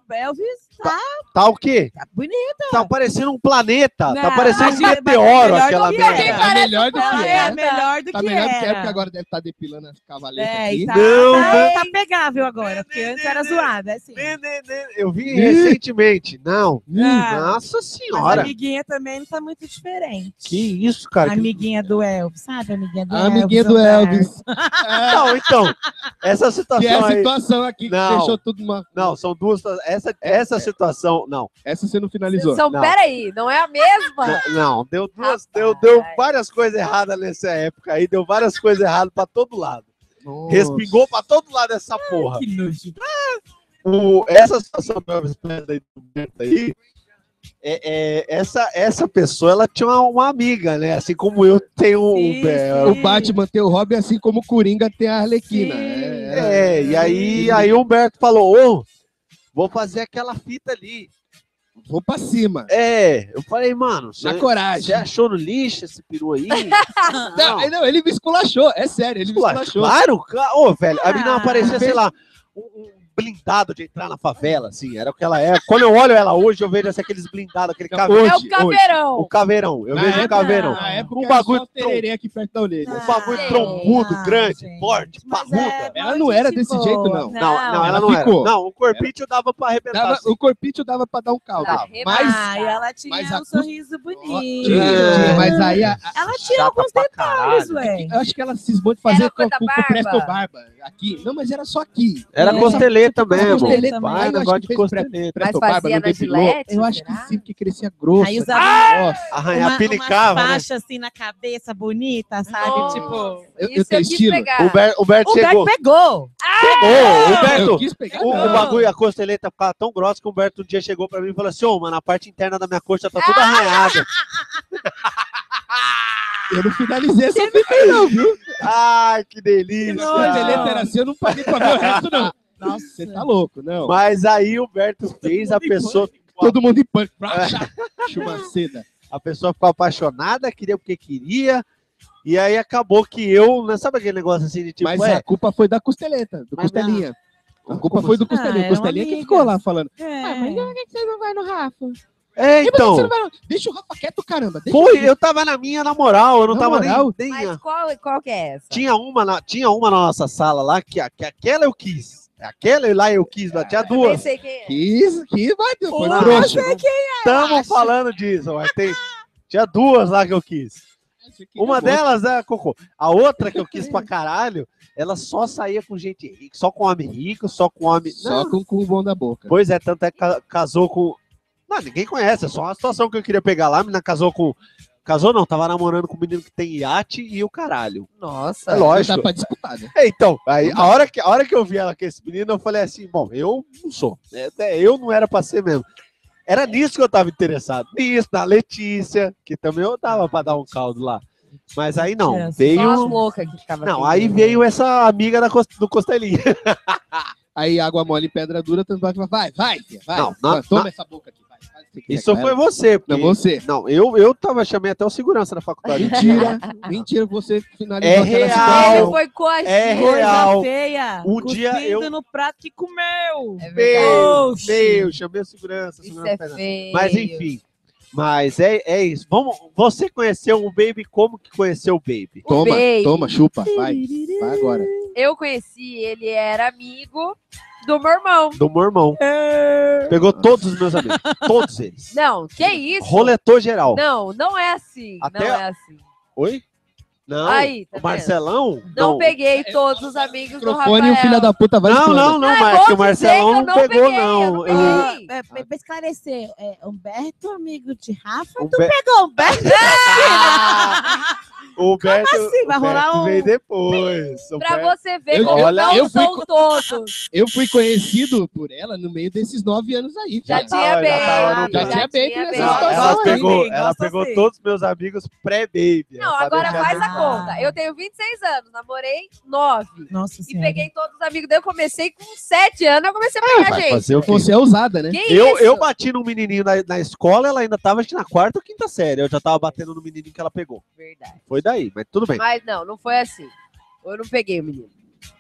Speaker 7: Elvis tá,
Speaker 5: Tá o quê?
Speaker 7: tá bonito.
Speaker 5: Tá parecendo um planeta.
Speaker 7: Não,
Speaker 5: tá parecendo um
Speaker 7: imagina, mas
Speaker 5: meteoro
Speaker 7: melhor
Speaker 5: aquela
Speaker 7: do que
Speaker 5: merda.
Speaker 7: era.
Speaker 3: Tá melhor do
Speaker 7: Ela
Speaker 3: que
Speaker 7: é
Speaker 3: era.
Speaker 7: melhor do
Speaker 3: Tá
Speaker 7: que
Speaker 3: melhor do que era,
Speaker 7: era.
Speaker 3: porque agora deve estar depilando as cavaletas
Speaker 7: É,
Speaker 3: aqui.
Speaker 7: e tá,
Speaker 5: Não,
Speaker 7: tá,
Speaker 5: né?
Speaker 7: tá pegável agora, porque antes era zoada, é assim.
Speaker 5: Né, né, né, Eu vi
Speaker 3: Ih.
Speaker 5: recentemente. Não.
Speaker 7: Ah,
Speaker 5: Nossa
Speaker 7: mas a
Speaker 5: senhora.
Speaker 7: amiguinha também não tá muito diferente.
Speaker 5: Que isso, cara.
Speaker 7: A
Speaker 5: Que-
Speaker 7: amiguinha do Elvis, sabe? a Amiguinha do
Speaker 3: A
Speaker 7: Elvis.
Speaker 3: amiguinha do
Speaker 7: Omar?
Speaker 3: Elvis. É,
Speaker 5: Não, então. Essa
Speaker 3: que é
Speaker 5: situação
Speaker 3: a
Speaker 5: aí.
Speaker 3: situação aqui que
Speaker 5: Não.
Speaker 3: deixou tudo uma.
Speaker 5: Não, são duas. Essa, essa situação. Não.
Speaker 3: Essa você não finalizou.
Speaker 6: São,
Speaker 5: Não.
Speaker 6: peraí, não é a mesma?
Speaker 5: não, Não, deu duas.
Speaker 6: Rapaz.
Speaker 5: Deu, deu várias coisas erradas nessa época aí. Deu várias coisas erradas pra todo lado.
Speaker 3: Nossa.
Speaker 5: Respingou pra todo lado essa porra.
Speaker 7: Que nojo.
Speaker 5: O- essa situação do Elvis Presley do Beto aí é- é, essa, essa pessoa, ela tinha uma, uma amiga, né? Assim como eu tenho um.
Speaker 7: Sim,
Speaker 5: é,
Speaker 7: sim.
Speaker 3: O Batman tem o Robin, assim como o Coringa tem a Arlequina.
Speaker 7: Sim.
Speaker 3: É,
Speaker 5: É, e aí, aí o Humberto falou: Ô, vou fazer aquela fita ali.
Speaker 3: Vou pra cima.
Speaker 5: É, eu falei, mano, você
Speaker 3: Na coragem.
Speaker 5: você achou no lixo esse peru aí?
Speaker 3: Não, ele- não, ele me esculachou, é sério, ele me
Speaker 5: Ué,
Speaker 3: esculachou.
Speaker 5: claro, claro. Ô, velho, a menina
Speaker 7: Ah,
Speaker 5: aparecia, sei lá, um, um blindado de entrar na favela, assim, era o que ela é. Quando eu olho ela hoje, eu vejo assim, aqueles blindados, aquele
Speaker 3: Não,
Speaker 5: caveirão.
Speaker 6: É
Speaker 3: Hoje,
Speaker 6: o
Speaker 3: hoje.
Speaker 6: caveirão.
Speaker 5: O caveirão, eu
Speaker 3: Na
Speaker 5: vejo o
Speaker 3: época-
Speaker 5: caveirão.
Speaker 3: Na época,
Speaker 5: Um
Speaker 3: era
Speaker 5: bagulho
Speaker 3: só tererê aqui perto da orelha.
Speaker 5: Um bagulho
Speaker 6: sei,
Speaker 5: trombudo,
Speaker 7: ah,
Speaker 5: grande,
Speaker 7: gente.
Speaker 5: forte,
Speaker 7: Mas
Speaker 5: parruda.
Speaker 7: é,
Speaker 3: Ela não era desse
Speaker 7: gente
Speaker 3: jeito,
Speaker 7: boa.
Speaker 3: não.
Speaker 5: Não, não, ela,
Speaker 3: ela
Speaker 5: não
Speaker 3: ficou.
Speaker 5: era. Não, o corpite eu dava pra arrebentar.
Speaker 3: Dava-
Speaker 5: assim.
Speaker 3: o corpite dava pra dar um caldo.
Speaker 6: Tá,
Speaker 3: mas-
Speaker 7: Ah, e ela tinha
Speaker 3: mas a
Speaker 7: um
Speaker 3: cus-
Speaker 7: sorriso bonito.
Speaker 3: Tinha, tinha, mas aí a- a-
Speaker 7: Ela tira
Speaker 5: Chata
Speaker 7: alguns
Speaker 5: pra
Speaker 7: detalhes,
Speaker 5: caralho.
Speaker 7: ué.
Speaker 3: eu acho que ela cismou de fazer
Speaker 6: Era
Speaker 3: com,
Speaker 6: coisa
Speaker 3: com, com
Speaker 6: barba.
Speaker 3: presto barba aqui. Não, mas era só aqui.
Speaker 5: Era
Speaker 7: É.
Speaker 5: costeleta mesmo.
Speaker 7: Costeleta
Speaker 5: Costeleta,
Speaker 7: também.
Speaker 5: Vai,
Speaker 3: Eu acho que
Speaker 5: negócio de
Speaker 3: fez pra-
Speaker 5: costeleta.
Speaker 6: Mas
Speaker 3: Presto
Speaker 6: fazia
Speaker 3: barba,
Speaker 6: na
Speaker 3: não depilou.
Speaker 6: gilete,
Speaker 3: Eu acho
Speaker 6: será?
Speaker 3: que sim, porque crescia grosso.
Speaker 7: Aí
Speaker 3: né?
Speaker 7: usava
Speaker 3: Nossa.
Speaker 5: Arranhar
Speaker 7: uma, uma
Speaker 5: pinicava, né?
Speaker 7: faixa assim na cabeça, bonita, sabe?
Speaker 6: Nossa,
Speaker 7: Tipo.
Speaker 3: eu- eu
Speaker 6: isso
Speaker 3: tenho
Speaker 6: eu quis
Speaker 3: estilo.
Speaker 6: pegar.
Speaker 5: O Ber- o Berto
Speaker 7: O Beck
Speaker 5: chegou.
Speaker 7: pegou!
Speaker 5: Ô,
Speaker 3: Eu
Speaker 5: Humberto,
Speaker 3: quis pegar.
Speaker 5: Ah! o, o
Speaker 3: não.
Speaker 5: bagulho, a costeleta ficava tão grossa que o Humberto um dia chegou pra mim e falou assim: Ô, mano, a parte interna da minha coxa tá
Speaker 7: Ah!
Speaker 5: toda arranhada.
Speaker 3: Eu não finalizei essa fita aí, não, viu?
Speaker 5: Ai, que
Speaker 3: Se
Speaker 5: delícia.
Speaker 3: a costeleta era assim, eu não paguei pra ver o resto, não.
Speaker 7: Nossa,
Speaker 3: Você tá louco, não.
Speaker 5: Mas aí o Humberto fez a
Speaker 3: é
Speaker 5: pessoa.
Speaker 3: Todo mundo em pânico. Chumaceda.
Speaker 5: A pessoa ficou apaixonada, queria porque queria. E aí acabou que eu, né, sabe aquele negócio assim de tipo,
Speaker 3: Mas
Speaker 5: ué,
Speaker 3: a culpa foi da costeleta, do
Speaker 5: Mas
Speaker 3: costelinha. A culpa
Speaker 5: Como
Speaker 3: foi do
Speaker 7: assim? Ah,
Speaker 3: costelinha.
Speaker 7: era uma
Speaker 3: costelinha que
Speaker 7: amiga.
Speaker 3: ficou lá falando.
Speaker 7: é.
Speaker 3: por que é você não vai no Rafa?
Speaker 5: é,
Speaker 3: E por que você
Speaker 5: então,
Speaker 3: não vai no... Deixa o Rafa quieto, caramba. Deixa
Speaker 5: foi,
Speaker 3: ele-
Speaker 5: eu tava na minha, na moral, eu não
Speaker 3: Na
Speaker 5: tava nem-
Speaker 3: moral?
Speaker 5: nem.
Speaker 6: Mas qual, qual que é essa?
Speaker 5: Tinha uma, na, tinha uma na nossa sala lá que, a- que aquela eu quis. Aquela lá eu quis, lá
Speaker 3: Ah,
Speaker 5: tinha
Speaker 6: Eu nem
Speaker 5: duas.
Speaker 6: sei quem é.
Speaker 3: Que isso, que bateu. Foi
Speaker 5: Não,
Speaker 3: trouxa.
Speaker 5: não Estamos falando disso, mas tem, tinha duas lá que eu quis. Uma delas é a Cocô. A outra que eu quis pra caralho, ela só saía com gente rica, só com homem rico, só com homem. Não,
Speaker 3: Só com o cu bom da boca.
Speaker 5: Pois é, tanto é que ca- casou com. Não, ninguém conhece, é só uma situação que eu queria pegar lá. A menina casou com. Casou não, tava namorando com um menino que tem iate e o caralho.
Speaker 6: Nossa.
Speaker 5: É
Speaker 3: Não dá
Speaker 5: lógico.
Speaker 3: pra disputar, né?
Speaker 5: É, então, aí, a, hora que, a hora que eu vi ela com esse menino, eu falei assim: bom, eu não sou. né? Até eu não era pra ser mesmo. Era nisso que eu tava interessado. Nisso, na Letícia, que também eu tava pra dar um caldo lá. Mas aí não,
Speaker 7: Era
Speaker 6: Só
Speaker 7: só
Speaker 6: as
Speaker 5: veio.
Speaker 6: loucas que ficava
Speaker 5: Não,
Speaker 6: assim.
Speaker 5: aí veio essa amiga da cos- do Costelinha.
Speaker 3: Aí água mole, pedra dura, tanto vai, vai, vai, filha, vai.
Speaker 5: Não, não,
Speaker 3: Vai, toma
Speaker 5: não.
Speaker 3: essa boca aqui, vai. faz o que você
Speaker 5: Isso
Speaker 3: quer,
Speaker 5: foi
Speaker 3: vai.
Speaker 5: você. porque-
Speaker 3: É, né? Não, você.
Speaker 5: Não, eu, eu tava, chamei até o segurança da faculdade.
Speaker 3: Mentira, mentira, você finalizou
Speaker 5: É
Speaker 3: aquela
Speaker 5: real.
Speaker 6: Ele
Speaker 3: situação.
Speaker 6: foi coagido.
Speaker 5: É
Speaker 7: Coisa
Speaker 5: real.
Speaker 7: feia.
Speaker 5: Um dia
Speaker 7: cuspindo
Speaker 5: eu-
Speaker 7: no prato que comeu.
Speaker 6: É verdade.
Speaker 5: Meu,
Speaker 7: Oxi.
Speaker 5: meu, chamei o segurança.
Speaker 6: Isso
Speaker 5: segurança
Speaker 6: é
Speaker 5: fez nada.
Speaker 6: feio.
Speaker 5: mas enfim, mas é, é isso. Vamos, você conheceu o Baby como que conheceu o Baby?
Speaker 6: O
Speaker 3: Toma,
Speaker 6: baby.
Speaker 3: toma, chupa, vai. Vai agora.
Speaker 6: Eu conheci, ele era amigo do meu irmão.
Speaker 5: Do meu irmão. Pegou todos os meus amigos, todos eles.
Speaker 6: É. Não, que isso?
Speaker 5: Roletou geral.
Speaker 6: Não, não é assim.
Speaker 5: Até-
Speaker 6: Não é assim.
Speaker 5: Oi? Não.
Speaker 6: Aí, tá
Speaker 5: o Marcelão?
Speaker 6: Não, peguei todos os amigos do
Speaker 3: Microfone e
Speaker 6: Rafael.
Speaker 3: o filho da puta vai
Speaker 5: Não,
Speaker 3: explodir.
Speaker 5: não, não,
Speaker 6: Ah, vou
Speaker 5: mas que o
Speaker 6: dizer que
Speaker 5: Marcelão
Speaker 6: eu
Speaker 5: não
Speaker 6: não
Speaker 5: pegou,
Speaker 6: peguei, eu
Speaker 5: não. um
Speaker 6: não
Speaker 5: Eu-
Speaker 6: peguei.
Speaker 7: É, pra pra esclarecer, é, Humberto, amigo de Rafa,
Speaker 5: O
Speaker 7: tu
Speaker 5: Be-
Speaker 7: pegou Humberto?
Speaker 5: O Beto,
Speaker 7: assim? Vai
Speaker 5: o
Speaker 7: rolar
Speaker 5: Beto
Speaker 7: um-
Speaker 5: veio depois. O
Speaker 6: Pra
Speaker 5: Beto-
Speaker 6: você ver
Speaker 3: Eu-
Speaker 6: como
Speaker 5: olha,
Speaker 6: não
Speaker 3: eu fui
Speaker 6: são todos.
Speaker 3: Eu fui conhecido por ela no meio desses nove anos aí.
Speaker 6: Já
Speaker 3: cara.
Speaker 6: tinha
Speaker 5: tava-
Speaker 6: bem.
Speaker 5: já tá tava no-
Speaker 3: já tinha bem que nessa
Speaker 5: Não,
Speaker 3: situação
Speaker 5: ela
Speaker 3: aí.
Speaker 5: pegou,
Speaker 7: Sim,
Speaker 5: ela
Speaker 7: gosto
Speaker 5: pegou
Speaker 7: sim.
Speaker 5: todos os meus amigos pré-baby.
Speaker 6: assim. Não,
Speaker 5: Ela
Speaker 6: agora
Speaker 5: deixar-
Speaker 6: faz a
Speaker 7: Ah.
Speaker 6: conta. Eu tenho 26 anos, namorei 9.
Speaker 7: Nossa
Speaker 6: E peguei todos os amigos dele. Eu comecei com 7 anos, eu comecei a
Speaker 5: Vai
Speaker 6: pegar gente.
Speaker 5: fazer o quê?
Speaker 3: Você é ousada, né?
Speaker 6: Que
Speaker 5: Eu,
Speaker 6: isso?
Speaker 5: eu bati num menininho na, na escola, ela ainda tava acho que na quarta ou quinta série. Eu já tava batendo no menininho que ela pegou.
Speaker 6: Verdade.
Speaker 5: Foi daí, mas tudo bem.
Speaker 6: Mas não, não foi assim. Eu não peguei o menino.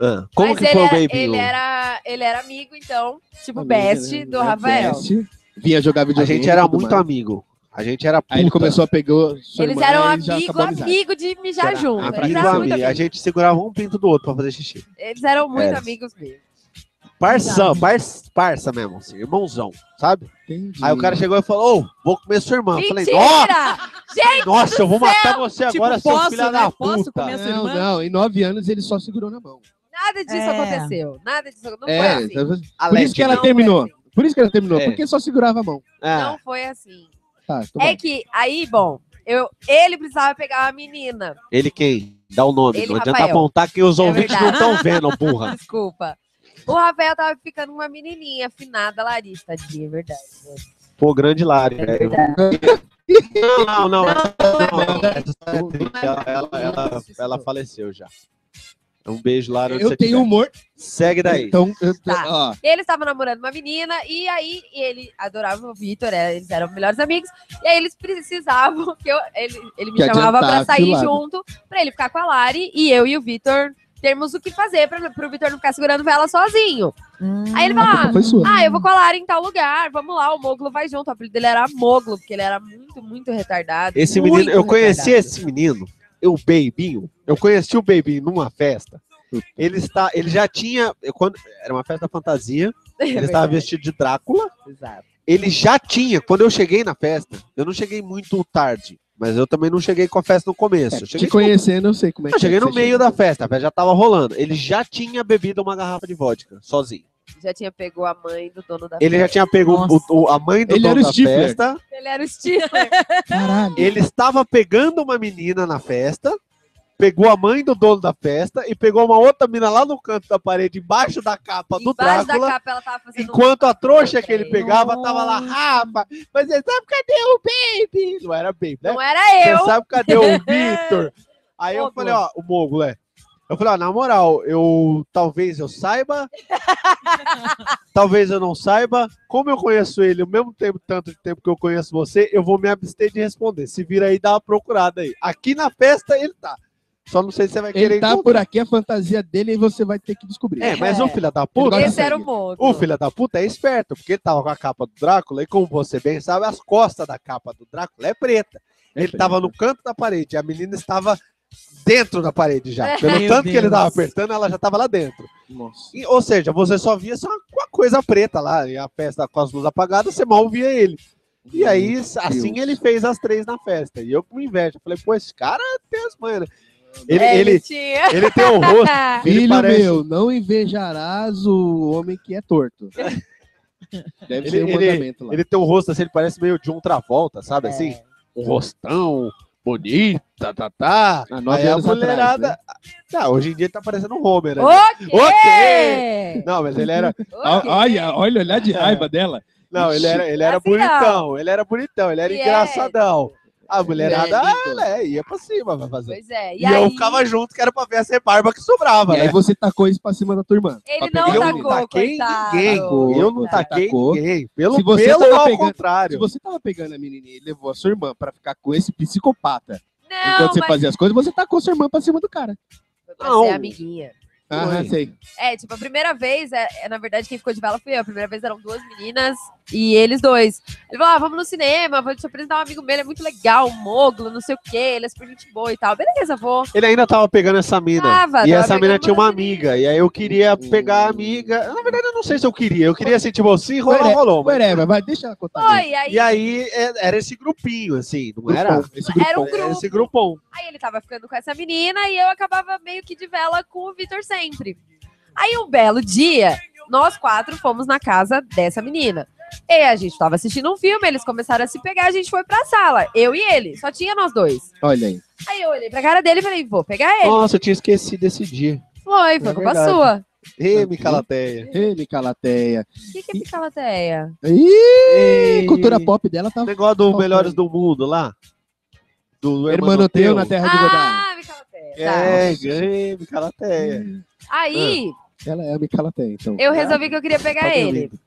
Speaker 5: Ah, como
Speaker 6: Mas
Speaker 5: que
Speaker 6: ele
Speaker 5: foi o
Speaker 6: era,
Speaker 5: baby?
Speaker 6: Ele
Speaker 5: o-
Speaker 6: era, ele era amigo, então, tipo,
Speaker 3: Amiga,
Speaker 6: best
Speaker 3: né?
Speaker 6: do
Speaker 3: É,
Speaker 6: Rafael.
Speaker 3: best. Vinha jogar
Speaker 5: A
Speaker 3: videogame.
Speaker 5: gente era
Speaker 3: e tudo
Speaker 5: muito
Speaker 3: mais.
Speaker 5: amigo. A gente era puta.
Speaker 3: Aí ele começou a pegar. o- sua
Speaker 6: Eles
Speaker 3: irmã,
Speaker 6: eram
Speaker 3: aí já
Speaker 6: amigo,
Speaker 3: acabou a amizade.
Speaker 6: amigo de mijar
Speaker 3: Era
Speaker 6: junto. Eles
Speaker 5: Amigo,
Speaker 6: eram muito
Speaker 5: amigo. A
Speaker 6: amigos.
Speaker 5: gente É. segurava um pinto do outro pra fazer xixi.
Speaker 6: Eles eram muito
Speaker 5: Era.
Speaker 6: amigos mesmo.
Speaker 5: Parça,
Speaker 7: Exato.
Speaker 5: parça, parça mesmo, assim, irmãozão, sabe?
Speaker 3: Entendi.
Speaker 5: Aí o cara chegou e falou, ô, vou comer sua irmã. Eu
Speaker 6: Mentira!
Speaker 5: falei, nossa, nossa, eu vou
Speaker 6: do
Speaker 5: matar você
Speaker 7: Tipo,
Speaker 5: agora, seu
Speaker 7: posso,
Speaker 5: filho
Speaker 7: né?
Speaker 5: da
Speaker 7: Posso
Speaker 5: puta.
Speaker 7: comer sua
Speaker 3: Não,
Speaker 7: irmã?
Speaker 3: não, em nove anos ele só segurou na mão.
Speaker 6: Nada disso
Speaker 7: É.
Speaker 6: aconteceu. Nada disso aconteceu. Não
Speaker 3: é,
Speaker 6: foi assim.
Speaker 5: então
Speaker 3: tá- por isso
Speaker 5: Alérgica.
Speaker 3: que ela
Speaker 6: Não
Speaker 3: terminou.
Speaker 6: foi assim.
Speaker 3: Por isso que ela terminou,
Speaker 5: É.
Speaker 3: porque só segurava a mão.
Speaker 5: É.
Speaker 6: Não foi assim.
Speaker 3: Tá, tô
Speaker 6: É
Speaker 3: bom.
Speaker 6: que aí, bom, eu, ele precisava pegar uma menina.
Speaker 5: Ele quem? Dá o nome.
Speaker 6: Ele,
Speaker 5: não adianta
Speaker 6: Rafael.
Speaker 5: apontar que os
Speaker 6: É
Speaker 5: ouvintes não
Speaker 6: verdade.
Speaker 5: estão vendo, burra.
Speaker 6: Desculpa. O Rafael tava ficando com uma menininha afinada, Larissa, tadinha, é verdade. né?
Speaker 5: Pô, grande Lari, velho. Não, não, não. não, Ela, ela, ela, ela faleceu já. Um beijo, Lari. onde
Speaker 3: Eu
Speaker 5: você
Speaker 3: tenho
Speaker 5: estiver.
Speaker 3: humor.
Speaker 5: Segue daí.
Speaker 3: Então, eu tô-
Speaker 6: Tá.
Speaker 3: ó,
Speaker 6: Ele estava namorando uma menina e aí ele adorava o Vitor, é, eles eram melhores amigos. E aí eles precisavam que eu, ele, ele me
Speaker 3: Que
Speaker 6: chamava
Speaker 3: adiantar,
Speaker 6: pra sair
Speaker 3: filado.
Speaker 6: junto, pra ele ficar com a Lari e eu e o Vitor termos o que fazer pra, pro Vitor não ficar segurando vela sozinho.
Speaker 7: Hum,
Speaker 6: Aí ele
Speaker 3: a
Speaker 6: fala:
Speaker 3: culpa foi sua.
Speaker 6: Ah, eu vou com a Lari em tal lugar, vamos lá, o Moglo vai junto. O apelido dele era Moglo, porque ele era muito, muito retardado.
Speaker 5: Esse
Speaker 6: muito
Speaker 5: menino, eu conheci
Speaker 6: retardado.
Speaker 5: esse menino, o Beibinho. Eu conheci o Beibinho numa festa. Ele está, ele já tinha, eu- quando era uma festa fantasia,
Speaker 3: É
Speaker 5: ele estava vestido de Drácula.
Speaker 6: Exato.
Speaker 5: Ele já tinha, quando eu cheguei na festa, eu não cheguei muito tarde, mas eu também não cheguei com a festa no começo.
Speaker 3: É,
Speaker 5: Eu
Speaker 3: te
Speaker 5: cheguei,
Speaker 3: conhecendo, eu sei como é que
Speaker 5: eu cheguei
Speaker 3: é que
Speaker 5: no
Speaker 3: você
Speaker 5: meio
Speaker 3: chega.
Speaker 5: da festa, a festa já estava rolando. Ele já tinha bebido uma garrafa de vodka sozinho.
Speaker 6: Já tinha pegou a mãe do dono da
Speaker 5: Ele já tinha pego o-
Speaker 7: Nossa.
Speaker 5: o- a mãe do
Speaker 3: Ele
Speaker 5: dono
Speaker 3: era o
Speaker 5: da
Speaker 3: Stifler.
Speaker 5: festa.
Speaker 6: Ele era o Steve.
Speaker 3: Caralho.
Speaker 5: Ele estava pegando uma menina na festa, pegou a mãe do dono da festa e pegou uma outra menina lá no canto da parede, embaixo da capa do
Speaker 6: Embaixo da
Speaker 5: Drácula.
Speaker 6: capa ela tava fazendo um
Speaker 5: Enquanto a trouxa que ele pegava
Speaker 7: Nossa.
Speaker 5: tava lá, rapa, mas é você sabe cadê o um baby? Não era baby, né?
Speaker 6: um- Não era eu.
Speaker 5: Você sabe cadê o Victor? Aí eu
Speaker 6: Mogul.
Speaker 5: falei, ó, o Mogul, é. Eu falei, ó, na moral, eu talvez eu saiba, talvez eu não saiba. Como eu conheço ele o mesmo tempo, tanto de tempo que eu conheço você, eu vou me abster de responder. Se vira aí, dá uma procurada aí. Aqui na festa ele tá. Só não sei se você vai querer
Speaker 3: Ele tá
Speaker 5: encontrar.
Speaker 3: por aqui, a fantasia dele, e você vai ter que descobrir.
Speaker 5: É, mas o filho da
Speaker 3: Ele tá
Speaker 5: puta.
Speaker 3: gosta
Speaker 6: Esse era o
Speaker 3: sangue.
Speaker 6: modo.
Speaker 5: O filho da puta é esperto, porque ele tava com a capa do Drácula, e como você bem sabe, as costas da capa do Drácula é preta. ele tava no canto da parede, e a menina estava dentro da parede já. Pelo
Speaker 7: Meu
Speaker 5: tanto que ele
Speaker 7: Deus.
Speaker 5: tava apertando, ela já tava lá dentro.
Speaker 3: Nossa.
Speaker 5: E, ou seja, você só via só uma coisa preta lá, e a festa com as luzes apagadas, você mal via ele. E aí, assim ele fez as três na festa. E eu com inveja, falei, pô, esse cara tem as manhas. né? Ele,
Speaker 6: É,
Speaker 5: ele,
Speaker 6: tinha.
Speaker 5: ele tem o rosto. ele
Speaker 3: Filho
Speaker 5: parece-
Speaker 3: meu, não invejarás o homem que é torto. Deve
Speaker 5: É. Ele-
Speaker 3: ser um
Speaker 5: ele-
Speaker 3: mandamento lá.
Speaker 5: Ele tem um rosto assim, ele parece meio de um travolta, sabe?
Speaker 7: É.
Speaker 5: Assim, um rostão, bonita, tá, tá.
Speaker 3: Há nove
Speaker 5: Aí a
Speaker 3: anos atrás, né?
Speaker 5: mulherada. Tá, hoje em dia ele tá parecendo um Homer, né?
Speaker 6: Ok!
Speaker 7: é
Speaker 5: Ok! Ah, Não, mas ele era.
Speaker 6: Ok.
Speaker 3: Ah, olha, olhar de
Speaker 5: raiva
Speaker 3: dela.
Speaker 5: Não, ele era, ele era
Speaker 6: Assim
Speaker 5: bonitão, ele era bonitão, ele era
Speaker 6: E é.
Speaker 5: engraçadão. A mulherada,
Speaker 3: É, então.
Speaker 5: ela é, ia pra cima pra fazer.
Speaker 6: Pois é.
Speaker 5: E,
Speaker 6: E, aí,
Speaker 5: eu ficava junto, que era pra ver a rebarba que sobrava,
Speaker 3: então. E aí
Speaker 5: né?
Speaker 3: você tacou isso pra cima da tua irmã.
Speaker 6: Ele
Speaker 3: pra
Speaker 6: não
Speaker 3: pegar
Speaker 5: eu
Speaker 3: o
Speaker 6: tacou,
Speaker 5: não taquei
Speaker 6: coitado.
Speaker 5: ninguém, eu não
Speaker 3: Você
Speaker 5: taquei
Speaker 3: tacou.
Speaker 5: ninguém. Pelo,
Speaker 3: Se você
Speaker 5: pelo
Speaker 3: tava
Speaker 5: ao
Speaker 3: pegando- Se
Speaker 5: contrário.
Speaker 3: você tava pegando a menininha e levou a sua irmã pra ficar com esse psicopata
Speaker 6: Não,
Speaker 3: enquanto você
Speaker 6: mas
Speaker 3: fazia as coisas, você tacou sua irmã pra cima do cara.
Speaker 6: foi pra
Speaker 5: Não.
Speaker 6: ser amiguinha.
Speaker 3: Ah,
Speaker 5: Foi.
Speaker 3: sei.
Speaker 6: É, tipo, a primeira vez, é, é, na verdade, quem ficou de vela fui eu. A primeira vez eram duas meninas e eles dois. Ele falou: ah, vamos no cinema, vou te apresentar um amigo meu, ele é muito legal, o Moglo, não sei o quê, ele é super gente boa e tal. Beleza, vou.
Speaker 5: Ele ainda tava pegando essa mina.
Speaker 6: Tava,
Speaker 5: e
Speaker 6: tava
Speaker 5: essa mina
Speaker 6: pegando
Speaker 5: tinha uma
Speaker 6: uma
Speaker 5: amiga. E aí eu queria
Speaker 3: Hum.
Speaker 5: pegar a amiga. Na verdade, eu não sei se eu queria. Eu queria assim, tipo, se rolou,
Speaker 3: Ué,
Speaker 5: rolou. mas-
Speaker 3: Whatever, vai, deixa ela contar.
Speaker 6: Foi, aí,
Speaker 5: E aí é- era esse grupinho, assim, não
Speaker 3: Grupão,
Speaker 5: era?
Speaker 3: esse
Speaker 6: Era um
Speaker 3: grupão.
Speaker 6: grupo.
Speaker 5: Era é esse grupão.
Speaker 6: Aí ele tava ficando com essa menina e eu acabava meio que de vela com o Vitor sempre. Aí um belo dia, nós quatro fomos na casa dessa menina. E a gente tava assistindo um filme, eles começaram a se pegar, a gente foi pra sala, eu e ele, só tinha nós dois.
Speaker 3: Olha aí.
Speaker 6: Aí eu olhei pra cara dele e falei, vou pegar ele.
Speaker 5: Nossa, eu tinha esquecido desse dia.
Speaker 6: foi,
Speaker 5: é
Speaker 6: foi culpa
Speaker 5: verdade.
Speaker 6: sua.
Speaker 5: Ê, me calateia.
Speaker 3: Ei, Micalateia.
Speaker 6: O que, que é picalateia?
Speaker 3: Ih,
Speaker 5: Ei,
Speaker 3: cultura pop dela tá
Speaker 5: O negócio do
Speaker 3: Qual
Speaker 5: Melhores
Speaker 3: foi?
Speaker 5: do Mundo lá. Do
Speaker 3: Hermanoteu na terra É de Godá.
Speaker 6: Ah, picalateia. Tá.
Speaker 5: É, ganhei, me calateia.
Speaker 6: Aí
Speaker 3: Ela é a Micalateia, então.
Speaker 6: eu resolvi que eu queria pegar
Speaker 3: Tá
Speaker 6: ele.
Speaker 3: doido.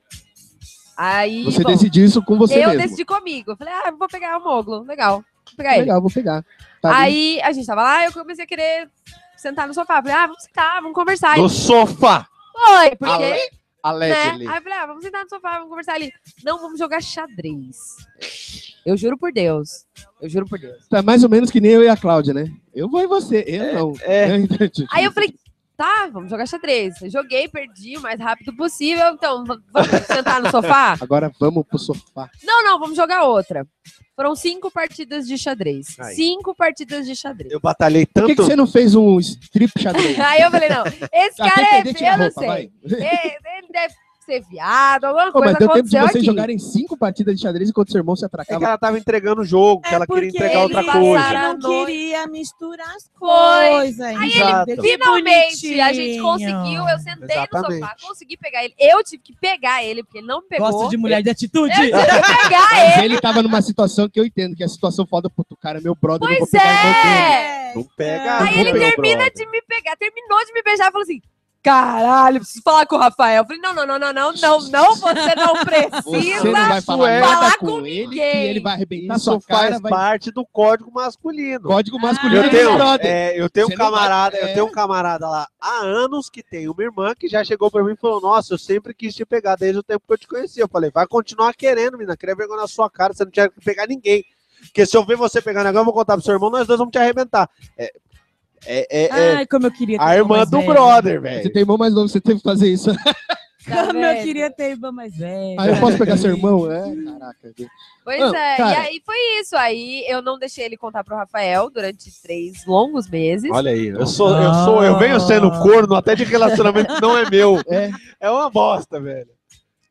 Speaker 6: Aí,
Speaker 3: Você
Speaker 6: bom,
Speaker 3: decidiu isso com você
Speaker 6: eu
Speaker 3: mesmo.
Speaker 6: decidi comigo. Eu Falei, ah, vou pegar o Moglo, legal. Vou pegar ele.
Speaker 3: Legal, vou pegar. Tá bem.
Speaker 6: Aí a gente tava lá, eu comecei a querer sentar no sofá. Falei, ah, vamos sentar, vamos conversar.
Speaker 5: Do sofá.
Speaker 6: Oi, porque. Né?
Speaker 5: Allegedly.
Speaker 6: Aí eu falei, ah, vamos sentar no sofá, vamos conversar ali. Não, vamos jogar xadrez. Eu juro por Deus. Eu juro por Deus.
Speaker 3: Tá mais ou menos que nem eu e a Cláudia, né? Eu vou e você, eu não.
Speaker 5: é.
Speaker 6: Aí eu falei, tá, vamos jogar xadrez. Eu joguei, perdi o mais rápido possível. Então, v- vamos sentar no sofá?
Speaker 3: Agora vamos pro sofá.
Speaker 6: Não, não, vamos jogar outra. Foram cinco partidas de xadrez.
Speaker 5: Aí.
Speaker 6: Cinco partidas de xadrez.
Speaker 5: Eu batalhei
Speaker 3: Por
Speaker 5: tanto.
Speaker 3: que, que você não fez um strip xadrez?
Speaker 6: Aí eu falei, não, esse
Speaker 3: Ah,
Speaker 6: cara
Speaker 3: quem
Speaker 6: é.
Speaker 3: perder, tira a
Speaker 6: Eu não
Speaker 3: roupa,
Speaker 6: sei.
Speaker 3: vai.
Speaker 6: É, Ele deve ser viado, alguma
Speaker 3: Pô,
Speaker 6: coisa
Speaker 3: mas deu tempo de
Speaker 6: aconteceu
Speaker 3: vocês
Speaker 6: aqui.
Speaker 3: jogarem então. cinco partidas de xadrez enquanto seu irmão se
Speaker 5: É
Speaker 3: atracava.
Speaker 5: que ela tava entregando o jogo, que
Speaker 7: É
Speaker 5: ela queria
Speaker 7: porque
Speaker 5: entregar outra
Speaker 6: eles
Speaker 5: coisa.
Speaker 6: passaram-
Speaker 7: Não queria misturar as
Speaker 6: Foi.
Speaker 7: coisas.
Speaker 5: ele- Exato.
Speaker 7: Que
Speaker 6: Finalmente, a gente
Speaker 7: bonitinho.
Speaker 6: conseguiu. Eu sentei no sofá,
Speaker 5: Exatamente.
Speaker 6: consegui pegar ele. Eu tive que pegar ele, porque ele não me pegou.
Speaker 7: Gosto de mulher de atitude.
Speaker 6: Eu tive que pegar
Speaker 3: Mas
Speaker 6: ele.
Speaker 3: ele tava numa situação que eu entendo, que é a situação foda, porque o cara é meu brother, eu não vou
Speaker 6: Pois
Speaker 3: pegar irmão dele.
Speaker 6: é!
Speaker 5: Não pega.
Speaker 6: Aí ele termina de me pegar, terminou de me beijar e falou assim: caralho, preciso falar com o Rafael. Eu falei: não, não, não, não, não, não, não, você não precisa.
Speaker 3: Você não vai falar
Speaker 5: é
Speaker 3: nada
Speaker 6: falar
Speaker 3: com,
Speaker 6: com
Speaker 3: ele, que
Speaker 6: ninguém.
Speaker 3: ele vai arrebentar
Speaker 5: Isso
Speaker 3: sua cara,
Speaker 5: faz
Speaker 3: vai...
Speaker 5: parte do código masculino.
Speaker 3: Código masculino
Speaker 5: Eu
Speaker 3: de
Speaker 5: tenho,
Speaker 3: brother.
Speaker 5: é, eu tenho um
Speaker 3: Você não vai-
Speaker 5: camarada,
Speaker 3: é.
Speaker 5: eu tenho um camarada lá há anos que tem uma irmã que já chegou pra mim e falou: Nossa, eu sempre quis te pegar desde o tempo que eu te conhecia. Eu falei, vai continuar querendo, menina, queria vergonha na sua cara, você não tinha que pegar ninguém. Porque se eu ver você pegando agora, eu vou contar pro seu irmão, nós dois vamos te arrebentar. É, é, é, é
Speaker 7: Ai, como eu queria ter
Speaker 5: a
Speaker 7: irmão
Speaker 5: irmã
Speaker 7: mais
Speaker 5: do
Speaker 7: velho.
Speaker 5: brother,
Speaker 3: Você
Speaker 5: velho.
Speaker 3: tem irmão mais novo, você teve que fazer isso.
Speaker 6: Tá
Speaker 7: Como eu
Speaker 6: vendo?
Speaker 7: queria ter irmã mais velho.
Speaker 3: Aí eu posso pegar seu irmão? É, caraca.
Speaker 6: Pois
Speaker 3: Ah,
Speaker 6: é, e
Speaker 3: cara.
Speaker 6: aí foi isso. Aí eu não deixei ele contar pro Rafael durante três longos meses.
Speaker 5: Olha aí, eu sou, eu sou, eu venho sendo corno até de relacionamento que não é meu.
Speaker 3: Ah. É.
Speaker 5: É uma bosta, velho.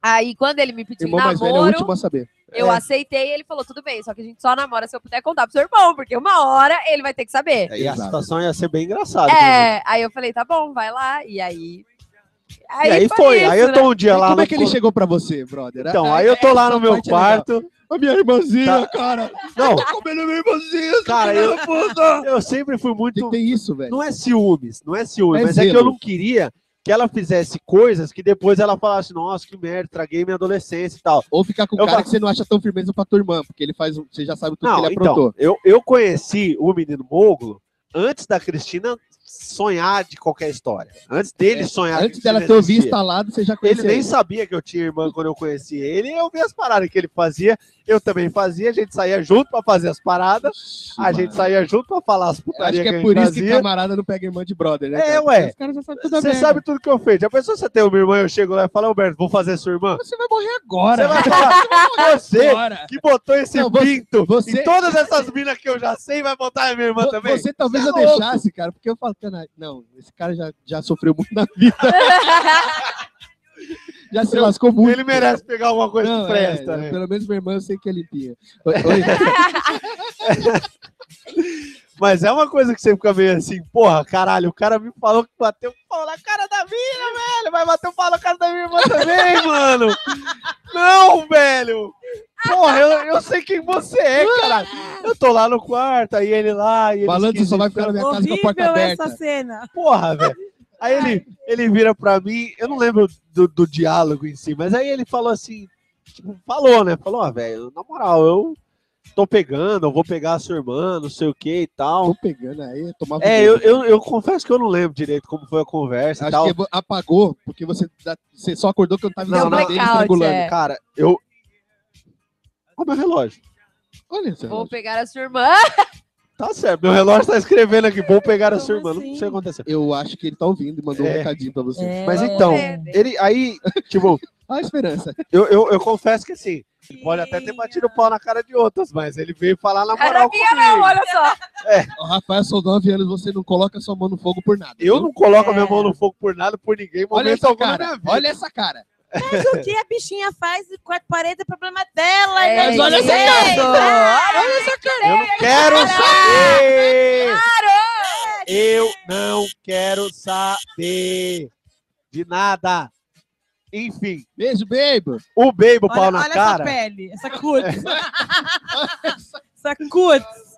Speaker 6: Aí quando ele me pediu
Speaker 3: Irmão mais velho é o
Speaker 6: namoro,
Speaker 3: último a saber.
Speaker 6: eu
Speaker 5: É.
Speaker 6: aceitei e ele falou: tudo bem, só que a gente só namora se eu puder contar pro seu irmão, porque uma hora ele vai ter que saber.
Speaker 5: E a
Speaker 3: Exato.
Speaker 5: situação ia ser bem engraçada. inclusive.
Speaker 6: É, aí eu falei: tá bom, vai lá. E aí. Aí,
Speaker 5: e aí foi, aí eu
Speaker 6: né?
Speaker 5: tô um dia
Speaker 3: E
Speaker 5: lá
Speaker 3: como
Speaker 5: no
Speaker 3: é que ele
Speaker 5: co-
Speaker 3: chegou pra você, brother?
Speaker 5: Então, aí eu tô lá no meu
Speaker 3: parte é legal.
Speaker 5: quarto.
Speaker 3: A minha irmãzinha,
Speaker 5: Tá.
Speaker 3: cara.
Speaker 5: Não,
Speaker 3: Tá comendo minha irmãzinha.
Speaker 5: cara, eu, eu sempre fui
Speaker 3: Tem,
Speaker 5: muito.
Speaker 3: tem isso, velho.
Speaker 5: Não é ciúmes, não é ciúmes,
Speaker 3: É
Speaker 5: mas é que eu
Speaker 3: zelo.
Speaker 5: não queria que ela fizesse coisas que depois ela falasse, nossa, que merda, traguei minha adolescência e tal.
Speaker 3: Ou ficar com um
Speaker 5: Eu
Speaker 3: cara
Speaker 5: fa-
Speaker 3: que você não acha tão firmeza pra tua irmã, porque ele faz, um- você já sabe tudo que
Speaker 5: Não,
Speaker 3: ele aprontou.
Speaker 5: então, eu, eu conheci o menino Moglo antes da Cristina sonhar de qualquer história. Antes dele
Speaker 3: É,
Speaker 5: sonhar. que
Speaker 3: Antes dela
Speaker 5: Cristina
Speaker 3: ter ouvido
Speaker 5: existia.
Speaker 3: instalado, você já
Speaker 5: Ele
Speaker 3: conhecia.
Speaker 5: nem sabia que eu tinha irmã quando eu conheci ele. Eu vi as paradas que ele fazia, eu também fazia. A gente saía junto pra fazer as paradas.
Speaker 3: Ixi,
Speaker 5: A gente
Speaker 3: mano.
Speaker 5: saía junto pra falar as
Speaker 3: Eu Acho
Speaker 5: putarias
Speaker 3: que
Speaker 5: que,
Speaker 3: é por isso que
Speaker 5: fazia.
Speaker 3: camarada não pega irmã de brother, né?
Speaker 5: É,
Speaker 3: cara?
Speaker 5: ué.
Speaker 3: Os caras já sabem tudo a
Speaker 5: Você
Speaker 3: merda.
Speaker 5: sabe tudo que eu fiz. Já pensou se você tem uma irmã, eu chego lá e falo, Alberto, vou fazer sua irmã?
Speaker 3: Você vai morrer agora. né?
Speaker 5: Você vai falar, você
Speaker 3: agora.
Speaker 5: que botou esse
Speaker 3: Não, você-
Speaker 5: pinto
Speaker 3: você-
Speaker 5: em todas essas minas que eu já sei, vai botar a minha irmã
Speaker 3: Vo-
Speaker 5: também?
Speaker 3: Você talvez
Speaker 5: Você
Speaker 3: eu
Speaker 5: é louco.
Speaker 3: deixasse, cara, porque eu falo, cara, não, esse cara já, já sofreu muito na vida, já se lascou é muito.
Speaker 5: Ele merece pegar alguma coisa
Speaker 3: Não,
Speaker 5: que
Speaker 3: é,
Speaker 5: presta, né?
Speaker 3: Pelo menos minha irmã eu sei que é limpinha. Oi, oi.
Speaker 5: Mas é uma coisa que você fica meio assim, porra, caralho, o cara me falou que bateu pau na cara da mina, velho. Vai bater o pau na cara da minha irmã também, mano. Não, velho. Porra, eu, eu sei quem você é, caralho. Eu tô lá no quarto, aí ele lá, e ele
Speaker 3: Balança só vai ficar na minha casa com a porta
Speaker 7: Horrível
Speaker 3: aberta.
Speaker 7: essa cena.
Speaker 5: Porra, velho. Aí ele, ele vira pra mim, eu não lembro do, do diálogo em si, mas aí ele falou assim, tipo, falou, né? Falou, ó, velho, na moral, eu tô pegando, eu vou pegar a sua irmã, não sei o que e tal.
Speaker 3: Tô pegando aí, tomava.
Speaker 5: É,
Speaker 3: um
Speaker 5: eu,
Speaker 3: gosto.
Speaker 5: eu, eu confesso que eu não lembro direito como foi a conversa e
Speaker 3: Acho
Speaker 5: tal.
Speaker 3: que é apagou, porque você, dá- você só acordou que eu tava em
Speaker 5: Não,
Speaker 3: cima
Speaker 5: não.
Speaker 3: dele
Speaker 6: Blackout,
Speaker 3: estrangulando.
Speaker 6: é.
Speaker 5: Cara, eu. Olha meu relógio.
Speaker 3: Olha só.
Speaker 6: é. Vou pegar a sua irmã.
Speaker 5: Tá certo, meu relógio tá escrevendo aqui, vou pegar a sua
Speaker 7: Como
Speaker 5: irmã. Não
Speaker 7: assim?
Speaker 5: sei o que aconteceu.
Speaker 3: Eu acho que ele tá ouvindo e mandou um
Speaker 5: É.
Speaker 3: recadinho pra você.
Speaker 7: É,
Speaker 5: Mas
Speaker 7: vamos
Speaker 5: então,
Speaker 7: ver.
Speaker 5: Ele, aí, tipo,
Speaker 3: Olha a esperança.
Speaker 5: eu, eu, eu confesso que assim, ele pode até ter batido o pau na cara de outras, mas ele veio falar na
Speaker 6: Cara,
Speaker 5: moral.
Speaker 6: minha
Speaker 5: comigo.
Speaker 6: não, olha só.
Speaker 3: Ó, Rafael, são nove anos, você não coloca sua mão no fogo por nada.
Speaker 5: Eu não coloco a minha
Speaker 7: É.
Speaker 5: mão no fogo por nada, por ninguém,
Speaker 3: Olha
Speaker 5: momento
Speaker 3: essa
Speaker 5: algum na minha
Speaker 3: cara.
Speaker 5: vida.
Speaker 3: Olha essa cara.
Speaker 7: Mas o que a bichinha faz de quatro paredes é problema dela.
Speaker 6: É
Speaker 7: né? tá?
Speaker 3: mas olha essa
Speaker 6: isso.
Speaker 5: Eu não quero saber! Eu não quero saber de nada. Enfim,
Speaker 3: Beijo, baby.
Speaker 5: o beibo
Speaker 7: Olha,
Speaker 5: pau na
Speaker 7: olha essa
Speaker 5: cara. É.
Speaker 7: pele, essa cutis. essa cutis.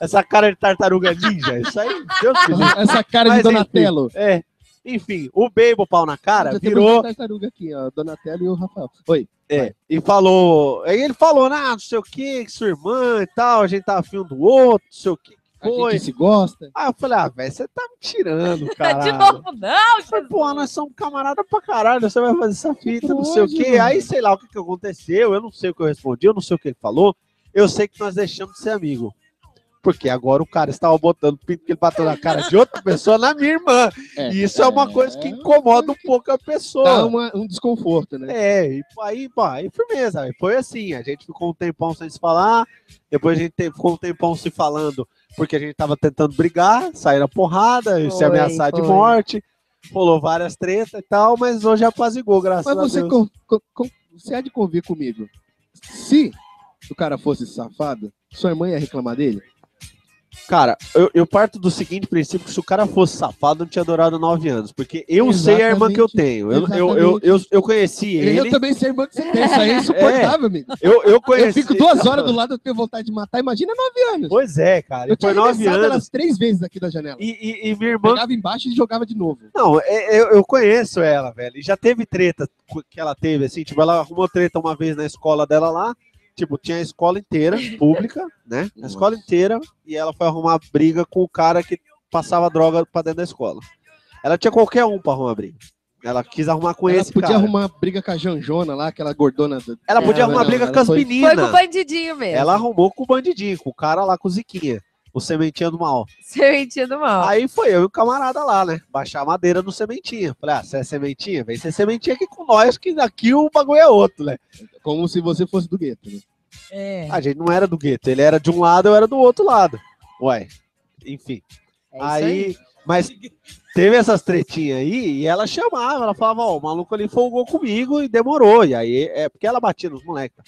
Speaker 5: Essa cara de tartaruga ninja, isso aí, Deus me livre.
Speaker 3: Essa cara
Speaker 5: Mas
Speaker 3: de
Speaker 5: enfim,
Speaker 3: Donatello.
Speaker 5: É. Enfim, o Beibo pau na cara
Speaker 3: Já tem
Speaker 5: virou
Speaker 3: muita tartaruga aqui, ó. Donatello e o Rafael. Oi.
Speaker 5: É, e falou. Aí ele falou, ah, não sei o que, sua irmã e tal, a gente tá afim um do outro, não sei o que.
Speaker 3: A
Speaker 5: Foi.
Speaker 3: gente se gosta.
Speaker 5: Aí eu falei, ah, velho, você tá me tirando,
Speaker 6: De
Speaker 5: caralho.
Speaker 6: novo, não,
Speaker 5: Eu falei, Porra, nós somos camarada pra caralho, você vai fazer essa fita, não sei o
Speaker 3: Lógico,
Speaker 5: que.
Speaker 3: mano.
Speaker 5: Aí sei lá o que, que aconteceu, eu não sei o que eu respondi, eu não sei o que ele falou. Eu sei que nós deixamos de ser amigo. Porque agora o cara estava botando o pinto que ele bateu na cara de outra pessoa na minha irmã.
Speaker 3: É,
Speaker 5: E isso é uma coisa que incomoda um pouco a pessoa.
Speaker 3: Dá uma- um desconforto, né?
Speaker 5: É, e aí, pô, aí firmeza. Aí foi assim, a gente ficou um tempão sem se falar, depois a gente te- ficou um tempão se falando, porque a gente tava tentando brigar, sair na porrada, e se
Speaker 6: Foi,
Speaker 5: ameaçar de
Speaker 6: foi.
Speaker 5: morte. rolou várias tretas e tal, mas hoje apazigou, graças
Speaker 3: Mas
Speaker 5: a
Speaker 3: você,
Speaker 5: Deus.
Speaker 3: con- con- con- você há de convir comigo. Se o cara fosse safado, sua irmã ia reclamar dele?
Speaker 5: Cara, eu, eu parto do seguinte princípio: que se o cara fosse safado, eu não tinha adorado nove anos. Porque eu sei a irmã que eu tenho. Eu, eu, eu, eu, eu conheci ele.
Speaker 3: Eu também sei a irmã que você tem. Isso aí é insuportável, amigo.
Speaker 5: Eu, eu conheci.
Speaker 3: Eu fico duas horas do lado, eu tenho vontade de matar. Imagina nove anos.
Speaker 5: Pois é, cara.
Speaker 3: Eu
Speaker 5: Eu
Speaker 3: tinha
Speaker 5: foi nove
Speaker 3: arremessado
Speaker 5: anos.
Speaker 3: elas três vezes aqui da janela.
Speaker 5: E, e, e minha irmã.
Speaker 3: Pegava embaixo e jogava de novo.
Speaker 5: Não, é- eu, eu conheço ela, velho. E já teve treta co- que ela teve, assim, tipo, ela arrumou treta uma vez na escola dela lá. Tipo, tinha a escola inteira, pública, né? A escola inteira. E ela foi arrumar briga com o cara que passava droga pra dentro da escola. Ela tinha qualquer um pra arrumar briga. Ela quis arrumar com
Speaker 3: Ela
Speaker 5: esse
Speaker 3: podia
Speaker 5: cara.
Speaker 3: arrumar briga com a Janjona lá, aquela gordona. do-
Speaker 5: Ela podia
Speaker 3: Não,
Speaker 5: arrumar
Speaker 3: não,
Speaker 5: briga
Speaker 3: ela
Speaker 5: com as
Speaker 3: foi-
Speaker 6: Foi com o
Speaker 5: meninas.
Speaker 6: bandidinho mesmo.
Speaker 5: Ela arrumou com o bandidinho, com o cara lá com o Ziquinha. O sementinha do mal.
Speaker 6: Sementinha do mal.
Speaker 5: Aí foi eu e o camarada lá, né? Baixar a madeira no sementinha. Falei, ah, você é sementinha? Vem ser sementinha aqui com nós, que daqui o bagulho é outro, né?
Speaker 3: Como se você fosse do gueto. né?
Speaker 7: É.
Speaker 5: A gente não era do gueto, ele era de um lado, eu era do outro lado. Ué, enfim.
Speaker 6: É isso
Speaker 5: aí, mas teve essas tretinhas aí e ela chamava, ela falava, ó, o maluco ali folgou comigo e demorou. E aí, é porque ela batia nos moleques. tá?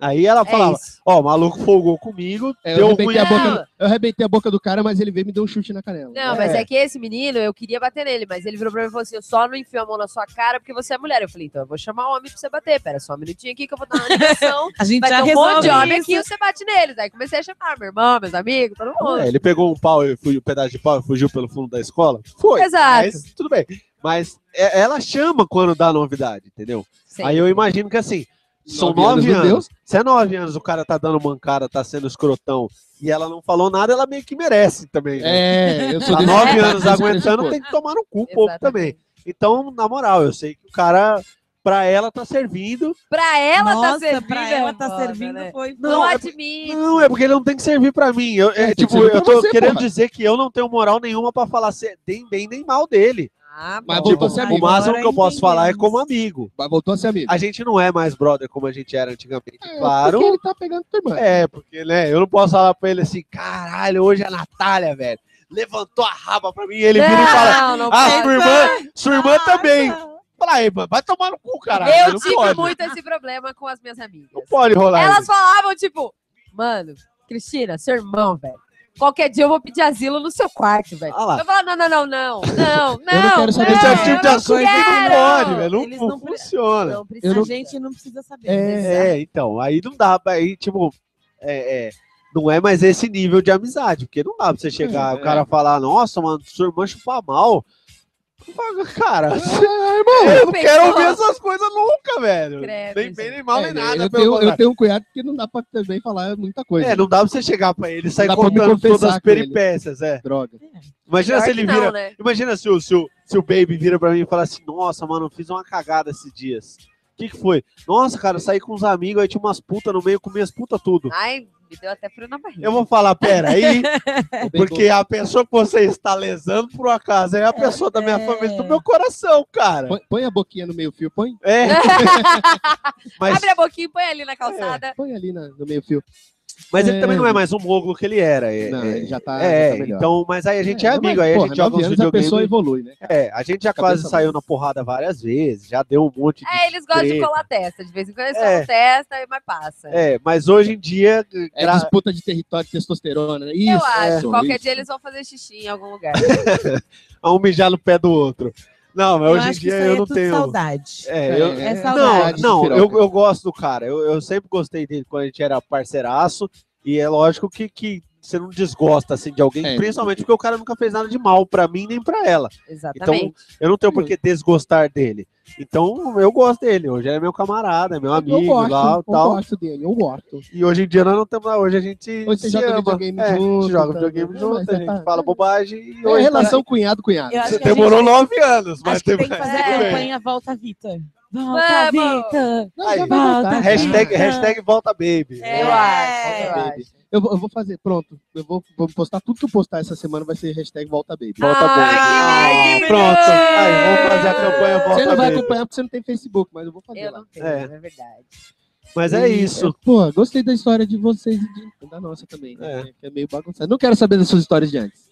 Speaker 5: Aí ela
Speaker 6: É
Speaker 5: falava,
Speaker 6: isso.
Speaker 5: ó, o maluco folgou comigo,
Speaker 3: É, eu,
Speaker 5: deu
Speaker 3: arrebentei
Speaker 5: ruim
Speaker 3: a
Speaker 6: Não.
Speaker 3: boca, eu arrebentei a boca do cara, mas ele veio e me deu um chute na canela.
Speaker 6: Não,
Speaker 5: É.
Speaker 6: mas é que esse menino, eu queria bater nele, mas ele virou pra mim e falou assim: eu só não enfio a mão na sua cara porque você é mulher. Eu falei, então eu vou chamar o homem pra você bater. Pera só um minutinho aqui que eu vou dar uma ligação.
Speaker 7: A gente
Speaker 6: Vai
Speaker 7: já
Speaker 6: ter um monte
Speaker 7: resolve
Speaker 6: de homem aqui
Speaker 7: isso.
Speaker 6: e você bate neles. Aí comecei a chamar meu irmão, meus amigos, todo mundo.
Speaker 5: É, ele pegou um pau e fugiu, um pedaço de pau e fugiu pelo fundo da escola? Foi.
Speaker 6: Exato.
Speaker 5: Mas tudo bem. Mas é- ela chama quando dá novidade, entendeu?
Speaker 6: Sim.
Speaker 5: Aí eu imagino que assim, são
Speaker 3: Nove
Speaker 5: nove
Speaker 3: anos,
Speaker 5: anos.
Speaker 3: meu
Speaker 5: Se é nove anos o cara tá dando mancada, tá sendo escrotão e ela não falou nada, ela meio que merece também. né?
Speaker 3: É, eu sou
Speaker 5: Tá
Speaker 3: desse- desse
Speaker 5: nove
Speaker 3: tipo
Speaker 5: anos
Speaker 3: pressuposto.
Speaker 5: aguentando, tem que tomar no cu um pouco
Speaker 6: Exatamente.
Speaker 5: também. Então, na moral, eu sei que o cara, pra ela, tá servindo.
Speaker 6: Pra ela tá
Speaker 7: Nossa,
Speaker 6: servindo.
Speaker 7: pra ela tá
Speaker 6: é foda,
Speaker 7: servindo
Speaker 6: né?
Speaker 7: foi.
Speaker 6: Não,
Speaker 7: Não, é-
Speaker 6: admite.
Speaker 5: Não, é porque ele não tem que servir pra mim. Eu, é,
Speaker 3: tem que
Speaker 5: tipo,
Speaker 3: servir pra
Speaker 5: eu tô
Speaker 3: você,
Speaker 5: querendo
Speaker 3: porra.
Speaker 5: dizer que eu não tenho moral nenhuma pra falar se- nem bem nem mal dele. Tipo,
Speaker 6: Ah,
Speaker 3: Mas
Speaker 6: bom.
Speaker 3: voltou a ser
Speaker 7: Agora
Speaker 5: O
Speaker 3: amigo.
Speaker 5: máximo que eu posso falar é
Speaker 7: entendemos.
Speaker 5: como amigo.
Speaker 3: Mas voltou a ser amigo.
Speaker 5: A gente não é mais brother como a gente era antigamente,
Speaker 3: Porque
Speaker 5: claro.
Speaker 3: ele tá pegando tua irmã.
Speaker 5: É, porque, né, eu não posso falar pra ele assim, caralho, hoje a Natália, velho, levantou a raba pra mim e ele vira e fala,
Speaker 6: Não, não
Speaker 5: ah,
Speaker 6: pode.
Speaker 5: sua irmã, sua irmã
Speaker 7: Nossa.
Speaker 5: também. Fala aí, mano, vai tomar no cu, caralho.
Speaker 6: Eu
Speaker 5: não
Speaker 6: tive
Speaker 5: pode.
Speaker 6: muito esse problema com as minhas amigas.
Speaker 5: Não pode rolar
Speaker 6: Elas
Speaker 5: isso.
Speaker 6: falavam, tipo, mano, Cristina, seu irmão, velho. Qualquer dia eu vou pedir asilo no seu quarto, velho.
Speaker 5: Ah lá.
Speaker 6: Eu falo, não, não, não, não, não, não.
Speaker 3: não quero saber
Speaker 5: Esse
Speaker 3: Não,
Speaker 5: é o tipo de
Speaker 6: eu não
Speaker 5: ações que não
Speaker 6: quero.
Speaker 5: pode, velho. Não,
Speaker 7: Eles
Speaker 5: não
Speaker 7: não pre-
Speaker 5: funciona.
Speaker 6: Não
Speaker 7: A
Speaker 6: precisa.
Speaker 7: gente não precisa saber. né?
Speaker 5: É, então, aí não dá, pra- aí, tipo, é, é, não é mais esse nível de amizade, porque não dá pra você chegar,
Speaker 3: É.
Speaker 5: o cara falar, nossa, mano, sua irmã chupa mal. Fala, Cara,
Speaker 3: É,
Speaker 5: eu
Speaker 6: Pensou?
Speaker 5: não quero ouvir essas coisas nunca, velho.
Speaker 6: Credo,
Speaker 5: nem bem,
Speaker 6: gente.
Speaker 5: nem mal,
Speaker 3: É,
Speaker 5: nem nada.
Speaker 3: eu,
Speaker 5: pelo
Speaker 3: tenho, eu
Speaker 5: contrário.
Speaker 3: tenho um cunhado que não dá pra também falar muita coisa.
Speaker 5: É, não dá pra você chegar pra ele e sair
Speaker 3: dá pra me
Speaker 5: contando
Speaker 3: confessar
Speaker 5: todas as
Speaker 3: com ele.
Speaker 5: peripécias, é.
Speaker 3: Droga.
Speaker 5: Imagina se
Speaker 6: Pior
Speaker 5: ele
Speaker 6: que não,
Speaker 5: vira.
Speaker 6: né?
Speaker 5: Imagina se o, se, o, se o Baby vira pra mim e fala assim: Nossa, mano, eu fiz uma cagada esses dias. O que, que foi? Nossa, cara, eu saí com uns amigos, aí tinha umas putas no meio, comi as putas tudo.
Speaker 6: Ai, me deu até frio na barriga.
Speaker 5: Eu vou falar, pera aí,
Speaker 3: Bem
Speaker 5: É, porque a pessoa que você está lesando, por um acaso, é a pessoa da minha
Speaker 7: é.
Speaker 5: família, do meu coração,
Speaker 3: bom.
Speaker 5: cara.
Speaker 3: Põe, põe a boquinha no meio fio, põe.
Speaker 5: É, mas, É.
Speaker 6: Abre a boquinha e põe ali na calçada.
Speaker 3: Põe ali na- no meio fio.
Speaker 5: mas ele
Speaker 3: É.
Speaker 5: também não é mais o moglo que ele era. É,
Speaker 3: Não,
Speaker 5: é,
Speaker 3: ele já tá, já
Speaker 5: é,
Speaker 3: tá melhor.
Speaker 5: então, mas aí a gente é,
Speaker 3: mas,
Speaker 5: amigo, aí
Speaker 3: porra,
Speaker 5: a gente joga
Speaker 3: nove
Speaker 5: uns
Speaker 3: anos, a pessoa
Speaker 5: videogames.
Speaker 3: evolui, né?
Speaker 5: É, a gente
Speaker 3: Cabeça
Speaker 5: já quase saiu na porrada várias vezes, já deu um monte de.
Speaker 6: É, eles gostam de
Speaker 5: treta.
Speaker 6: colar a testa. De vez em quando eles
Speaker 5: É.
Speaker 6: colam a testa, mas passa.
Speaker 5: É, mas hoje em dia,
Speaker 3: É
Speaker 5: gra-
Speaker 3: disputa de território, testosterona. né? Isso,
Speaker 6: Eu
Speaker 5: é.
Speaker 6: acho. Qualquer
Speaker 3: isso.
Speaker 6: dia eles vão fazer xixi em algum lugar.
Speaker 5: Então, a um mijar no pé do outro. Não, mas
Speaker 7: Eu
Speaker 5: hoje em
Speaker 7: acho que
Speaker 5: dia
Speaker 7: isso aí
Speaker 5: eu
Speaker 7: é
Speaker 5: não
Speaker 7: tudo
Speaker 5: tenho.
Speaker 7: saudade.
Speaker 5: É, eu,
Speaker 7: É
Speaker 5: Não,
Speaker 7: saudade
Speaker 5: não eu, eu gosto do cara. Eu, eu sempre gostei dele quando a gente era parceiraço. E é lógico que, que você não desgosta assim, de alguém,
Speaker 3: É.
Speaker 5: principalmente porque o cara nunca fez nada de mal pra mim nem pra ela.
Speaker 6: Exatamente.
Speaker 5: Eu não tenho por que desgostar dele. Então eu gosto dele. Hoje ele é meu camarada, é meu
Speaker 3: Eu
Speaker 5: amigo
Speaker 3: gosto,
Speaker 5: lá
Speaker 3: eu
Speaker 5: e tal.
Speaker 3: gosto dele, eu gosto.
Speaker 5: E hoje em dia nós não estamos lá. Hoje a gente
Speaker 3: Hoje você
Speaker 5: se
Speaker 3: joga
Speaker 5: ama.
Speaker 3: videogame
Speaker 5: É, a
Speaker 3: junto,
Speaker 5: gente joga
Speaker 3: tá? Não, mas
Speaker 5: videogame junto, a
Speaker 3: já
Speaker 5: gente
Speaker 3: tá-
Speaker 5: fala bobagem. E
Speaker 3: É
Speaker 5: hoje tá
Speaker 3: relação cunhado-cunhado.
Speaker 7: Eu acho
Speaker 5: Você
Speaker 7: que a gente
Speaker 5: demorou
Speaker 7: tem-
Speaker 5: nove anos, mas
Speaker 7: Acho que tem
Speaker 5: teve...
Speaker 7: que fazer
Speaker 6: É.
Speaker 7: a campanha Volta Vitor.
Speaker 6: Vamos!
Speaker 7: Volta Vitor!
Speaker 3: Não, já
Speaker 5: Aí.
Speaker 3: vai voltar,
Speaker 7: Volta,
Speaker 3: já.
Speaker 5: hashtag,
Speaker 7: Ah.
Speaker 5: hashtag volta baby.
Speaker 7: É.
Speaker 6: Eu acho. Eu
Speaker 5: É.
Speaker 3: Baby.
Speaker 6: acho.
Speaker 3: Eu, vou- eu vou fazer, pronto. Eu vou, vou postar tudo que eu postar essa semana vai ser hashtag volta baby.
Speaker 5: Volta
Speaker 6: Ah,
Speaker 5: baby.
Speaker 6: que lindo!
Speaker 5: Pronto. Aí, vamos fazer a campanha volta
Speaker 3: Você não vai
Speaker 5: baby.
Speaker 3: acompanhar porque você não tem Facebook, mas eu vou fazer
Speaker 6: Eu
Speaker 3: lá.
Speaker 6: não tenho,
Speaker 5: É.
Speaker 6: é, verdade.
Speaker 5: Mas é isso.
Speaker 3: Pô, é gostei da história de vocês e de- da nossa também. né? Que É. meio bagunçado. Não quero saber das suas histórias de antes.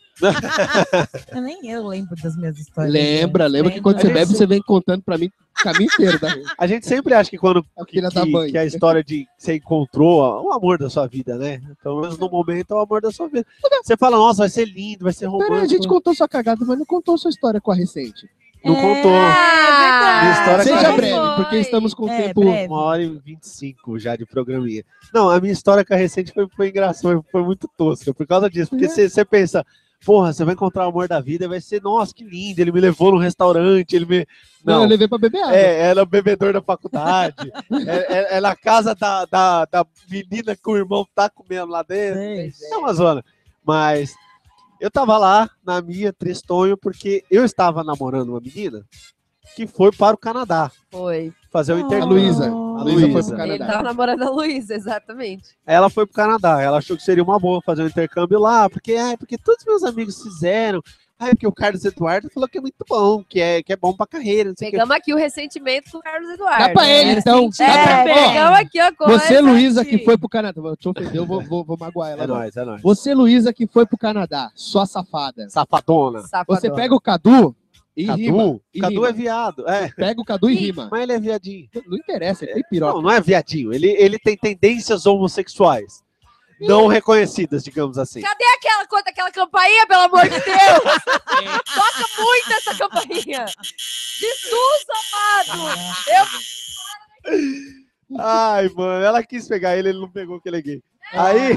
Speaker 7: Eu nem eu lembro das minhas histórias.
Speaker 3: Lembra,
Speaker 7: gente.
Speaker 3: lembra que quando você
Speaker 7: Lembro.
Speaker 3: bebe, você vem contando pra mim o caminho inteiro. Tá?
Speaker 5: A gente sempre acha que quando
Speaker 3: É o que
Speaker 5: que,
Speaker 3: ele dá
Speaker 5: que-
Speaker 3: banho.
Speaker 5: que a história de que você encontrou ó, o amor da sua vida, né? Pelo menos no momento é o amor da sua vida. Você fala, nossa, vai ser lindo, vai ser
Speaker 3: Peraí,
Speaker 5: romântico.
Speaker 3: a gente contou sua cagada, mas não contou sua história com a recente.
Speaker 5: Não
Speaker 7: É,
Speaker 5: contou.
Speaker 7: é verdade.
Speaker 5: História
Speaker 3: Seja
Speaker 5: Agora
Speaker 3: breve,
Speaker 6: foi.
Speaker 3: porque estamos com o
Speaker 7: É,
Speaker 3: tempo.
Speaker 7: breve.
Speaker 5: Uma hora e vinte e cinco já de programinha. Não, a minha história com a recente foi, foi engraçada, foi, foi muito tosca por causa disso.
Speaker 3: É.
Speaker 5: Porque você você pensa, porra, você vai encontrar o amor da vida e vai ser, nossa, que lindo, ele me levou no restaurante, ele me.
Speaker 3: Não,
Speaker 5: Não,
Speaker 3: eu levei pra beber água.
Speaker 5: É, era o bebedor da faculdade. é, é- é na casa da, da, da menina que o irmão tá comendo lá dentro.
Speaker 7: Sei.
Speaker 5: É uma zona. Mas eu tava lá na minha, tristonho, porque eu estava namorando uma menina que foi para o Canadá
Speaker 6: Foi.
Speaker 5: fazer o
Speaker 3: A
Speaker 5: intercâmbio.
Speaker 3: Luísa. A Luísa foi pro
Speaker 6: Ele
Speaker 3: Canadá.
Speaker 6: tava namorando a Luísa, exatamente.
Speaker 5: Ela foi pro Canadá. Ela achou que seria uma boa fazer um intercâmbio lá, porque, ai, porque todos meus amigos fizeram. Ai, porque o Carlos Eduardo falou que é muito bom, que é, que é bom pra carreira. Não sei o que.
Speaker 6: Pegamos aqui o ressentimento do Carlos Eduardo.
Speaker 3: Dá pra ele,
Speaker 6: né?
Speaker 3: então.
Speaker 6: É,
Speaker 3: Dá pra- ó,
Speaker 6: pegamos aqui a coisa.
Speaker 3: Você, Luísa, que
Speaker 6: aqui.
Speaker 3: foi pro Canadá. Vou te ofender, eu vou, vou, vou magoar ela.
Speaker 5: É
Speaker 3: agora.
Speaker 5: nóis, é nóis.
Speaker 3: Você, Luísa, que foi pro Canadá, sua safada.
Speaker 5: Safadona.
Speaker 6: Safadão.
Speaker 3: Você pega o Cadu e rima.
Speaker 5: Cadu?
Speaker 3: e
Speaker 5: Cadu
Speaker 3: rima.
Speaker 5: é viado. É,
Speaker 3: Pega o Cadu e
Speaker 6: Ih,
Speaker 3: rima.
Speaker 5: mas ele é viadinho.
Speaker 3: Não interessa, ele tem
Speaker 5: Não,
Speaker 3: piroca.
Speaker 5: não é viadinho. Ele, ele tem tendências homossexuais. Não reconhecidas, digamos assim.
Speaker 6: Cadê aquela conta, aquela campainha, pelo amor de Deus? Toca muito essa campainha. Jesus amado.
Speaker 3: Ah,
Speaker 6: Eu...
Speaker 5: Ai, mano, ela quis pegar ele, ele não pegou que ele é gay. Aí.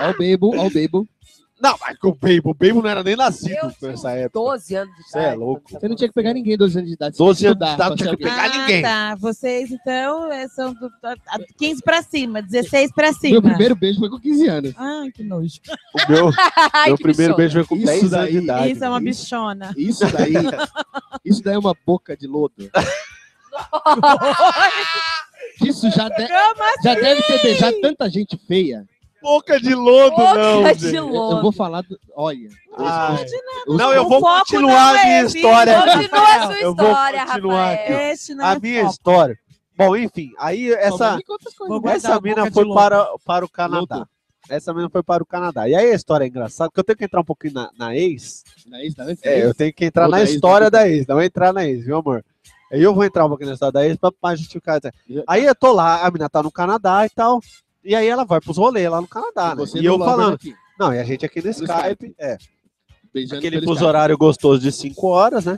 Speaker 3: Ó o Bebo, ó o Bebo.
Speaker 5: Não, mas com o Bebo. O Bebo não era nem nascido
Speaker 6: Eu tinha
Speaker 5: nessa
Speaker 6: uns
Speaker 5: época.
Speaker 6: 12 anos de
Speaker 5: Você é
Speaker 6: idade.
Speaker 5: louco.
Speaker 3: Você não tinha que pegar ninguém 12 anos de idade. você
Speaker 5: 12
Speaker 3: tinha
Speaker 5: anos
Speaker 3: que
Speaker 5: de
Speaker 3: estudar pra
Speaker 5: idade, tinha que
Speaker 6: Ah,
Speaker 3: ser alguém.
Speaker 5: pegar ninguém.
Speaker 7: tá. Vocês, então, é, são do, a- a- 15 pra cima, 16 pra cima.
Speaker 3: Meu primeiro beijo foi com 15 anos.
Speaker 7: Ai, que nojo.
Speaker 5: O meu,
Speaker 6: Ai,
Speaker 5: meu
Speaker 6: que
Speaker 5: primeiro
Speaker 6: bichona.
Speaker 5: beijo foi com
Speaker 3: Isso
Speaker 5: 10 anos
Speaker 3: daí,
Speaker 5: de idade.
Speaker 7: Isso é uma
Speaker 5: mano.
Speaker 7: bichona.
Speaker 3: Isso daí, isso daí é uma boca de lodo. Isso já, de- já deve ter beijado tanta gente feia.
Speaker 5: Boca de lodo,
Speaker 6: Boca
Speaker 5: não.
Speaker 6: de
Speaker 5: gente.
Speaker 6: lodo.
Speaker 3: Eu- Eu vou falar, do- olha.
Speaker 5: Ai.
Speaker 3: os-
Speaker 5: Não, eu
Speaker 7: O
Speaker 5: vou
Speaker 7: foco
Speaker 5: continuar
Speaker 7: não
Speaker 5: a
Speaker 7: é
Speaker 5: minha
Speaker 7: vivo,
Speaker 5: história. aqui.
Speaker 6: Continua a sua
Speaker 5: Eu vou
Speaker 6: história,
Speaker 5: continuar aqui.
Speaker 6: Rafael.
Speaker 7: Este não é
Speaker 5: A minha
Speaker 7: foco.
Speaker 5: história. Bom, enfim, aí essa.
Speaker 3: Mas me conta as coisas.
Speaker 7: Vou guardar
Speaker 5: Essa
Speaker 7: a boca
Speaker 5: mina
Speaker 7: de
Speaker 5: foi
Speaker 7: lobo.
Speaker 5: para, para o Canadá.
Speaker 3: Lobo.
Speaker 5: Essa mina foi para o Canadá. E aí a história é engraçada, porque eu tenho que entrar um pouquinho na, na ex.
Speaker 3: Não é isso, não é isso?
Speaker 5: É, eu tenho que entrar
Speaker 3: Ou
Speaker 5: na
Speaker 3: da ex,
Speaker 5: história
Speaker 3: né?
Speaker 5: da ex, não entrar na ex, viu, amor? Aí Eu vou entrar um pouquinho na história da ex pra, pra justificar. tá? Aí eu tô lá, a mina tá no Canadá e tal. E aí ela vai pros rolês lá no Canadá, né?
Speaker 3: Você
Speaker 5: E
Speaker 3: no
Speaker 5: eu
Speaker 3: Lover
Speaker 5: falando.
Speaker 3: aqui,
Speaker 5: Não, e a gente aqui no
Speaker 3: No
Speaker 5: Skype. É.
Speaker 3: beijando
Speaker 5: Aquele
Speaker 3: pelo
Speaker 5: fuso
Speaker 3: Skype.
Speaker 5: horário gostoso de 5 horas, né?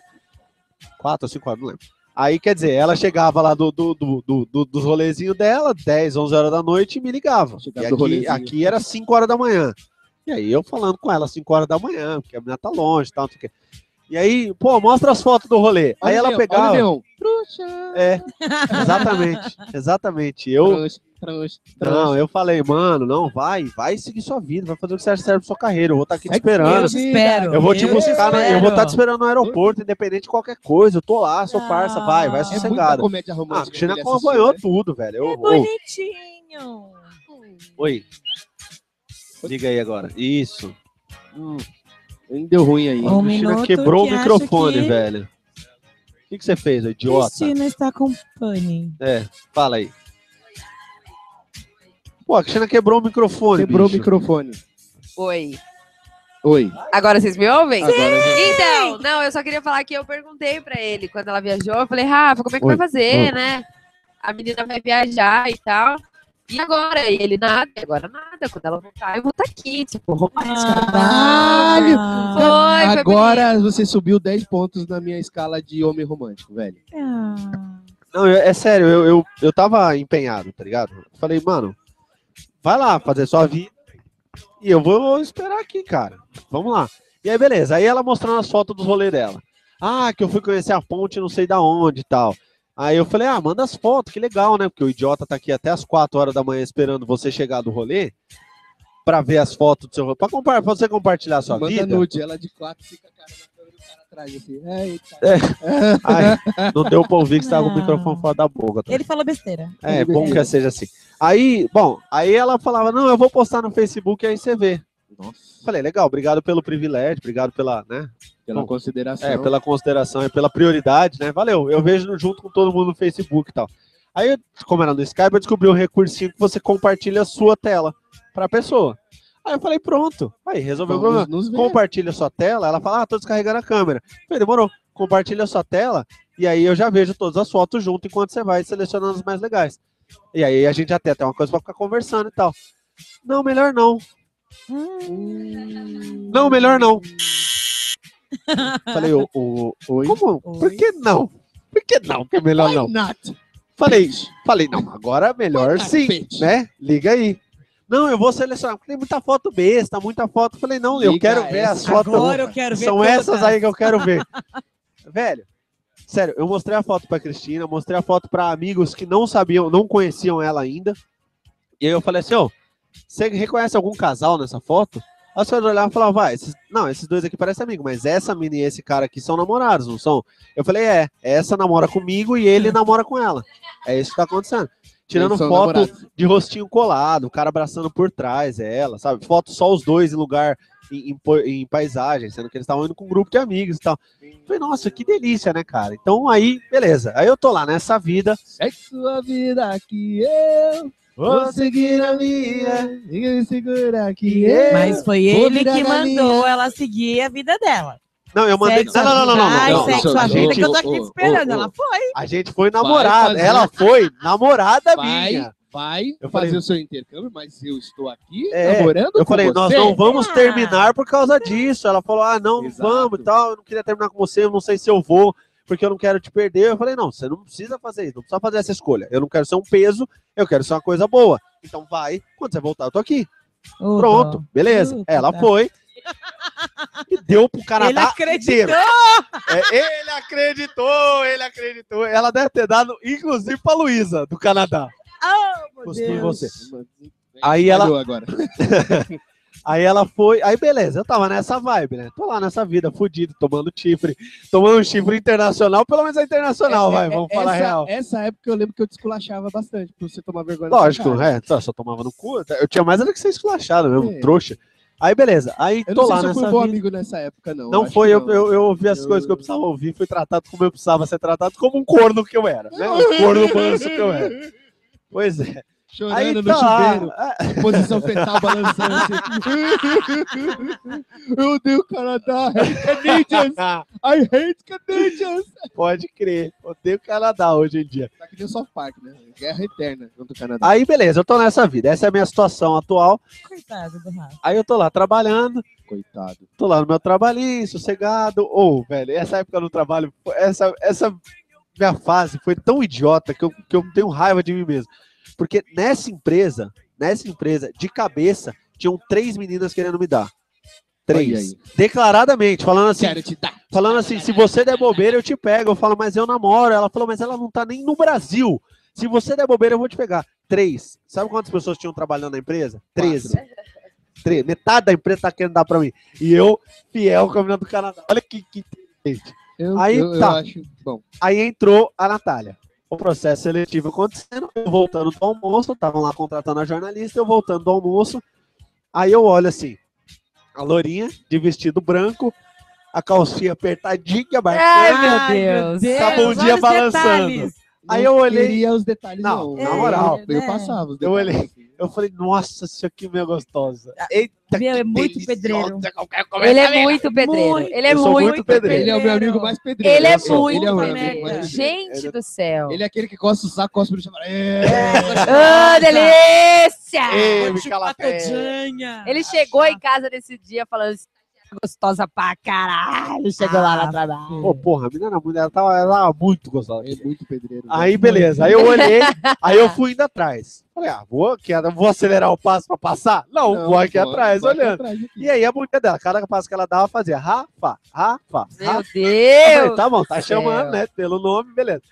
Speaker 5: 4 ou 5 horas, não lembro. Aí, quer dizer, ela chegava lá do, do, do, do- do- dos rolezinhos dela, 10, 11 horas da noite, e me ligava.
Speaker 3: Chegava
Speaker 5: E
Speaker 3: do
Speaker 5: aqui,
Speaker 3: rolezinho.
Speaker 5: aqui era 5 horas da manhã. E aí eu falando com ela 5 horas da manhã, porque a menina tá longe e tal, não sei o quê. E aí, pô, mostra as fotos do rolê.
Speaker 3: Olha
Speaker 5: Aí
Speaker 3: o
Speaker 5: ela
Speaker 3: Leão,
Speaker 5: pegava.
Speaker 3: olha o Leão. Trouxa.
Speaker 5: É, exatamente, exatamente. Eu,
Speaker 3: Trouxa, trouxa,
Speaker 5: não,
Speaker 3: trouxa. É
Speaker 5: eu falei, mano, não, vai, vai seguir sua vida, vai fazer o que você acha certo pra sua carreira, eu vou estar aqui te esperando.
Speaker 7: Eu te espero.
Speaker 5: Eu vou te
Speaker 3: Eu
Speaker 5: buscar, na- eu vou estar te
Speaker 7: espero.
Speaker 5: esperando no aeroporto, independente de qualquer coisa. Eu tô lá, sou
Speaker 7: Não.
Speaker 5: parça, vai, vai
Speaker 7: É
Speaker 3: Ah. É muita
Speaker 5: sossegada.
Speaker 3: comédia
Speaker 5: Ah, a
Speaker 3: romântica.
Speaker 5: Cristina
Speaker 3: que ele assistiu,
Speaker 5: acompanhou
Speaker 3: né?
Speaker 5: tudo, velho. Eu,
Speaker 7: É
Speaker 5: ô,
Speaker 7: bonitinho.
Speaker 5: Oi. Liga aí agora. Isso. Hum,
Speaker 3: Ele deu ruim aí.
Speaker 7: Um
Speaker 5: a Cristina
Speaker 7: minuto
Speaker 5: quebrou
Speaker 7: que
Speaker 5: o
Speaker 7: acho
Speaker 5: microfone,
Speaker 7: que-
Speaker 5: velho. O que, que você fez, ô idiota?
Speaker 7: Cristina está com pane.
Speaker 5: É, fala aí. Pô, a Cristina quebrou o microfone.
Speaker 3: Quebrou o
Speaker 5: bicho.
Speaker 3: microfone.
Speaker 6: Oi.
Speaker 3: Oi.
Speaker 6: Agora vocês me ouvem?
Speaker 3: Agora,
Speaker 6: Então, não, eu só queria falar que eu perguntei pra ele quando ela viajou. Eu falei, Rafa, como é que
Speaker 5: Oi.
Speaker 6: vai fazer, né? A menina vai viajar e tal. E agora? E ele, nada, e agora nada. Quando ela voltar, eu vou estar aqui, tipo, romântica.
Speaker 3: caralho!
Speaker 7: Ah,
Speaker 6: Foi, foi
Speaker 3: agora você subiu 10 pontos na minha escala de homem romântico, velho.
Speaker 7: ah.
Speaker 5: Não, eu- é sério, eu, eu, eu tava empenhado, tá ligado? Falei, mano, vai lá fazer sua vida e eu vou esperar aqui, cara. Vamos lá. E aí, beleza. Aí ela mostrando as fotos dos rolês dela. Ah, que eu fui conhecer a ponte não sei da onde e tal. Aí eu falei, ah, manda as fotos, que legal, né? Porque o idiota tá aqui até as 4 horas da manhã esperando você chegar do rolê pra ver as fotos do seu rolê. Pra, compa- pra você compartilhar a sua
Speaker 3: Manda
Speaker 5: vida.
Speaker 3: nude, ela de 4 fica a cara na câmera e o cara atrás assim. Eita.
Speaker 5: É. Ai, não deu pra ouvir que você tava com o
Speaker 7: Não.
Speaker 5: microfone fora da boca. tá
Speaker 7: Ele falou besteira.
Speaker 5: É, bom que seja assim. Aí, bom, aí ela falava, não, eu vou postar no Facebook aí você vê.
Speaker 3: Nossa,
Speaker 5: Falei, legal, obrigado pelo privilégio, obrigado pela, né,
Speaker 3: pela
Speaker 5: Bom,
Speaker 3: consideração.
Speaker 5: é, pela consideração e pela prioridade, né, valeu, eu vejo no- junto com todo mundo no Facebook e tal. Aí, como era no Skype, eu descobri um recursinho que você compartilha a sua tela pra pessoa. Aí eu falei, pronto. Aí resolveu o problema.
Speaker 3: Vamos nos ver.
Speaker 5: Compartilha sua tela. Ela fala, ah, tô descarregando a câmera. Eu falei, demorou. Compartilha sua tela e aí eu já vejo todas as fotos junto enquanto você vai selecionando as mais legais. E aí a gente até tem uma coisa pra ficar conversando e tal. Não, melhor não. Não, melhor não. Falei, o, o,
Speaker 3: Oi?
Speaker 5: como? Por
Speaker 7: Oi?
Speaker 5: que não? Por que não? Que é melhor não?
Speaker 3: Not.
Speaker 5: Falei, falei, não, agora melhor sim,
Speaker 3: Cacete.
Speaker 5: né? Liga aí. Não, eu vou selecionar. Tem muita foto besta, muita foto. Falei, não, eu
Speaker 3: Liga
Speaker 5: quero ver
Speaker 3: essa.
Speaker 5: as fotos.
Speaker 7: Agora eu quero ver.
Speaker 5: São
Speaker 7: todas.
Speaker 5: essas aí que eu quero ver. Velho, sério, eu mostrei a foto pra Cristina, mostrei a foto pra amigos que não sabiam, não conheciam ela ainda. E aí eu falei assim, ó, você reconhece algum casal nessa foto? As pessoas olhavam e falavam, vai, esses- não, esses dois aqui parecem amigos, mas essa mina e esse cara aqui são namorados, não são? Eu falei, é, essa namora comigo e ele namora com ela. É isso que tá acontecendo. Tirando
Speaker 3: Eles são
Speaker 5: foto
Speaker 3: namorados.
Speaker 5: de rostinho colado, o cara abraçando por trás, é ela, sabe? Foto só os dois em lugar, em, em po- em paisagem, sendo que eles estavam indo com um grupo de amigos e tal. Falei, nossa, que delícia, né, cara? Então aí, beleza. Aí eu tô lá nessa vida.
Speaker 3: Segue É sua vida que eu vou seguir a minha. Ninguém me segura que
Speaker 5: é.
Speaker 3: eu.
Speaker 7: Mas foi
Speaker 3: Vou
Speaker 7: ele
Speaker 3: virar
Speaker 7: que
Speaker 3: galinha.
Speaker 7: mandou ela seguir a vida dela.
Speaker 5: Não, eu mandei.
Speaker 7: Segue
Speaker 5: Não, não, não, não, não,
Speaker 7: Ai,
Speaker 5: não, não.
Speaker 7: segue
Speaker 3: isso-
Speaker 7: sua vida,
Speaker 5: gente,
Speaker 7: que eu tô
Speaker 3: ô,
Speaker 7: aqui te
Speaker 3: ô,
Speaker 7: esperando.
Speaker 3: ô,
Speaker 7: Ela foi.
Speaker 5: A gente foi namorada.
Speaker 3: fazer-
Speaker 5: Ela foi namorada
Speaker 3: Vai,
Speaker 5: minha.
Speaker 3: vai
Speaker 5: Eu
Speaker 3: fazer
Speaker 5: falei-
Speaker 3: o seu intercâmbio, mas eu estou aqui
Speaker 5: É,
Speaker 3: namorando
Speaker 5: Eu
Speaker 3: com
Speaker 5: falei,
Speaker 3: você.
Speaker 5: nós não vamos
Speaker 7: Ah.
Speaker 5: terminar por causa disso. Ela falou, ah, não, não
Speaker 3: Exato.
Speaker 5: vamos e tal. Eu não queria terminar com você, eu não sei se eu vou, porque eu não quero te perder. Eu falei, não, você não precisa fazer isso, não precisa fazer essa escolha. Eu não quero ser um peso, eu quero ser uma coisa boa. Então vai, quando você voltar, eu tô aqui.
Speaker 7: Ô,
Speaker 5: Pronto, beleza.
Speaker 7: Puta.
Speaker 5: Ela foi. E deu pro
Speaker 7: dó. Ele
Speaker 5: Canadá inteiro.
Speaker 7: acreditou.
Speaker 5: É, ele acreditou, ele acreditou. Ela deve ter dado, inclusive, pra Luísa, do Canadá.
Speaker 7: Ah, meu
Speaker 5: Gostei de
Speaker 7: Deus.
Speaker 5: você.
Speaker 3: E
Speaker 5: Aí
Speaker 3: ela...
Speaker 5: ela,
Speaker 3: agora.
Speaker 5: aí ela foi. Aí beleza, eu tava nessa vibe, né? Tô lá nessa vida, fudido, tomando chifre. Tomando chifre internacional, pelo menos é internacional, vai, vamos falar a
Speaker 3: essa, é
Speaker 5: real.
Speaker 3: Essa época eu lembro que eu desculachava bastante, pra você tomar vergonha. na sua
Speaker 5: Lógico,
Speaker 3: cara.
Speaker 5: é, só, só tomava no cu. Eu tinha mais era que ser esculachado mesmo,
Speaker 3: É.
Speaker 5: trouxa. Aí beleza, aí
Speaker 3: Eu
Speaker 5: é, tô
Speaker 3: não
Speaker 5: lá
Speaker 3: sei se eu
Speaker 5: nessa
Speaker 3: fui um
Speaker 5: vida.
Speaker 3: bom amigo nessa época, não.
Speaker 5: Não
Speaker 3: acho
Speaker 5: foi,
Speaker 3: que
Speaker 5: eu,
Speaker 3: não.
Speaker 5: eu, eu ouvi as coisas que eu precisava ouvir, fui tratado como eu precisava ser tratado, como um corno que eu era, né? Um corno manso que eu era. Pois é.
Speaker 3: Chorando
Speaker 5: Aí
Speaker 3: no
Speaker 5: tá
Speaker 3: chuveiro,
Speaker 5: lá. Ah,
Speaker 3: posição fetal balançando. assim. eu odeio o Canadá, I hate Canadians, I hate Canadians.
Speaker 5: Pode crer. Odeio o Canadá hoje em dia.
Speaker 3: Tá que nem o South Park, né? Guerra eterna contra o Canadá.
Speaker 5: Aí, beleza, eu tô nessa vida. Essa é a minha situação atual.
Speaker 7: Coitado do Rafa.
Speaker 5: Aí eu tô lá trabalhando,
Speaker 3: Coitado.
Speaker 5: tô lá no meu trabalhinho, sossegado. Ou, velho, essa época no trabalho, essa, essa minha fase foi tão idiota que eu, que eu tenho raiva de mim mesmo. Porque nessa empresa, nessa empresa, de cabeça, tinham três meninas querendo me dar. Três.
Speaker 3: Olha aí.
Speaker 5: Declaradamente, falando assim,
Speaker 3: Quero te dar.
Speaker 5: falando assim, se você der bobeira, eu te pego. Eu falo, mas eu namoro. Ela falou, mas ela não tá nem no Brasil. Se você der bobeira, eu vou te pegar. Três. Sabe quantas pessoas tinham trabalhando na empresa? Treze.
Speaker 6: é
Speaker 5: Três. Metade da empresa tá querendo dar pra mim. E eu, fiel, caminhão do Canadá. Olha que, que inteligente.
Speaker 3: Eu,
Speaker 5: Aí
Speaker 3: eu, eu
Speaker 5: tá.
Speaker 3: acho bom.
Speaker 5: Aí entrou a Natália. O processo seletivo acontecendo, eu voltando do almoço, estavam lá contratando a jornalista, eu voltando do almoço. Aí eu olho assim, a Lourinha, de vestido branco, a calcinha apertadinha, marcada.
Speaker 7: Ai, meu
Speaker 6: Deus.
Speaker 7: Deus,
Speaker 5: Tava um
Speaker 7: olha
Speaker 5: dia
Speaker 7: os
Speaker 5: balançando.
Speaker 7: detalhes.
Speaker 5: Aí eu olhei-
Speaker 3: Queria os detalhes,
Speaker 5: Não,
Speaker 3: não.
Speaker 5: na moral.
Speaker 3: Eu, eu passava os
Speaker 5: Eu
Speaker 3: detalhes.
Speaker 5: olhei. Eu falei, nossa, isso aqui é meio gostosa. Eita, Tá
Speaker 7: Meu,
Speaker 5: que
Speaker 7: é muito
Speaker 5: deliciosa
Speaker 7: pedreiro.
Speaker 5: que eu quero comer
Speaker 6: Ele
Speaker 5: essa
Speaker 6: é
Speaker 5: merda.
Speaker 6: muito pedreiro.
Speaker 7: Muito.
Speaker 6: Ele é
Speaker 5: Eu sou
Speaker 6: muito,
Speaker 5: muito pedreiro.
Speaker 3: Ele é o meu amigo mais pedreiro.
Speaker 6: Ele é
Speaker 3: eu sou.
Speaker 6: muito
Speaker 3: Ele é o meu
Speaker 7: merda.
Speaker 3: amigo mais pedreiro.
Speaker 6: Gente do céu.
Speaker 3: Ele é aquele que gosta de usar cospe no chão. É.
Speaker 6: Ah, delícia!
Speaker 5: Ei,
Speaker 7: Vou te
Speaker 5: Micaela
Speaker 7: matar,
Speaker 5: Pé.
Speaker 7: Janha.
Speaker 6: Ele chegou em casa nesse dia falando assim, gostosa pra caralho. Chegou lá
Speaker 7: Ah,
Speaker 6: na trabalho.
Speaker 5: Pô, porra, a menina era muito, ela tava, ela tava muito gostosa.
Speaker 3: É muito pedreiro.
Speaker 5: Aí, beleza. Aí eu olhei, aí eu fui indo atrás. Falei, ah, vou aqui, vou acelerar o passo pra passar? Não, vou aqui atrás, olhando. E aí a mulher dela, cada passo que ela dava, fazia Rafa, Rafa,
Speaker 6: Meu
Speaker 5: Rafa. Eu falei,
Speaker 6: Deus!
Speaker 5: tá bom, tá
Speaker 6: do céu.
Speaker 5: chamando, né? Pelo nome, beleza.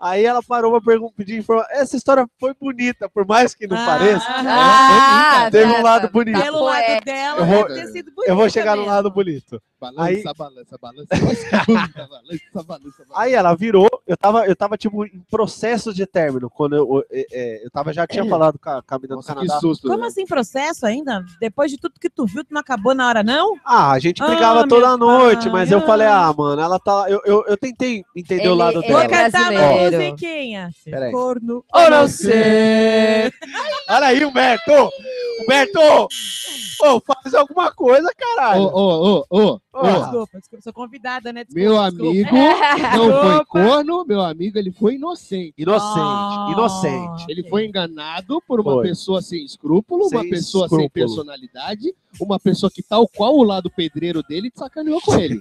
Speaker 5: Aí ela parou pra pergun- pedir informação. Essa história foi bonita, por mais que não
Speaker 7: Ah,
Speaker 5: pareça.
Speaker 6: ah,
Speaker 5: né? teve
Speaker 6: tá,
Speaker 5: um lado
Speaker 6: tá,
Speaker 5: bonito.
Speaker 7: Pelo lado dela,
Speaker 5: Eu vou-
Speaker 7: deve ter sido
Speaker 5: Eu vou
Speaker 7: bonita
Speaker 5: chegar no
Speaker 7: mesmo.
Speaker 5: lado bonito.
Speaker 3: Balança,
Speaker 5: Aí-
Speaker 3: balança, balança, balança, balança, balança,
Speaker 5: Aí ela virou, eu tava, eu tava tipo em processo de término, quando eu, eu, é, eu tava, já tinha falado com a, com a menina do
Speaker 3: Nossa, que
Speaker 5: Canadá.
Speaker 3: susto. né?
Speaker 7: Como assim, processo ainda? Depois de tudo que tu viu, tu não acabou na hora, não?
Speaker 5: Ah, a gente
Speaker 7: Ah,
Speaker 5: brigava
Speaker 7: meu
Speaker 5: toda noite,
Speaker 7: pai,
Speaker 5: mas eu
Speaker 7: ah.
Speaker 5: falei, ah, mano, ela tá. Eu, eu, eu tentei entender o
Speaker 6: Ele-
Speaker 5: lado
Speaker 6: ele
Speaker 7: Vou
Speaker 5: dela.
Speaker 6: é
Speaker 7: cantar uma
Speaker 6: brasileiro.
Speaker 7: musiquinha. Ser
Speaker 5: Peraí.
Speaker 7: corno.
Speaker 6: Ou não sei.
Speaker 5: Olha aí, Humberto! Humberto! Ô, faz alguma coisa,
Speaker 7: assim?
Speaker 3: Ô,
Speaker 5: caralho!
Speaker 3: ô, ô, ô, ô.
Speaker 7: Desculpa, desculpa, sou convidada, né? Desculpa,
Speaker 3: Meu
Speaker 7: desculpa.
Speaker 6: É.
Speaker 3: amigo não foi corno, meu amigo, ele foi inocente.
Speaker 7: Ah. Oh,
Speaker 5: Inocente, inocente.
Speaker 3: Ele foi enganado por uma
Speaker 5: Foi.
Speaker 3: pessoa sem escrúpulo, uma
Speaker 5: Sem
Speaker 3: pessoa sem
Speaker 5: escrúpulo.
Speaker 3: personalidade, uma pessoa que, tal qual o lado pedreiro dele, te sacaneou com ele.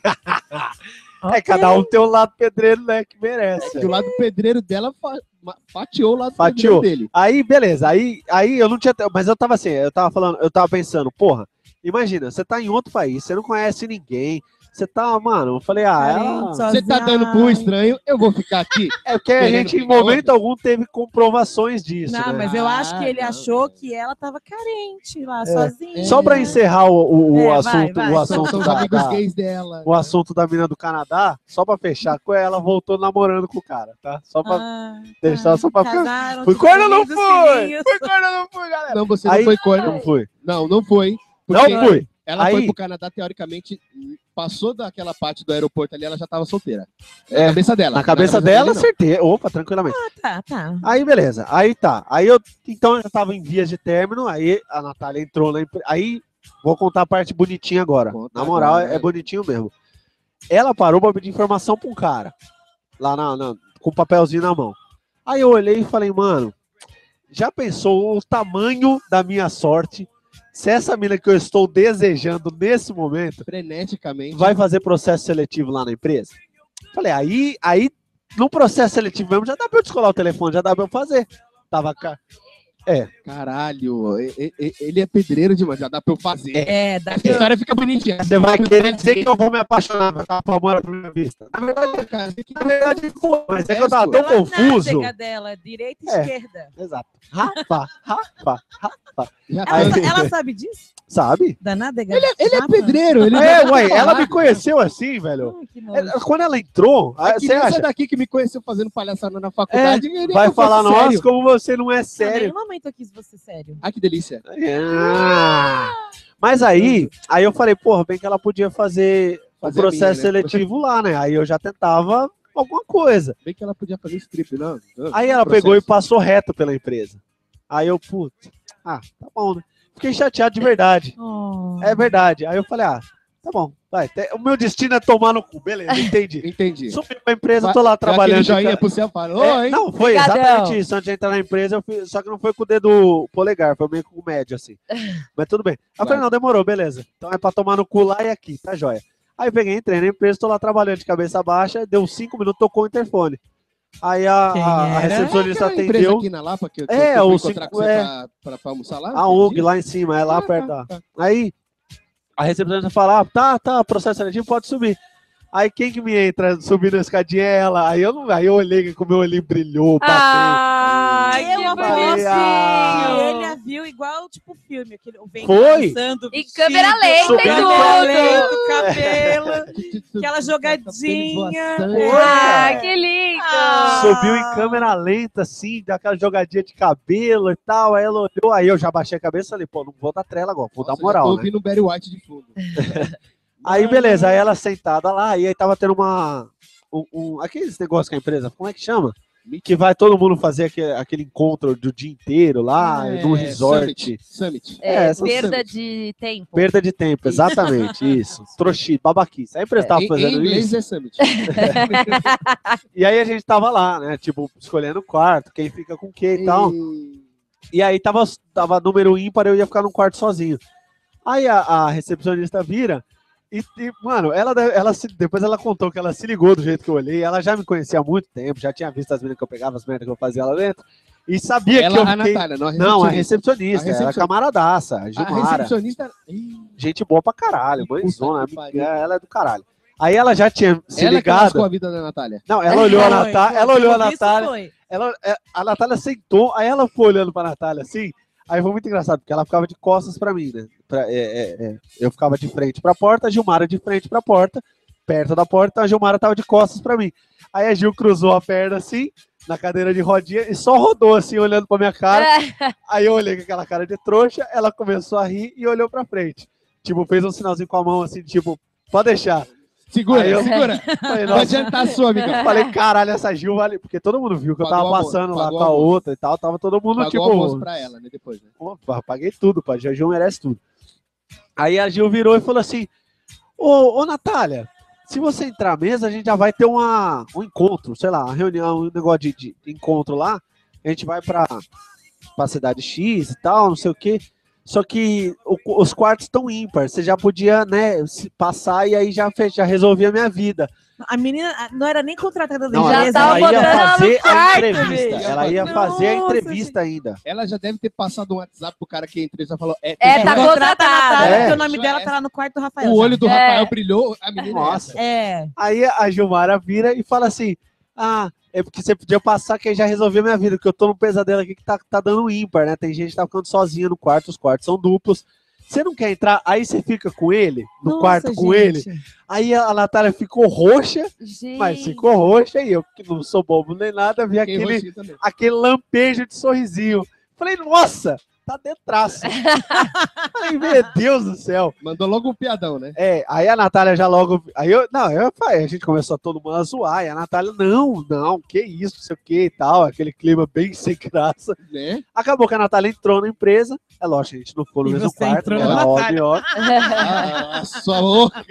Speaker 5: É, cada um tem um lado pedreiro, né, que merece.
Speaker 3: Que o lado pedreiro dela fa- ma- fatiou o lado
Speaker 5: Fatiou.
Speaker 3: pedreiro dele.
Speaker 5: Aí, beleza. Aí, aí eu não tinha. Mas eu tava assim, eu tava falando, eu tava pensando, porra, imagina, você tá em outro país, você não conhece ninguém. Você tá, mano, eu falei, ah,
Speaker 7: Carente,
Speaker 5: ela...
Speaker 3: Você tá dando pro estranho, eu vou ficar aqui.
Speaker 5: é porque a
Speaker 3: Querendo
Speaker 5: gente em
Speaker 3: ficar
Speaker 5: momento algum teve comprovações disso,
Speaker 7: Não,
Speaker 5: né? É,
Speaker 7: mas eu acho que ele
Speaker 3: Ah,
Speaker 7: achou que ela tava carente lá, sozinha.
Speaker 5: Só pra encerrar o, o- o
Speaker 7: É, vai,
Speaker 5: assunto,
Speaker 7: vai.
Speaker 5: o
Speaker 3: São,
Speaker 5: assunto
Speaker 3: são os
Speaker 5: da,
Speaker 3: amigos
Speaker 5: da-
Speaker 3: gays dela.
Speaker 5: o assunto da mina do Canadá, só pra fechar com ela, voltou namorando com o cara, tá? Só pra
Speaker 7: Ah,
Speaker 5: deixar,
Speaker 7: tá.
Speaker 5: só pra ficar.
Speaker 7: Casaram,
Speaker 5: Fui
Speaker 7: tudo
Speaker 5: corno ou não
Speaker 7: lindo,
Speaker 5: fui?
Speaker 7: filhinhos.
Speaker 5: Fui corno ou não fui, galera?
Speaker 3: Não, você
Speaker 5: Aí-
Speaker 3: não foi corno.
Speaker 5: Não fui.
Speaker 3: Não, não foi. porque
Speaker 5: Não fui.
Speaker 3: Ela
Speaker 5: Aí-
Speaker 3: foi pro Canadá, teoricamente, passou daquela parte do aeroporto ali, ela já tava solteira.
Speaker 5: É,
Speaker 3: na cabeça dela.
Speaker 5: Na cabeça dela, certeza. Opa, tranquilamente.
Speaker 7: Tá, tá.
Speaker 5: Aí, beleza. Aí tá. Aí eu. Então eu já tava em vias de término. Aí a Natália entrou na empre- Aí vou contar a parte bonitinha agora.
Speaker 3: Conta
Speaker 5: na moral,
Speaker 3: agora,
Speaker 5: é,
Speaker 3: né?
Speaker 5: bonitinho mesmo. Ela parou pra pedir informação pra um cara. Lá na, na- com o papelzinho na mão. Aí eu olhei e falei, mano, já pensou o tamanho da minha sorte? Se essa mina que eu estou desejando nesse momento
Speaker 3: freneticamente.
Speaker 5: vai fazer processo seletivo lá na empresa? Falei, aí, aí no processo seletivo mesmo já dá pra eu descolar o telefone, já dá pra eu fazer. Tava ca-
Speaker 3: Caralho, e- e- e- ele é pedreiro demais, já dá pra eu fazer.
Speaker 7: É, da
Speaker 3: Essa história fica bonitinha.
Speaker 5: Você vai querer dizer que eu vou me apaixonar, vai ficar por amor à primeira vista. Na verdade,
Speaker 3: Cara, que-
Speaker 5: na verdade, foi, mas é que eu tava tão confuso.
Speaker 7: nádega dela, direita e
Speaker 5: É.
Speaker 7: esquerda.
Speaker 5: Exato. Rafa, Rafa, Rafa.
Speaker 3: já tá-
Speaker 7: Ela,
Speaker 5: Aí-
Speaker 7: sa- ela sabe disso?
Speaker 5: Sabe?
Speaker 7: Da nádega?
Speaker 3: Ele, é- ele é
Speaker 7: Rafa?
Speaker 3: pedreiro, ele
Speaker 5: É, ué, ela me conheceu assim, velho.
Speaker 7: Ai, que nojo.
Speaker 5: Ela- Quando ela entrou, aí
Speaker 3: É que
Speaker 5: É você tá-
Speaker 3: nem essa
Speaker 5: acha, É,
Speaker 3: daqui que me conheceu fazendo palhaçada na faculdade. ele
Speaker 5: vai
Speaker 3: não
Speaker 5: falar,
Speaker 3: fosse
Speaker 5: nossa,
Speaker 3: sério.
Speaker 5: como você não é
Speaker 7: Não, Em
Speaker 5: sério.
Speaker 7: nenhum momento eu quis você sério.
Speaker 3: Ah, que delícia.
Speaker 5: Ah. Mas aí, aí eu falei, porra, bem que ela podia fazer o
Speaker 3: Fazer
Speaker 5: processo
Speaker 3: minha, né?
Speaker 5: seletivo lá, né? Aí eu já tentava alguma coisa.
Speaker 3: Bem que ela podia fazer strip, não.
Speaker 5: Aí ela pegou e passou reto pela empresa. Aí eu, putz, ah, tá bom, né? Fiquei chateado de verdade.
Speaker 7: Oh.
Speaker 5: É verdade. Aí eu falei, ah, tá bom, vai. te- O meu destino é tomar no cu, beleza, entendi.
Speaker 3: Entendi.
Speaker 5: Subi pra empresa, tô lá
Speaker 3: Trabalhando
Speaker 5: trabalhando. de
Speaker 3: joinha
Speaker 5: cara-
Speaker 3: pro céu, falou,
Speaker 5: É,
Speaker 3: hein?
Speaker 5: não, foi
Speaker 6: Obrigadão.
Speaker 5: exatamente isso. Antes de entrar na empresa, eu fiz, só que não foi com o dedo polegar, foi meio com o médio, assim. Mas tudo bem. Aí eu falei,
Speaker 3: Vai.
Speaker 5: não, demorou, beleza. Então é pra tomar no cu lá e aqui, tá joia. Aí eu peguei, entrei na empresa, tô lá trabalhando de cabeça baixa, deu cinco minutos, tocou o interfone. Aí a,
Speaker 7: Quem
Speaker 5: a- a
Speaker 7: era?
Speaker 5: recepcionista
Speaker 3: Aquela Ah, empresa
Speaker 5: atendeu,
Speaker 3: aqui na Lapa que eu, que
Speaker 5: É,
Speaker 3: eu fui
Speaker 5: o
Speaker 3: encontrar
Speaker 5: cinco-
Speaker 3: com você
Speaker 5: é.
Speaker 3: pra, pra, pra almoçar lá?
Speaker 5: a ONG lá em cima, é
Speaker 3: Ah,
Speaker 5: lá
Speaker 3: tá.
Speaker 5: perto da... Aí a recepcionista fala, ah, tá, tá, processo seletivo, pode subir. Aí quem que me entra subindo a escadinha é ela. Aí eu não, aí eu olhei que o meu olhinho brilhou, bateu.
Speaker 6: Ah, Ai,
Speaker 7: eu
Speaker 6: que
Speaker 7: aposto
Speaker 5: Ah.
Speaker 7: que
Speaker 6: bonitinho.
Speaker 7: ele a viu igual, tipo, filme. Aquele, o vento
Speaker 5: Foi?
Speaker 7: passando,
Speaker 6: E
Speaker 7: vestido,
Speaker 6: câmera lenta
Speaker 5: e
Speaker 7: câmera
Speaker 6: tudo.
Speaker 7: lenta, cabelo, aquela jogadinha.
Speaker 3: Foi.
Speaker 6: Ah, que lindo.
Speaker 7: Ah.
Speaker 5: Subiu em câmera lenta, assim, daquela jogadinha de cabelo e tal. Aí ela olhou, aí eu já baixei a cabeça e falei, pô, não vou dar trela agora, vou dar
Speaker 3: Tô
Speaker 5: moral, né?
Speaker 3: ouvindo o Barry White de fundo.
Speaker 5: Aí beleza, aí ela sentada lá, e aí tava tendo uma. Um, um- aqueles negócios que a empresa, como é que chama? Que vai todo mundo fazer aquele, aquele encontro do dia inteiro lá,
Speaker 3: É,
Speaker 5: Ah, do resort.
Speaker 3: Summit. Summit.
Speaker 6: É,
Speaker 5: É, essas
Speaker 6: perda de tempo.
Speaker 5: Perda de tempo, exatamente, isso. Trouxi, babaquice. Aí a empresa
Speaker 3: em,
Speaker 5: tava
Speaker 3: em
Speaker 5: Tá fazendo
Speaker 3: inglês
Speaker 5: isso.
Speaker 3: é Summit.
Speaker 5: E aí a gente tava lá, né? Tipo, escolhendo o quarto, quem fica com o que e tal. E aí tava, tava número ímpar, eu ia ficar num quarto sozinho. Aí a, a recepcionista vira e, e, mano, ela, deve- ela se- depois ela contou que ela se ligou do jeito que eu olhei. Ela já me conhecia há muito tempo, já tinha visto as meninas que eu pegava, as merdas que eu fazia lá dentro. E sabia que
Speaker 3: Ela, é
Speaker 5: eu
Speaker 3: a
Speaker 5: fiquei...
Speaker 3: Natália, não a
Speaker 5: Não, a
Speaker 3: recepcionista. A
Speaker 5: recepcionista, ela é
Speaker 3: recepcion-
Speaker 5: camaradaça, a Gilmara.
Speaker 3: A recepcionista... Ih,
Speaker 5: Gente boa pra caralho,
Speaker 3: Puta
Speaker 5: mãezona,
Speaker 3: que
Speaker 5: amiga,
Speaker 3: pariu.
Speaker 5: ela é do caralho. Aí ela já tinha se
Speaker 3: Ela que
Speaker 5: ligado.
Speaker 3: lascou a vida da Natália.
Speaker 5: Não, ela olhou a Natália, ela olhou a
Speaker 7: Isso
Speaker 5: Natália,
Speaker 7: foi.
Speaker 5: ela, é, a Natália sentou, aí ela foi olhando pra Natália assim. Aí foi muito engraçado, porque ela ficava de costas pra mim, né? Pra- é, é, é. Eu ficava de frente pra porta, a Gilmara de frente pra porta, perto da porta, a Gilmara tava de costas pra mim. Aí a Gil cruzou a perna assim, na cadeira de rodinha, e só rodou assim, olhando pra minha cara.
Speaker 6: É,
Speaker 5: Aí eu olhei com aquela cara de trouxa, ela começou a rir e olhou pra frente. Tipo, fez um sinalzinho com a mão assim, tipo, pode deixar.
Speaker 3: Segura,
Speaker 5: Aí eu-
Speaker 3: segura.
Speaker 5: Falei,
Speaker 3: Vai
Speaker 5: nossa,
Speaker 3: adiantar a sua, amigão.
Speaker 5: eu falei, caralho, essa Gil vale. Porque todo mundo viu que eu
Speaker 3: Pagou
Speaker 5: tava
Speaker 3: o almoço,
Speaker 5: passando lá
Speaker 3: pagou
Speaker 5: com a
Speaker 3: o almoço.
Speaker 5: outra e tal. Tava todo mundo,
Speaker 3: Pagou
Speaker 5: tipo.
Speaker 3: o almoço pra ela, né? Depois, né?
Speaker 5: Pô, pá, paguei tudo, pá. Já Gil merece tudo. Aí a Gil virou e falou assim: Ô, ô Natália, se você entrar à mesa, a gente já vai ter uma, um encontro, sei lá, uma reunião, um negócio de, de encontro lá. A gente vai pra, pra cidade X e tal, não sei o quê. Só que o- os quartos estão ímpar. Você já podia, né, se passar e aí já, fez, já resolvia a minha vida.
Speaker 7: A menina ah, não era nem contratada da
Speaker 5: Não,
Speaker 6: Já
Speaker 5: ela, tá
Speaker 6: tava
Speaker 7: empresa.
Speaker 5: ela
Speaker 6: botando
Speaker 5: ia
Speaker 6: ela no
Speaker 5: fazer
Speaker 6: quarto,
Speaker 5: a entrevista.
Speaker 6: bicho.
Speaker 5: Ela ia fazer a
Speaker 7: Nossa,
Speaker 5: entrevista ainda.
Speaker 3: Ela já deve ter passado um WhatsApp pro cara que entrou e já falou. É,
Speaker 6: É,
Speaker 7: É,
Speaker 6: tá
Speaker 7: contrata a Natália,
Speaker 5: É.
Speaker 7: porque o nome dela tá lá no quarto do Rafael.
Speaker 3: O olho do
Speaker 6: É.
Speaker 3: Rafael brilhou, a menina. é
Speaker 5: Nossa.
Speaker 3: essa.
Speaker 7: É.
Speaker 5: Aí a Gilmara vira e fala assim: Ah, é porque você podia passar que aí já resolveu minha vida, porque eu tô num pesadelo aqui que tá, tá dando ímpar, né? Tem gente que tá ficando sozinha no quarto, os quartos são duplos. Você não quer entrar, aí você fica com ele, no
Speaker 7: Nossa,
Speaker 5: quarto com ele.
Speaker 7: gente.
Speaker 5: Aí a Natália ficou roxa,
Speaker 6: Gente.
Speaker 5: mas ficou roxa e eu, que não sou bobo nem nada, vi
Speaker 3: Fiquei
Speaker 5: aquele,
Speaker 3: roxinho também.
Speaker 5: aquele lampejo de sorrisinho. Falei, nossa, tá detraço. Falei, meu Deus do céu.
Speaker 3: Mandou logo um piadão, né?
Speaker 5: É, aí a Natália já logo. Aí eu, não, eu falei, a gente começou todo mundo a zoar. E a Natália, não, não, que isso, não sei o que e tal. Aquele clima bem sem graça.
Speaker 3: Né?
Speaker 5: Acabou que a Natália entrou na empresa. É lógico, a gente não ficou no
Speaker 7: E
Speaker 5: mesmo
Speaker 7: você
Speaker 5: quarto.
Speaker 7: entrou
Speaker 5: né,
Speaker 7: na
Speaker 5: era óbvio,
Speaker 7: Natália.
Speaker 5: óbvio.
Speaker 3: Ah, sua louca.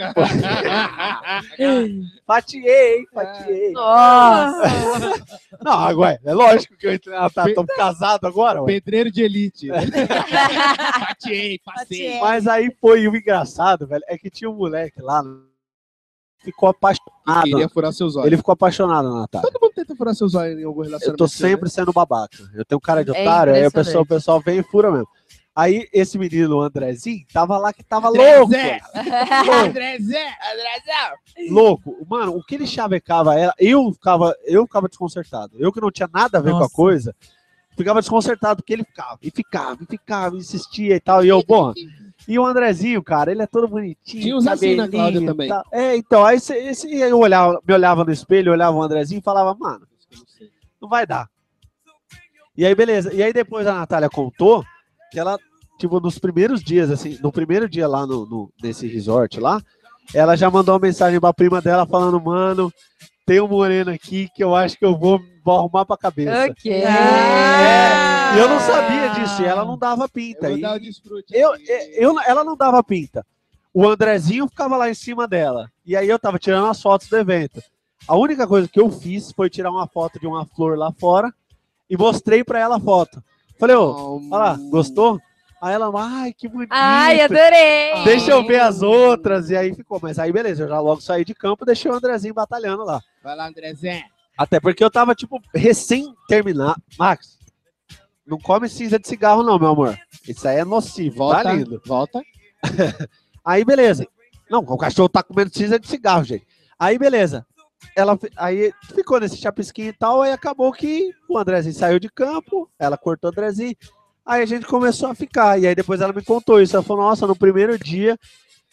Speaker 5: Fatiei, hein, fatiei.
Speaker 6: Nossa.
Speaker 5: Não, agora, é lógico que eu entrei na Natália. Estamos casados agora, ué.
Speaker 3: Pedreiro de elite. né? Patiei, passei.
Speaker 5: Mas aí foi o engraçado, velho. É que tinha um moleque lá. Ficou apaixonado.
Speaker 3: Queria furar seus olhos.
Speaker 5: Ah, Ele ficou apaixonado na Natália.
Speaker 3: Todo mundo tenta furar seus olhos em algum relacionamento. né?
Speaker 5: Eu tô sempre sendo babaca. Eu tenho cara de
Speaker 6: É
Speaker 5: otário, aí o pessoal, o
Speaker 6: impressionante.
Speaker 5: pessoal vem e fura mesmo. Aí esse menino, o Andrezinho, tava lá que tava
Speaker 3: Andrezé!
Speaker 5: louco. louco.
Speaker 3: Andrezé!
Speaker 5: louco. Mano, o que ele chavecava ela, eu ficava, eu ficava desconcertado. Eu que não tinha nada a ver com
Speaker 7: Nossa.
Speaker 5: a coisa, ficava desconcertado, porque ele ficava, e ficava, e ficava, e insistia e tal. E eu, porra. E o Andrezinho, cara, ele é todo bonitinho.
Speaker 3: Tinha uns assim na
Speaker 5: cabelinho
Speaker 3: Cláudia
Speaker 5: e
Speaker 3: também.
Speaker 5: tal. É, então, aí cê- esse, eu olhava, me olhava no espelho, olhava o Andrezinho e falava, mano não vai dar. E aí, beleza. E aí depois a Natália contou que ela, tipo, nos primeiros dias, assim, no primeiro dia lá no, no- nesse resort lá, ela já mandou uma mensagem pra prima dela falando, mano, tem um moreno aqui que eu acho que eu vou, vou arrumar pra cabeça.
Speaker 6: Ok. É.
Speaker 7: Ah.
Speaker 5: E eu não sabia disso, e ela não dava pinta.
Speaker 3: Eu vou
Speaker 5: E
Speaker 3: dar o desfrute.
Speaker 5: eu, eu, ela não dava pinta. O Andrezinho ficava lá em cima dela. E aí eu tava tirando as fotos do evento. A única coisa que eu fiz foi tirar uma foto de uma flor lá fora e mostrei pra ela a foto. Falei, ô, olha lá, gostou? Aí ela, ai, que bonito.
Speaker 6: Ai, adorei.
Speaker 5: Deixa eu ver as outras. E aí ficou. Mas aí beleza, eu já logo saí de campo e deixei o Andrezinho batalhando lá.
Speaker 3: Vai lá, Andrezé.
Speaker 5: Até porque eu tava, tipo, recém terminar. Max, não come cinza de cigarro, não, meu amor. Isso aí é nocivo,
Speaker 3: Volta,
Speaker 5: tá lindo.
Speaker 3: volta.
Speaker 5: Aí, beleza. Não, o cachorro tá comendo cinza de cigarro, gente. Aí, beleza. Ela, fi- aí ficou nesse chapisquinho e tal, aí acabou que o Andrezinho saiu de campo, ela cortou o Andrezinho, aí a gente começou a ficar. E aí depois ela me contou isso. Ela falou, nossa, no primeiro dia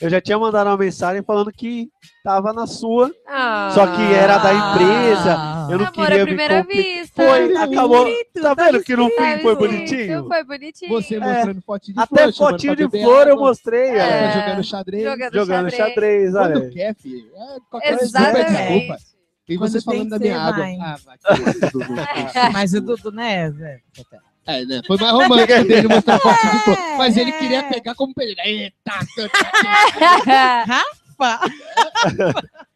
Speaker 5: eu já tinha mandado uma mensagem falando que tava na sua.
Speaker 6: Ah.
Speaker 5: Só que era da empresa.
Speaker 7: Ah.
Speaker 5: Eu não
Speaker 6: Amor
Speaker 5: queria
Speaker 6: à
Speaker 5: me
Speaker 6: primeira
Speaker 5: compli-
Speaker 6: vista.
Speaker 5: Foi, acabou. Tá
Speaker 7: tá
Speaker 5: vendo que no
Speaker 6: Tá
Speaker 5: fim foi
Speaker 6: escrito,
Speaker 5: bonitinho?
Speaker 6: Foi bonitinho.
Speaker 3: Você mostrando fotinho de flor.
Speaker 5: Até
Speaker 3: chamando
Speaker 5: fotinho
Speaker 3: pra
Speaker 5: de
Speaker 3: beber
Speaker 5: flor eu
Speaker 3: água,
Speaker 5: mostrei,
Speaker 6: É.
Speaker 5: ela
Speaker 3: ela jogando xadrez.
Speaker 6: Jogando,
Speaker 5: jogando
Speaker 6: xadrez.
Speaker 5: xadrez, olha.
Speaker 3: Quando
Speaker 5: aí.
Speaker 3: quer, filho. É, qualquer desculpa é desculpa.
Speaker 6: Exatamente.
Speaker 3: E
Speaker 7: Quando
Speaker 3: vocês
Speaker 7: tem
Speaker 3: falando
Speaker 7: que
Speaker 3: da minha
Speaker 7: ser,
Speaker 3: água.
Speaker 7: vai.
Speaker 3: Ah, vai, que tudo, tudo.
Speaker 7: É. Mas o Dudu, né? Zé?
Speaker 3: É, né? Foi mais romântico dele mostrar fotinho de flor. Mas ele
Speaker 7: é.
Speaker 3: queria pegar como pedreiro. Eita!
Speaker 7: Rafa,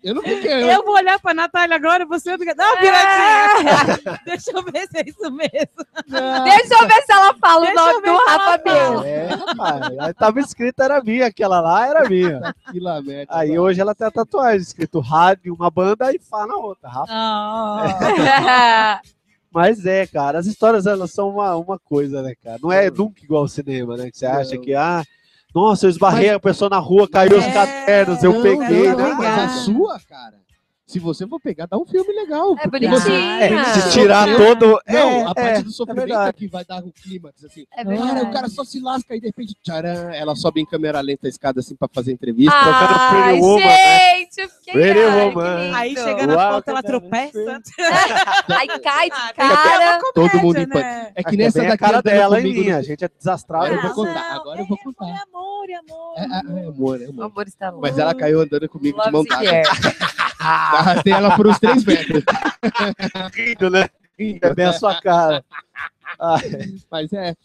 Speaker 3: Eu não fiquei. Eu,
Speaker 7: eu vou olhar pra Natália agora, você vai ficar. Dá uma viradinha. Deixa eu ver se é isso mesmo.
Speaker 3: ah,
Speaker 6: Deixa eu ver se ela fala
Speaker 7: Deixa
Speaker 6: o
Speaker 7: eu
Speaker 6: nome
Speaker 7: ver
Speaker 6: do
Speaker 7: se ela
Speaker 6: Rafa
Speaker 7: fala.
Speaker 6: mesmo.
Speaker 5: É, rapaz. Aí tava escrito, era minha, aquela lá era minha.
Speaker 3: Que lamento.
Speaker 5: Aí hoje ela tem a tatuagem, escrito rádio, uma banda e Fá na outra. Rafa.
Speaker 7: Ah,
Speaker 5: Mas é, cara, as histórias elas são uma, uma coisa, né, cara? Não é nunca igual ao cinema, né? Que você acha
Speaker 3: Não.
Speaker 5: que, ah, nossa, eu esbarrei a pessoa na rua, caiu os
Speaker 7: É.
Speaker 5: cadernos, eu
Speaker 7: Não,
Speaker 5: peguei,
Speaker 7: não,
Speaker 5: né?
Speaker 7: não.
Speaker 3: Mas a é sua, cara. Se você for pegar, dá um filme legal.
Speaker 6: É
Speaker 3: porque-
Speaker 6: bonitinha.
Speaker 5: É, se tirar todo.
Speaker 3: Não, a
Speaker 5: é,
Speaker 3: parte
Speaker 5: é,
Speaker 3: do
Speaker 5: é
Speaker 3: sofrimento
Speaker 5: verdade.
Speaker 3: é que vai dar o clima. Diz assim,
Speaker 6: É
Speaker 3: cara,
Speaker 6: verdade.
Speaker 3: o cara só se lasca e de repente, tcharam, ela sobe em câmera lenta a escada assim pra fazer entrevista.
Speaker 7: Ah,
Speaker 5: tocando
Speaker 6: Ai,
Speaker 5: Pretty Woman, né?
Speaker 6: gente, eu fiquei
Speaker 5: Pretty
Speaker 6: cara, que
Speaker 5: Woman.
Speaker 6: lindo.
Speaker 7: Aí chega na
Speaker 5: Uau, tá
Speaker 7: foto, ela
Speaker 5: cada vez
Speaker 7: tropeça.
Speaker 6: Aí cai de
Speaker 7: Ah,
Speaker 6: cara.
Speaker 3: Todo mundo em
Speaker 7: né?
Speaker 3: É que nessa
Speaker 5: Bem
Speaker 3: daqui
Speaker 5: a cara
Speaker 3: andando
Speaker 5: dela e
Speaker 3: comigo
Speaker 5: minha.
Speaker 3: no-
Speaker 5: A gente é desastrado.
Speaker 3: eu
Speaker 7: Ah,
Speaker 3: vou contar,
Speaker 7: não,
Speaker 3: agora eu vou
Speaker 7: é,
Speaker 3: contar.
Speaker 7: Foi amor, é amor.
Speaker 3: É, é, é amor, é
Speaker 6: O
Speaker 3: amor.
Speaker 6: amor está louco.
Speaker 3: Mas ela caiu andando comigo de mão
Speaker 6: Love
Speaker 3: dada. Arrastei ela por uns três metros.
Speaker 5: Rindo, né? É bem a sua cara.
Speaker 3: Mas é.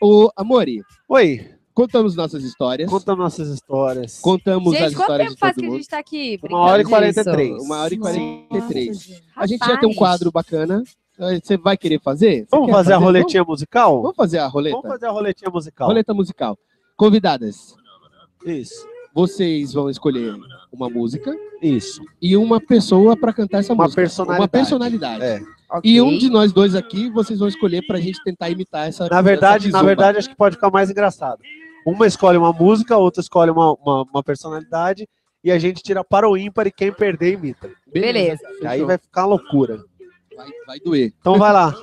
Speaker 3: Ô, Amori,
Speaker 5: Oi,
Speaker 3: contamos nossas histórias.
Speaker 5: conta nossas histórias.
Speaker 3: Contamos as
Speaker 6: Gente, quanto
Speaker 3: histórias
Speaker 6: tempo
Speaker 3: de
Speaker 6: faz
Speaker 3: todo
Speaker 6: que a
Speaker 3: mundo.
Speaker 6: gente tá aqui?
Speaker 5: Uma hora e
Speaker 6: brincando
Speaker 5: quarenta e
Speaker 6: disso?
Speaker 5: três.
Speaker 3: Uma hora e
Speaker 7: Nossa,
Speaker 3: 43.
Speaker 7: gente.
Speaker 3: A gente já tem um
Speaker 6: Rapaz.
Speaker 3: quadro bacana. Eh, Você vai querer fazer? Você
Speaker 5: Vamos
Speaker 3: quer
Speaker 5: fazer a
Speaker 3: Vamos-
Speaker 5: roletinha musical?
Speaker 3: Vamos fazer a roleta?
Speaker 5: Vamos fazer a roletinha musical.
Speaker 3: Roleta musical. Convidadas,
Speaker 5: Isso.
Speaker 3: vocês vão escolher uma música
Speaker 5: Isso.
Speaker 3: e uma pessoa pra cantar essa
Speaker 5: Uma
Speaker 3: música.
Speaker 5: personalidade.
Speaker 3: Uma personalidade.
Speaker 5: É.
Speaker 3: E um de nós dois aqui, vocês vão escolher pra gente tentar imitar essa
Speaker 5: Na
Speaker 3: essa
Speaker 5: verdade, na
Speaker 3: desumba.
Speaker 5: verdade, acho que pode ficar mais engraçado. Uma escolhe uma música, outra escolhe uma, uma, uma personalidade e a gente tira para o ímpar e quem perder imita.
Speaker 6: Beleza.
Speaker 3: Fechou.
Speaker 5: Aí vai ficar loucura.
Speaker 3: vai, vai doer.
Speaker 5: Então vai lá.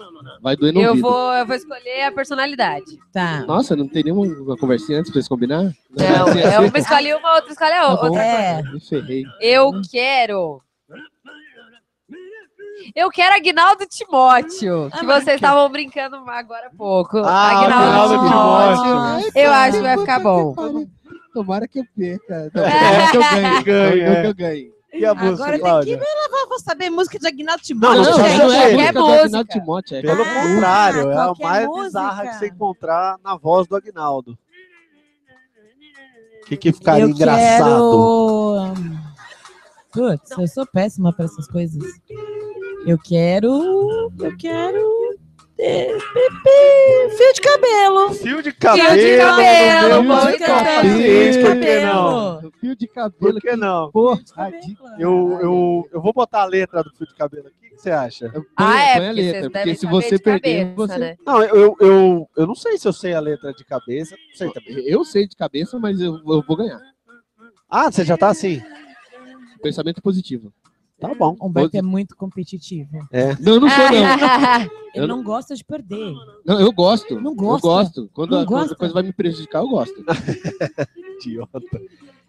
Speaker 3: Vai doer no
Speaker 6: Eu
Speaker 3: ouvido.
Speaker 6: vou, eu vou escolher a personalidade.
Speaker 7: Tá.
Speaker 3: Nossa, não tem nenhuma conversinha antes pra vocês combinar?
Speaker 6: Não,
Speaker 3: Assim,
Speaker 6: é
Speaker 3: assim?
Speaker 6: uma escolhe uma, outra escolhe a
Speaker 3: Tá
Speaker 6: outra.
Speaker 3: bom.
Speaker 7: É.
Speaker 3: Me ferrei.
Speaker 6: Eu quero. Eu quero Aguinaldo Timóteo, que
Speaker 7: Ah, mas
Speaker 6: vocês estavam brincando agora há pouco.
Speaker 5: Ah,
Speaker 6: Aguinaldo
Speaker 5: Aguinaldo
Speaker 6: Timóteo. Eu acho que vai
Speaker 3: Puta
Speaker 6: ficar
Speaker 3: que
Speaker 6: bom.
Speaker 3: pariu. Tomara que eu perca. Tomara que eu ganhe.
Speaker 5: Ganha,
Speaker 3: Tomara
Speaker 5: é.
Speaker 3: que eu ganhe.
Speaker 5: E a música,
Speaker 7: Agora tem que
Speaker 5: Cláudia?
Speaker 7: me levar pra saber música de Agnaldo
Speaker 5: Não,
Speaker 7: Timóteo.
Speaker 5: não,
Speaker 7: gente.
Speaker 5: não, não é.
Speaker 3: música do
Speaker 6: música.
Speaker 3: Agnaldo Timóteo, é
Speaker 5: Pelo
Speaker 7: Ah,
Speaker 5: contrário, é a
Speaker 7: qualquer
Speaker 5: mais
Speaker 7: música.
Speaker 5: bizarra que você encontrar na voz do Agnaldo. O que, que ficaria
Speaker 7: eu
Speaker 5: engraçado?
Speaker 7: quero... Putz, eu sou péssima pra essas coisas. Eu quero... Eu quero... é, é, é, Fio de cabelo.
Speaker 5: Fio de
Speaker 6: cabelo, Fio de cabelo,
Speaker 5: meu
Speaker 6: meu bom Deus.
Speaker 5: Deus.
Speaker 3: Fio de
Speaker 5: Por que não?
Speaker 6: É
Speaker 3: Um Fio de cabelo.
Speaker 5: Por que não?
Speaker 3: Porra, de...
Speaker 7: Cabelo.
Speaker 5: Eu, eu, eu vou botar a letra do fio de cabelo aqui. O que você acha?
Speaker 3: Põe,
Speaker 6: Ah, é,
Speaker 3: põe a
Speaker 6: porque
Speaker 3: letra,
Speaker 6: vocês
Speaker 3: porque
Speaker 6: devem
Speaker 3: se
Speaker 6: saber
Speaker 3: você
Speaker 6: de
Speaker 3: perder,
Speaker 6: cabeça,
Speaker 3: você...
Speaker 6: né?
Speaker 5: Não, eu, eu, eu não sei se eu sei a letra de cabeça. Não sei também.
Speaker 3: Eu sei de cabeça, mas eu, eu vou ganhar.
Speaker 5: Ah, você já tá assim?
Speaker 3: Pensamento positivo.
Speaker 5: Tá bom.
Speaker 7: Humberto é muito competitivo.
Speaker 3: Não, eu não sou,
Speaker 6: Ah.
Speaker 3: não.
Speaker 7: Ele
Speaker 3: Eu
Speaker 7: não gosta de perder.
Speaker 3: Não, eu gosto.
Speaker 7: Não
Speaker 3: Eu
Speaker 7: gosta?
Speaker 3: gosto. Quando,
Speaker 7: Não
Speaker 3: a, quando a
Speaker 7: gosta?
Speaker 3: coisa vai me prejudicar, eu gosto.
Speaker 5: Idiota.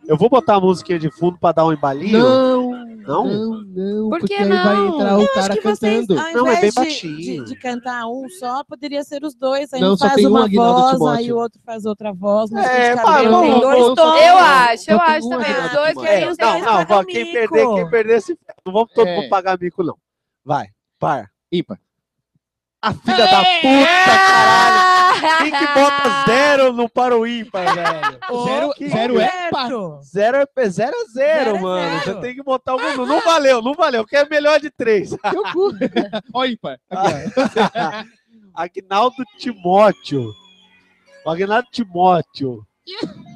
Speaker 5: Eu vou botar a musiquinha de fundo pra dar um embalinho?
Speaker 3: Não,
Speaker 5: Não?
Speaker 3: não, não.
Speaker 6: Por que
Speaker 3: porque aí
Speaker 6: não?
Speaker 3: vai entrar o cara
Speaker 7: que vocês,
Speaker 3: cantando.
Speaker 7: ao
Speaker 5: Não, é
Speaker 7: invés
Speaker 5: bem
Speaker 7: de-
Speaker 5: baixinho.
Speaker 7: de, de cantar um só, poderia ser os dois. Aí
Speaker 3: Não,
Speaker 7: um
Speaker 3: só
Speaker 7: faz
Speaker 3: tem um
Speaker 7: uma
Speaker 3: Aguinaldo
Speaker 7: voz,
Speaker 3: Timóteo.
Speaker 7: aí o outro faz outra voz. Mas
Speaker 5: É,
Speaker 7: é,
Speaker 5: pá,
Speaker 7: cabelo,
Speaker 5: vamos,
Speaker 7: tem dois
Speaker 5: vamos,
Speaker 7: tons.
Speaker 6: Eu acho, eu
Speaker 3: Só tem
Speaker 6: acho
Speaker 3: um
Speaker 6: também. Os
Speaker 3: Aguinaldo
Speaker 6: dois
Speaker 3: Timóteo.
Speaker 5: é.
Speaker 6: querem os
Speaker 7: Não,
Speaker 6: dois.
Speaker 7: não.
Speaker 6: pra-
Speaker 7: pagar
Speaker 5: quem
Speaker 7: mico.
Speaker 5: perder, quem perder, se ferra. Não vamos todo
Speaker 3: É.
Speaker 5: mundo pagar mico, não. Vai, par.
Speaker 3: Ímpar.
Speaker 5: A filha da
Speaker 6: É.
Speaker 5: puta, caralho. Quem que bota zero no para o ímpar, velho?
Speaker 3: Zero-
Speaker 5: que-
Speaker 3: zero é pá.
Speaker 7: Certo.
Speaker 5: Zero é zero, é zero,
Speaker 7: Zero é
Speaker 5: mano.
Speaker 7: zero.
Speaker 5: Você tem que botar um. Não, não valeu, não valeu. Quer melhor de três.
Speaker 3: Teu cu. Ó, ímpar. Aqui,
Speaker 5: Agnaldo Timóteo. O Agnaldo Timóteo.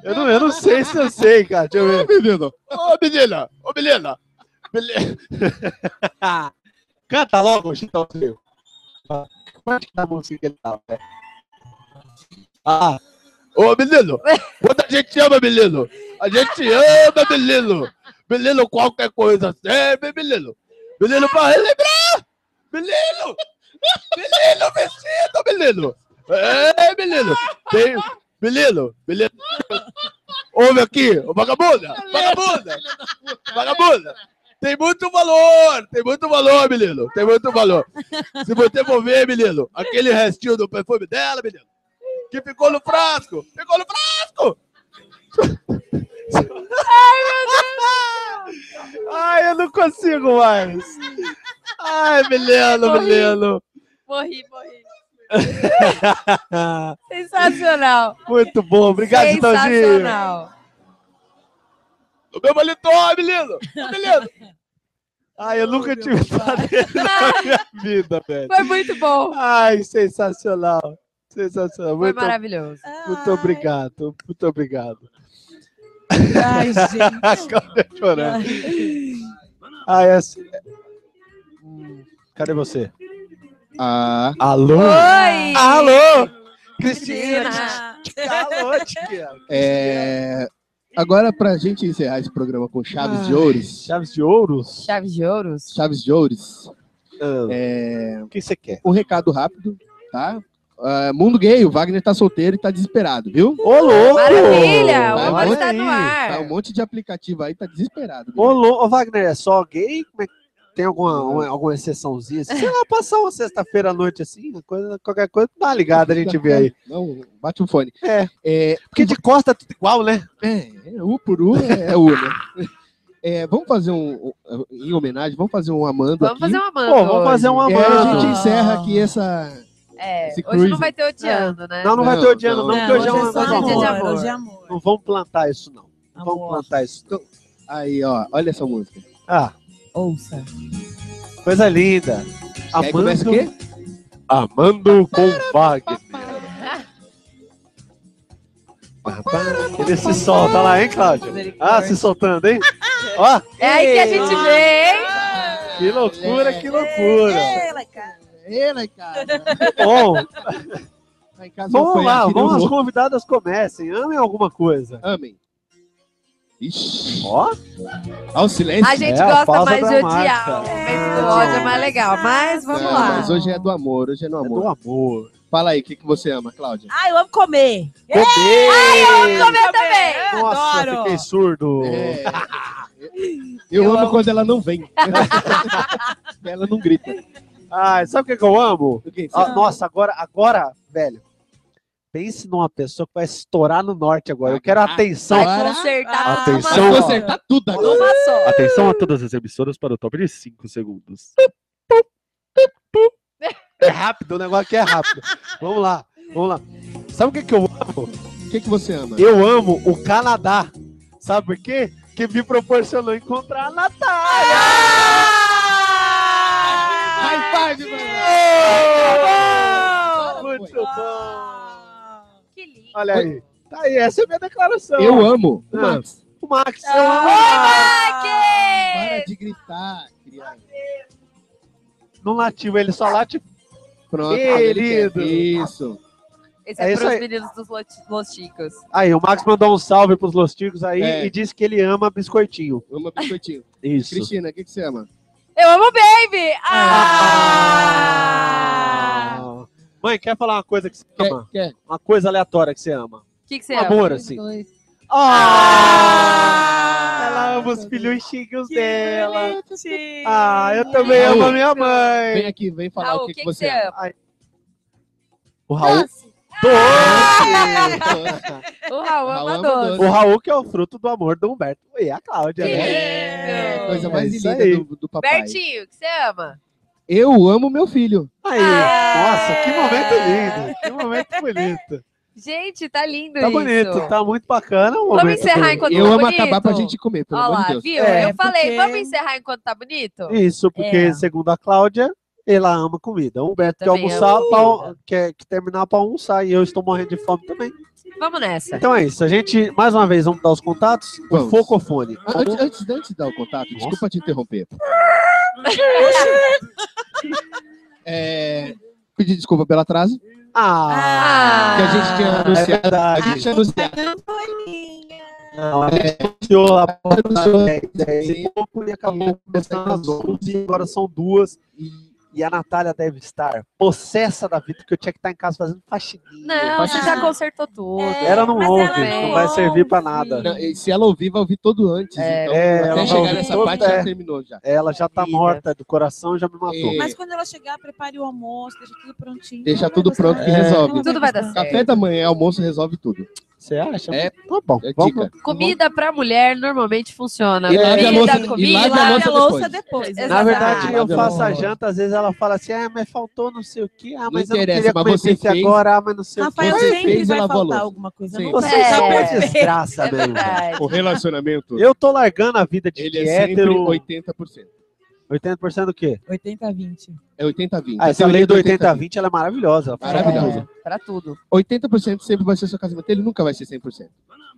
Speaker 5: Eu não, eu não sei se eu sei, cara. Deixa eu ver.
Speaker 3: ó. menino.
Speaker 5: Ô, menina! Ô, menina! Canta logo, Chitãozinho. Pode cantar a música que ele tá, velho. Ah. Ô, menino! Quando a gente ama, menino! A gente ama, menino! Menino, qualquer coisa serve, menino! Menino, pra relembrar! Menino! Menino, vestido, menino! É, menino! Tem... Menino, menino! Ouve aqui, ô vagabunda! Vagabunda! Vagabunda! Tem muito valor! Tem muito valor, menino! Tem muito valor! Se você for ver, menino, aquele restinho do perfume dela, menino, que ficou no frasco! Ficou no frasco! Ai, meu Deus! Ai, eu não consigo mais! Ai, menino,
Speaker 6: Morri.
Speaker 5: menino!
Speaker 6: Morri, morri. Sensacional.
Speaker 5: Muito bom, obrigado, Chitãozinho!
Speaker 6: Sensacional.
Speaker 5: O meu paletó, menino! Ô, menino! Ai, eu nunca tive talento na minha vida, velho.
Speaker 6: Foi muito bom.
Speaker 5: Ai, sensacional. Sensacional.
Speaker 6: Foi
Speaker 5: Muito,
Speaker 6: maravilhoso.
Speaker 5: muito obrigado. Muito obrigado.
Speaker 7: Ai, gente.
Speaker 5: Ai, Cláudia chorando. Ai, essa... Hum, Cadê você?
Speaker 3: Ah,
Speaker 5: Alô?
Speaker 6: Oi!
Speaker 5: Ah, Alô? Cristina!
Speaker 6: Cristina!
Speaker 5: Alô, tia!
Speaker 3: é... Agora, pra gente encerrar esse programa com Chaves
Speaker 5: Ai.
Speaker 3: de Ouros,
Speaker 5: Chaves de ouros?
Speaker 6: Chaves de ouros?
Speaker 5: Tá
Speaker 3: Chaves de Ouros,
Speaker 5: Ah,
Speaker 3: é,
Speaker 5: O que você quer?
Speaker 3: um recado rápido, tá? Ah, mundo gay, o Wagner tá solteiro e tá desesperado, viu?
Speaker 5: Ô, louco!
Speaker 6: Maravilha!
Speaker 3: Vai,
Speaker 6: O
Speaker 3: vai
Speaker 6: humor está no
Speaker 3: Tá um
Speaker 6: ar.
Speaker 3: monte de aplicativo aí, tá desesperado.
Speaker 5: Ô, lou- ô, Wagner, é só gay? Como é que- Tem alguma, uma- alguma exceçãozinha? assim? Sei lá, passar uma sexta-feira à noite assim, uma coisa, qualquer coisa, dá uma ligada, a gente vê aí.
Speaker 3: Não, bate um fone.
Speaker 5: É.
Speaker 3: É,
Speaker 5: Porque de costa é tudo igual, né?
Speaker 3: É, é, U por U é, é U, né? É, vamos fazer um. um, Em homenagem, vamos fazer um Amando.
Speaker 6: Vamos
Speaker 3: aqui.
Speaker 6: fazer uma Amanda.
Speaker 5: Pô, vamos fazer um
Speaker 3: E aí a gente
Speaker 5: amando.
Speaker 3: encerra aqui
Speaker 5: Ah.
Speaker 3: essa.
Speaker 6: É,
Speaker 3: esse
Speaker 6: hoje não
Speaker 3: cruise.
Speaker 6: vai ter odiando, né?
Speaker 5: É. Não, não vai
Speaker 3: Não,
Speaker 5: ter odiando, não,
Speaker 3: não,
Speaker 5: porque hoje é
Speaker 6: hoje é
Speaker 5: uma
Speaker 6: só Tá
Speaker 5: coisa
Speaker 6: dia de
Speaker 5: boa.
Speaker 6: amor.
Speaker 7: Hoje é amor.
Speaker 5: Não vamos plantar isso, não. Não vamos
Speaker 7: Amor,
Speaker 5: plantar isso. não.
Speaker 3: Aí, ó, olha essa música.
Speaker 5: Ah,
Speaker 7: ouça.
Speaker 5: coisa linda.
Speaker 3: Aí começa o
Speaker 5: Amando,
Speaker 3: quê?
Speaker 5: amando com Wagner. Ele se solta lá, hein, Cláudio? Ah, se soltando, hein? Ó,
Speaker 6: É aí que a gente vê, hein?
Speaker 5: que loucura, que loucura.
Speaker 7: é
Speaker 3: Ele, É, né, cara.
Speaker 5: Bom,
Speaker 3: Lá em casa não
Speaker 5: vamos
Speaker 3: foi
Speaker 5: lá,
Speaker 3: aqui, não
Speaker 5: vamos as
Speaker 3: vou.
Speaker 5: convidadas comecem. Amem alguma coisa.
Speaker 3: Amém. Ixi.
Speaker 5: Ó,
Speaker 3: Ó, o silêncio.
Speaker 6: A gente
Speaker 5: É, a
Speaker 6: gosta
Speaker 5: pausa
Speaker 6: mais de
Speaker 5: dramática.
Speaker 6: odiar. O momento do ódio é mais legal. Mas vamos
Speaker 3: Não,
Speaker 6: lá.
Speaker 3: Mas hoje é do amor, hoje é do
Speaker 5: é
Speaker 3: amor.
Speaker 5: do amor.
Speaker 3: Fala aí, o que, que você ama, Cláudia?
Speaker 7: Ah, eu amo comer.
Speaker 5: Comer!
Speaker 6: Eu também.
Speaker 5: Nossa,
Speaker 7: adoro.
Speaker 5: fiquei surdo.
Speaker 3: É. Eu, amo quando ela não vem. ela não grita.
Speaker 5: Ai, Ah, sabe o que, que eu amo?
Speaker 3: O que que você
Speaker 5: Ah, nossa, agora, agora, velho. Pense numa pessoa que vai estourar no norte agora. Eu quero atenção.
Speaker 6: Vai
Speaker 3: Bora.
Speaker 7: Ah,
Speaker 6: consertar
Speaker 3: Vai
Speaker 5: Atenção. Só-
Speaker 6: uma só.
Speaker 3: consertar tudo agora.
Speaker 6: Uma só.
Speaker 4: Atenção a todas as emissoras para o top de 5 segundos.
Speaker 5: É rápido, o negócio aqui é rápido. vamos lá, vamos lá. Sabe o que, que eu amo?
Speaker 3: O que, que você ama?
Speaker 5: Eu amo o Canadá. Sabe por quê? Que me proporcionou encontrar a Natália!
Speaker 3: High five, mano.
Speaker 5: Muito bom!
Speaker 6: Que lindo.
Speaker 5: Olha aí. Tá aí, essa é a minha declaração.
Speaker 3: Eu amo.
Speaker 5: Ah.
Speaker 3: Max,
Speaker 5: o Max. Eu amo o Max.
Speaker 3: para de gritar, criança.
Speaker 5: Não latiu, ele só late
Speaker 3: Pronto, ele
Speaker 5: Querido.
Speaker 3: quer. Isso.
Speaker 6: Esse
Speaker 5: É
Speaker 6: é,
Speaker 5: isso
Speaker 6: pros
Speaker 5: aí.
Speaker 6: meninos dos Loti- Los Chicos.
Speaker 5: Aí, o Max mandou um salve pros Losticos aí
Speaker 3: É.
Speaker 5: e disse que ele ama biscoitinho.
Speaker 3: Ama biscoitinho.
Speaker 5: Isso.
Speaker 3: Cristina, o que, que você ama?
Speaker 6: Eu amo o Baby! Ah!
Speaker 5: Ah. Mãe, quer falar uma coisa que você
Speaker 3: Quer,
Speaker 5: ama?
Speaker 3: quer.
Speaker 5: Uma coisa aleatória que você ama.
Speaker 6: O que, que você
Speaker 5: Um
Speaker 6: ama?
Speaker 5: amor, assim. Ah! Ela ama os filhotinhos dela. Ah, eu também
Speaker 3: Raul.
Speaker 5: amo a minha mãe.
Speaker 3: Vem aqui, vem falar
Speaker 6: Raul,
Speaker 3: o que, que você ama.
Speaker 6: ama?
Speaker 5: O Raul.
Speaker 6: O Raul
Speaker 3: Raul
Speaker 6: ama
Speaker 3: ama
Speaker 6: doce.
Speaker 5: O Raul que é o fruto do amor do Humberto e a Cláudia,
Speaker 6: Que
Speaker 5: né?
Speaker 3: É,
Speaker 6: lindo.
Speaker 3: coisa
Speaker 5: É
Speaker 3: mais
Speaker 5: isso aí.
Speaker 3: linda do, do papai.
Speaker 6: Bertinho, o que você ama? Ah!
Speaker 3: Eu amo meu filho.
Speaker 5: Aí, nossa, que momento lindo. Que momento bonito.
Speaker 6: Gente, tá lindo
Speaker 5: Tá
Speaker 6: isso.
Speaker 5: bonito, tá muito bacana. o
Speaker 6: Vamos
Speaker 5: momento
Speaker 6: encerrar
Speaker 5: bonito.
Speaker 6: enquanto
Speaker 3: eu
Speaker 6: tá
Speaker 3: amo
Speaker 6: bonito?
Speaker 3: acabar pra gente comer, pelo
Speaker 6: Olha
Speaker 3: amor
Speaker 6: lá,
Speaker 3: de Deus.
Speaker 6: viu?
Speaker 5: É,
Speaker 6: eu falei,
Speaker 7: porque-
Speaker 6: vamos encerrar enquanto tá bonito?
Speaker 5: Isso, porque
Speaker 7: É.
Speaker 5: segundo a Cláudia, ela ama comida. O Humberto quer
Speaker 6: Também
Speaker 5: almoçar,
Speaker 6: amo
Speaker 5: pra-
Speaker 6: comida.
Speaker 5: quer que terminar para almoçar e eu estou morrendo de fome também.
Speaker 6: Vamos nessa.
Speaker 5: Então é isso. A gente, mais uma vez, vamos dar os contatos. O
Speaker 3: Vamos.
Speaker 5: Focofone.
Speaker 3: Ah, Antes, antes, antes de dar o contato, desculpa te interromper. É, pedir desculpa pelo atraso, que
Speaker 5: Ah!
Speaker 3: a gente tinha
Speaker 5: É
Speaker 3: anunciado. A
Speaker 5: verdade.
Speaker 3: gente tinha anunciado.
Speaker 5: Não, a gente anunciou lá pra
Speaker 3: anunciou.
Speaker 5: 10,
Speaker 3: é,
Speaker 5: 10 e Então, pouco e acabou começando às 11 e agora são duas. E, e a Natália deve estar possessa da vida, porque eu tinha que estar em casa fazendo faxininha.
Speaker 6: Não, É. você
Speaker 3: Faxina.
Speaker 6: já consertou tudo.
Speaker 5: Ela não
Speaker 7: mas
Speaker 5: ouve,
Speaker 6: não
Speaker 5: não vai servir pra nada.
Speaker 3: Não, e se ela ouvir, vai ouvir todo antes.
Speaker 6: É,
Speaker 3: então,
Speaker 5: é,
Speaker 3: até
Speaker 5: ela
Speaker 3: chegar
Speaker 5: vai
Speaker 3: nessa
Speaker 5: ouvir
Speaker 3: parte,
Speaker 5: todo, é. Tá
Speaker 3: já terminou já.
Speaker 5: Ela já tá
Speaker 6: Vida.
Speaker 5: morta do coração, já me matou.
Speaker 3: É.
Speaker 7: Mas quando ela chegar, prepare o almoço, deixa tudo prontinho.
Speaker 3: Deixa
Speaker 7: Ela vai
Speaker 3: tudo
Speaker 7: gostar.
Speaker 3: pronto que
Speaker 7: Ela
Speaker 3: resolve.
Speaker 7: vai
Speaker 6: Tudo vai dar
Speaker 7: gostar.
Speaker 6: certo.
Speaker 5: é.
Speaker 3: Café da manhã, almoço resolve tudo.
Speaker 5: Você acha?
Speaker 3: É.
Speaker 5: tá bom.
Speaker 3: É
Speaker 5: vamos-
Speaker 3: dica.
Speaker 6: Comida pra mulher normalmente funciona.
Speaker 3: E lave
Speaker 7: a
Speaker 3: louça-
Speaker 6: Comida,
Speaker 3: e
Speaker 7: E
Speaker 3: lave
Speaker 6: comida.
Speaker 3: a
Speaker 7: lave a louça
Speaker 3: louça
Speaker 7: depois.
Speaker 6: depois.
Speaker 5: Na
Speaker 6: Exato.
Speaker 5: verdade,
Speaker 3: Ah,
Speaker 5: eu
Speaker 3: meu
Speaker 5: faço a
Speaker 3: amor.
Speaker 5: janta, às vezes ela fala assim, ah, mas faltou não sei o quê, ah,
Speaker 3: Não
Speaker 5: mas eu não
Speaker 3: interessa,
Speaker 5: queria
Speaker 3: mas
Speaker 5: comer
Speaker 3: você
Speaker 5: bife
Speaker 3: fez.
Speaker 5: agora, ah, mas não sei
Speaker 7: Rafael
Speaker 5: o
Speaker 3: Você
Speaker 7: sempre
Speaker 3: fez,
Speaker 7: vai
Speaker 3: ela
Speaker 7: faltar
Speaker 3: lavou a louça.
Speaker 7: alguma coisa.
Speaker 3: Sim.
Speaker 7: Não
Speaker 5: Você
Speaker 7: vai
Speaker 6: É.
Speaker 5: é uma
Speaker 7: saber.
Speaker 5: desgraça,
Speaker 6: É
Speaker 5: velho.
Speaker 6: verdade.
Speaker 3: O relacionamento,
Speaker 5: Eu tô largando a vida de
Speaker 3: ele é sempre
Speaker 5: hétero.
Speaker 3: 80%.
Speaker 5: 80% do quê?
Speaker 7: 80 a 20.
Speaker 3: É 80-20.
Speaker 5: Ah, essa lei do 80-20, ela é maravilhosa.
Speaker 3: Maravilhosa.
Speaker 6: É, pra tudo.
Speaker 3: 80% sempre vai ser seu casamento, ele nunca vai ser 100%.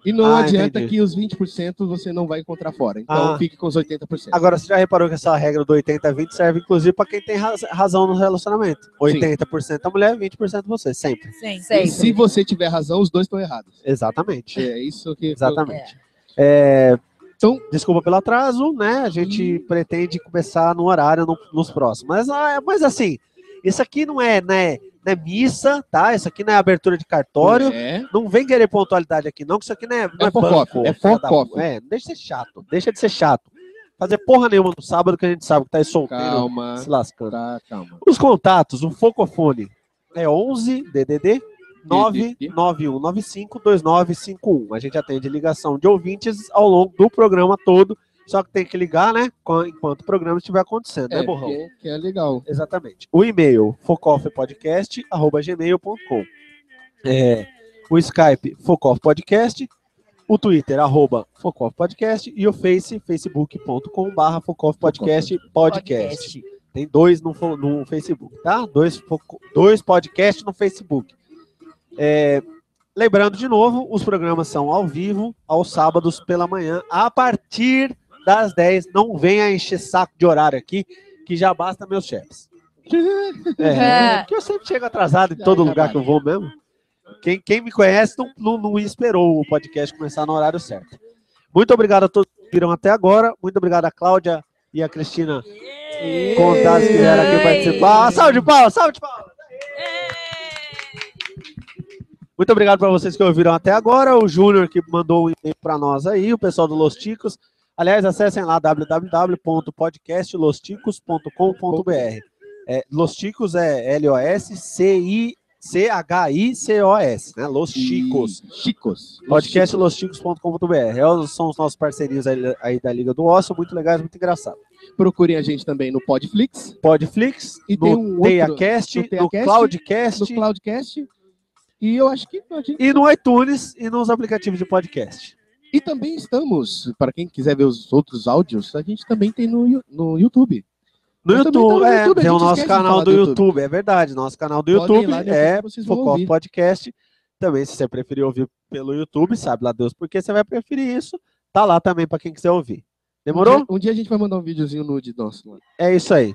Speaker 3: E não
Speaker 5: Ah,
Speaker 3: adianta
Speaker 5: entendi.
Speaker 3: que os 20% você não vai encontrar fora. Então
Speaker 5: Ah.
Speaker 3: fique com os 80%.
Speaker 5: Agora, você já reparou que essa regra do 80-20 serve, inclusive, pra quem tem raz- razão no relacionamento. 80%
Speaker 9: é
Speaker 5: a mulher, 20% você, sempre.
Speaker 7: Sim.
Speaker 3: e se
Speaker 6: Sempre.
Speaker 3: você tiver razão, os dois estão errados.
Speaker 5: Exatamente.
Speaker 3: É isso que.
Speaker 5: Exatamente.
Speaker 9: É,
Speaker 3: Então-
Speaker 9: desculpa pelo atraso, né? A gente pretende começar no horário no- nos próximos. Mas, ah, mas assim, isso aqui não é, né, não é missa, tá? Isso aqui não é abertura de cartório.
Speaker 3: É.
Speaker 9: Não vem querer pontualidade aqui, não, que isso aqui não é. Não
Speaker 3: É fofoca,
Speaker 9: banco,
Speaker 3: é
Speaker 9: filha da
Speaker 3: fofoca.
Speaker 9: puta. É, deixa de ser chato, deixa de ser chato. Fazer porra nenhuma no sábado que a gente sabe que tá aí solteiro,
Speaker 3: Calma.
Speaker 9: se lascando.
Speaker 3: Tá, calma.
Speaker 9: Os contatos, o Focofone é 11 DDD 991952951. A gente atende ligação de ouvintes ao longo do programa todo, só que tem que ligar, né, quan- enquanto o programa estiver acontecendo, né, burrão?
Speaker 3: que, que é legal.
Speaker 9: Exatamente. O e-mail focoffpodcast@gmail.com. É, o Skype focoffpodcast, o Twitter arroba focoffpodcast e o Face facebook.com/barra focoffpodcast podcast. Tem dois no, fo- no Facebook, tá? Dois, foco- dois podcasts no Facebook. É, lembrando de novo, os programas são ao vivo, aos sábados pela manhã, a partir das 10. Não venha encher saco de horário aqui, que já basta meus chefes. É, porque eu sempre chego atrasado em todo lugar que eu vou mesmo. Quem, quem me conhece não, não, não esperou o podcast começar no horário certo. Muito obrigado a todos que viram até agora. Muito obrigado a Cláudia e a Cristina contatos que vieram aqui participar. Ah, Salve de pau, salve de pau. Muito obrigado para vocês que ouviram até agora. O Júnior que mandou um e-mail para nós aí, o pessoal do Los Ticos. Aliás, acessem lá www.podcastlosticos.com.br. É, Los Ticos é L-O-S-C-I-C-H-I-C-O-S, né? Los Chicos.
Speaker 3: E- Chicos.
Speaker 9: Podcastlosticos.com.br. É os- São os nossos parceiros aí, aí da Liga do Osso, muito legais, muito engraçados.
Speaker 3: Procurem a gente também no Podflix,
Speaker 9: Podflix,
Speaker 3: E
Speaker 9: no
Speaker 3: tem um outro,
Speaker 9: TeiaCast,
Speaker 3: no
Speaker 9: no,
Speaker 3: TeiaCast,
Speaker 9: Cloudcast
Speaker 3: no Cloudcast. E eu acho que. a gente-
Speaker 9: e no iTunes e nos aplicativos de podcast.
Speaker 3: E também estamos, para quem quiser ver os outros áudios, a gente também tem no, Yu- no YouTube.
Speaker 9: No
Speaker 3: Mas também tá
Speaker 9: YouTube,
Speaker 3: no
Speaker 9: é,
Speaker 3: YouTube, a
Speaker 9: tem o
Speaker 3: gente
Speaker 9: nosso
Speaker 3: esquece de
Speaker 9: canal
Speaker 3: falar
Speaker 9: do,
Speaker 3: do
Speaker 9: YouTube.
Speaker 3: YouTube.
Speaker 9: é verdade. Nosso canal do
Speaker 3: Podem ir
Speaker 9: YouTube
Speaker 3: lá, depois
Speaker 9: é
Speaker 3: vocês vão
Speaker 9: Focoff
Speaker 3: ouvir.
Speaker 9: Podcast. Também, se você preferir ouvir pelo YouTube, sabe lá Deus por que você vai preferir isso. Tá lá também para quem quiser ouvir.
Speaker 3: Um
Speaker 9: Demorou?
Speaker 3: dia, um dia a gente vai mandar um videozinho nude nosso lá.
Speaker 9: É isso aí.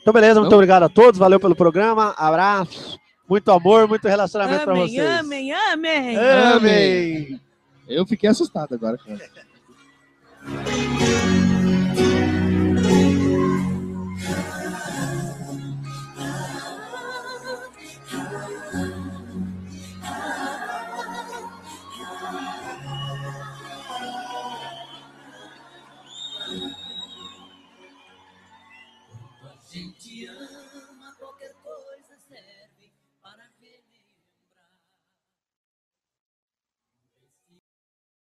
Speaker 9: Então, beleza, muito
Speaker 3: Não?
Speaker 9: obrigado a todos. Valeu pelo programa. Abraço. Muito amor, muito relacionamento para vocês.
Speaker 7: amém, amém.
Speaker 9: Amém.
Speaker 3: Eu fiquei assustado agora. Cara.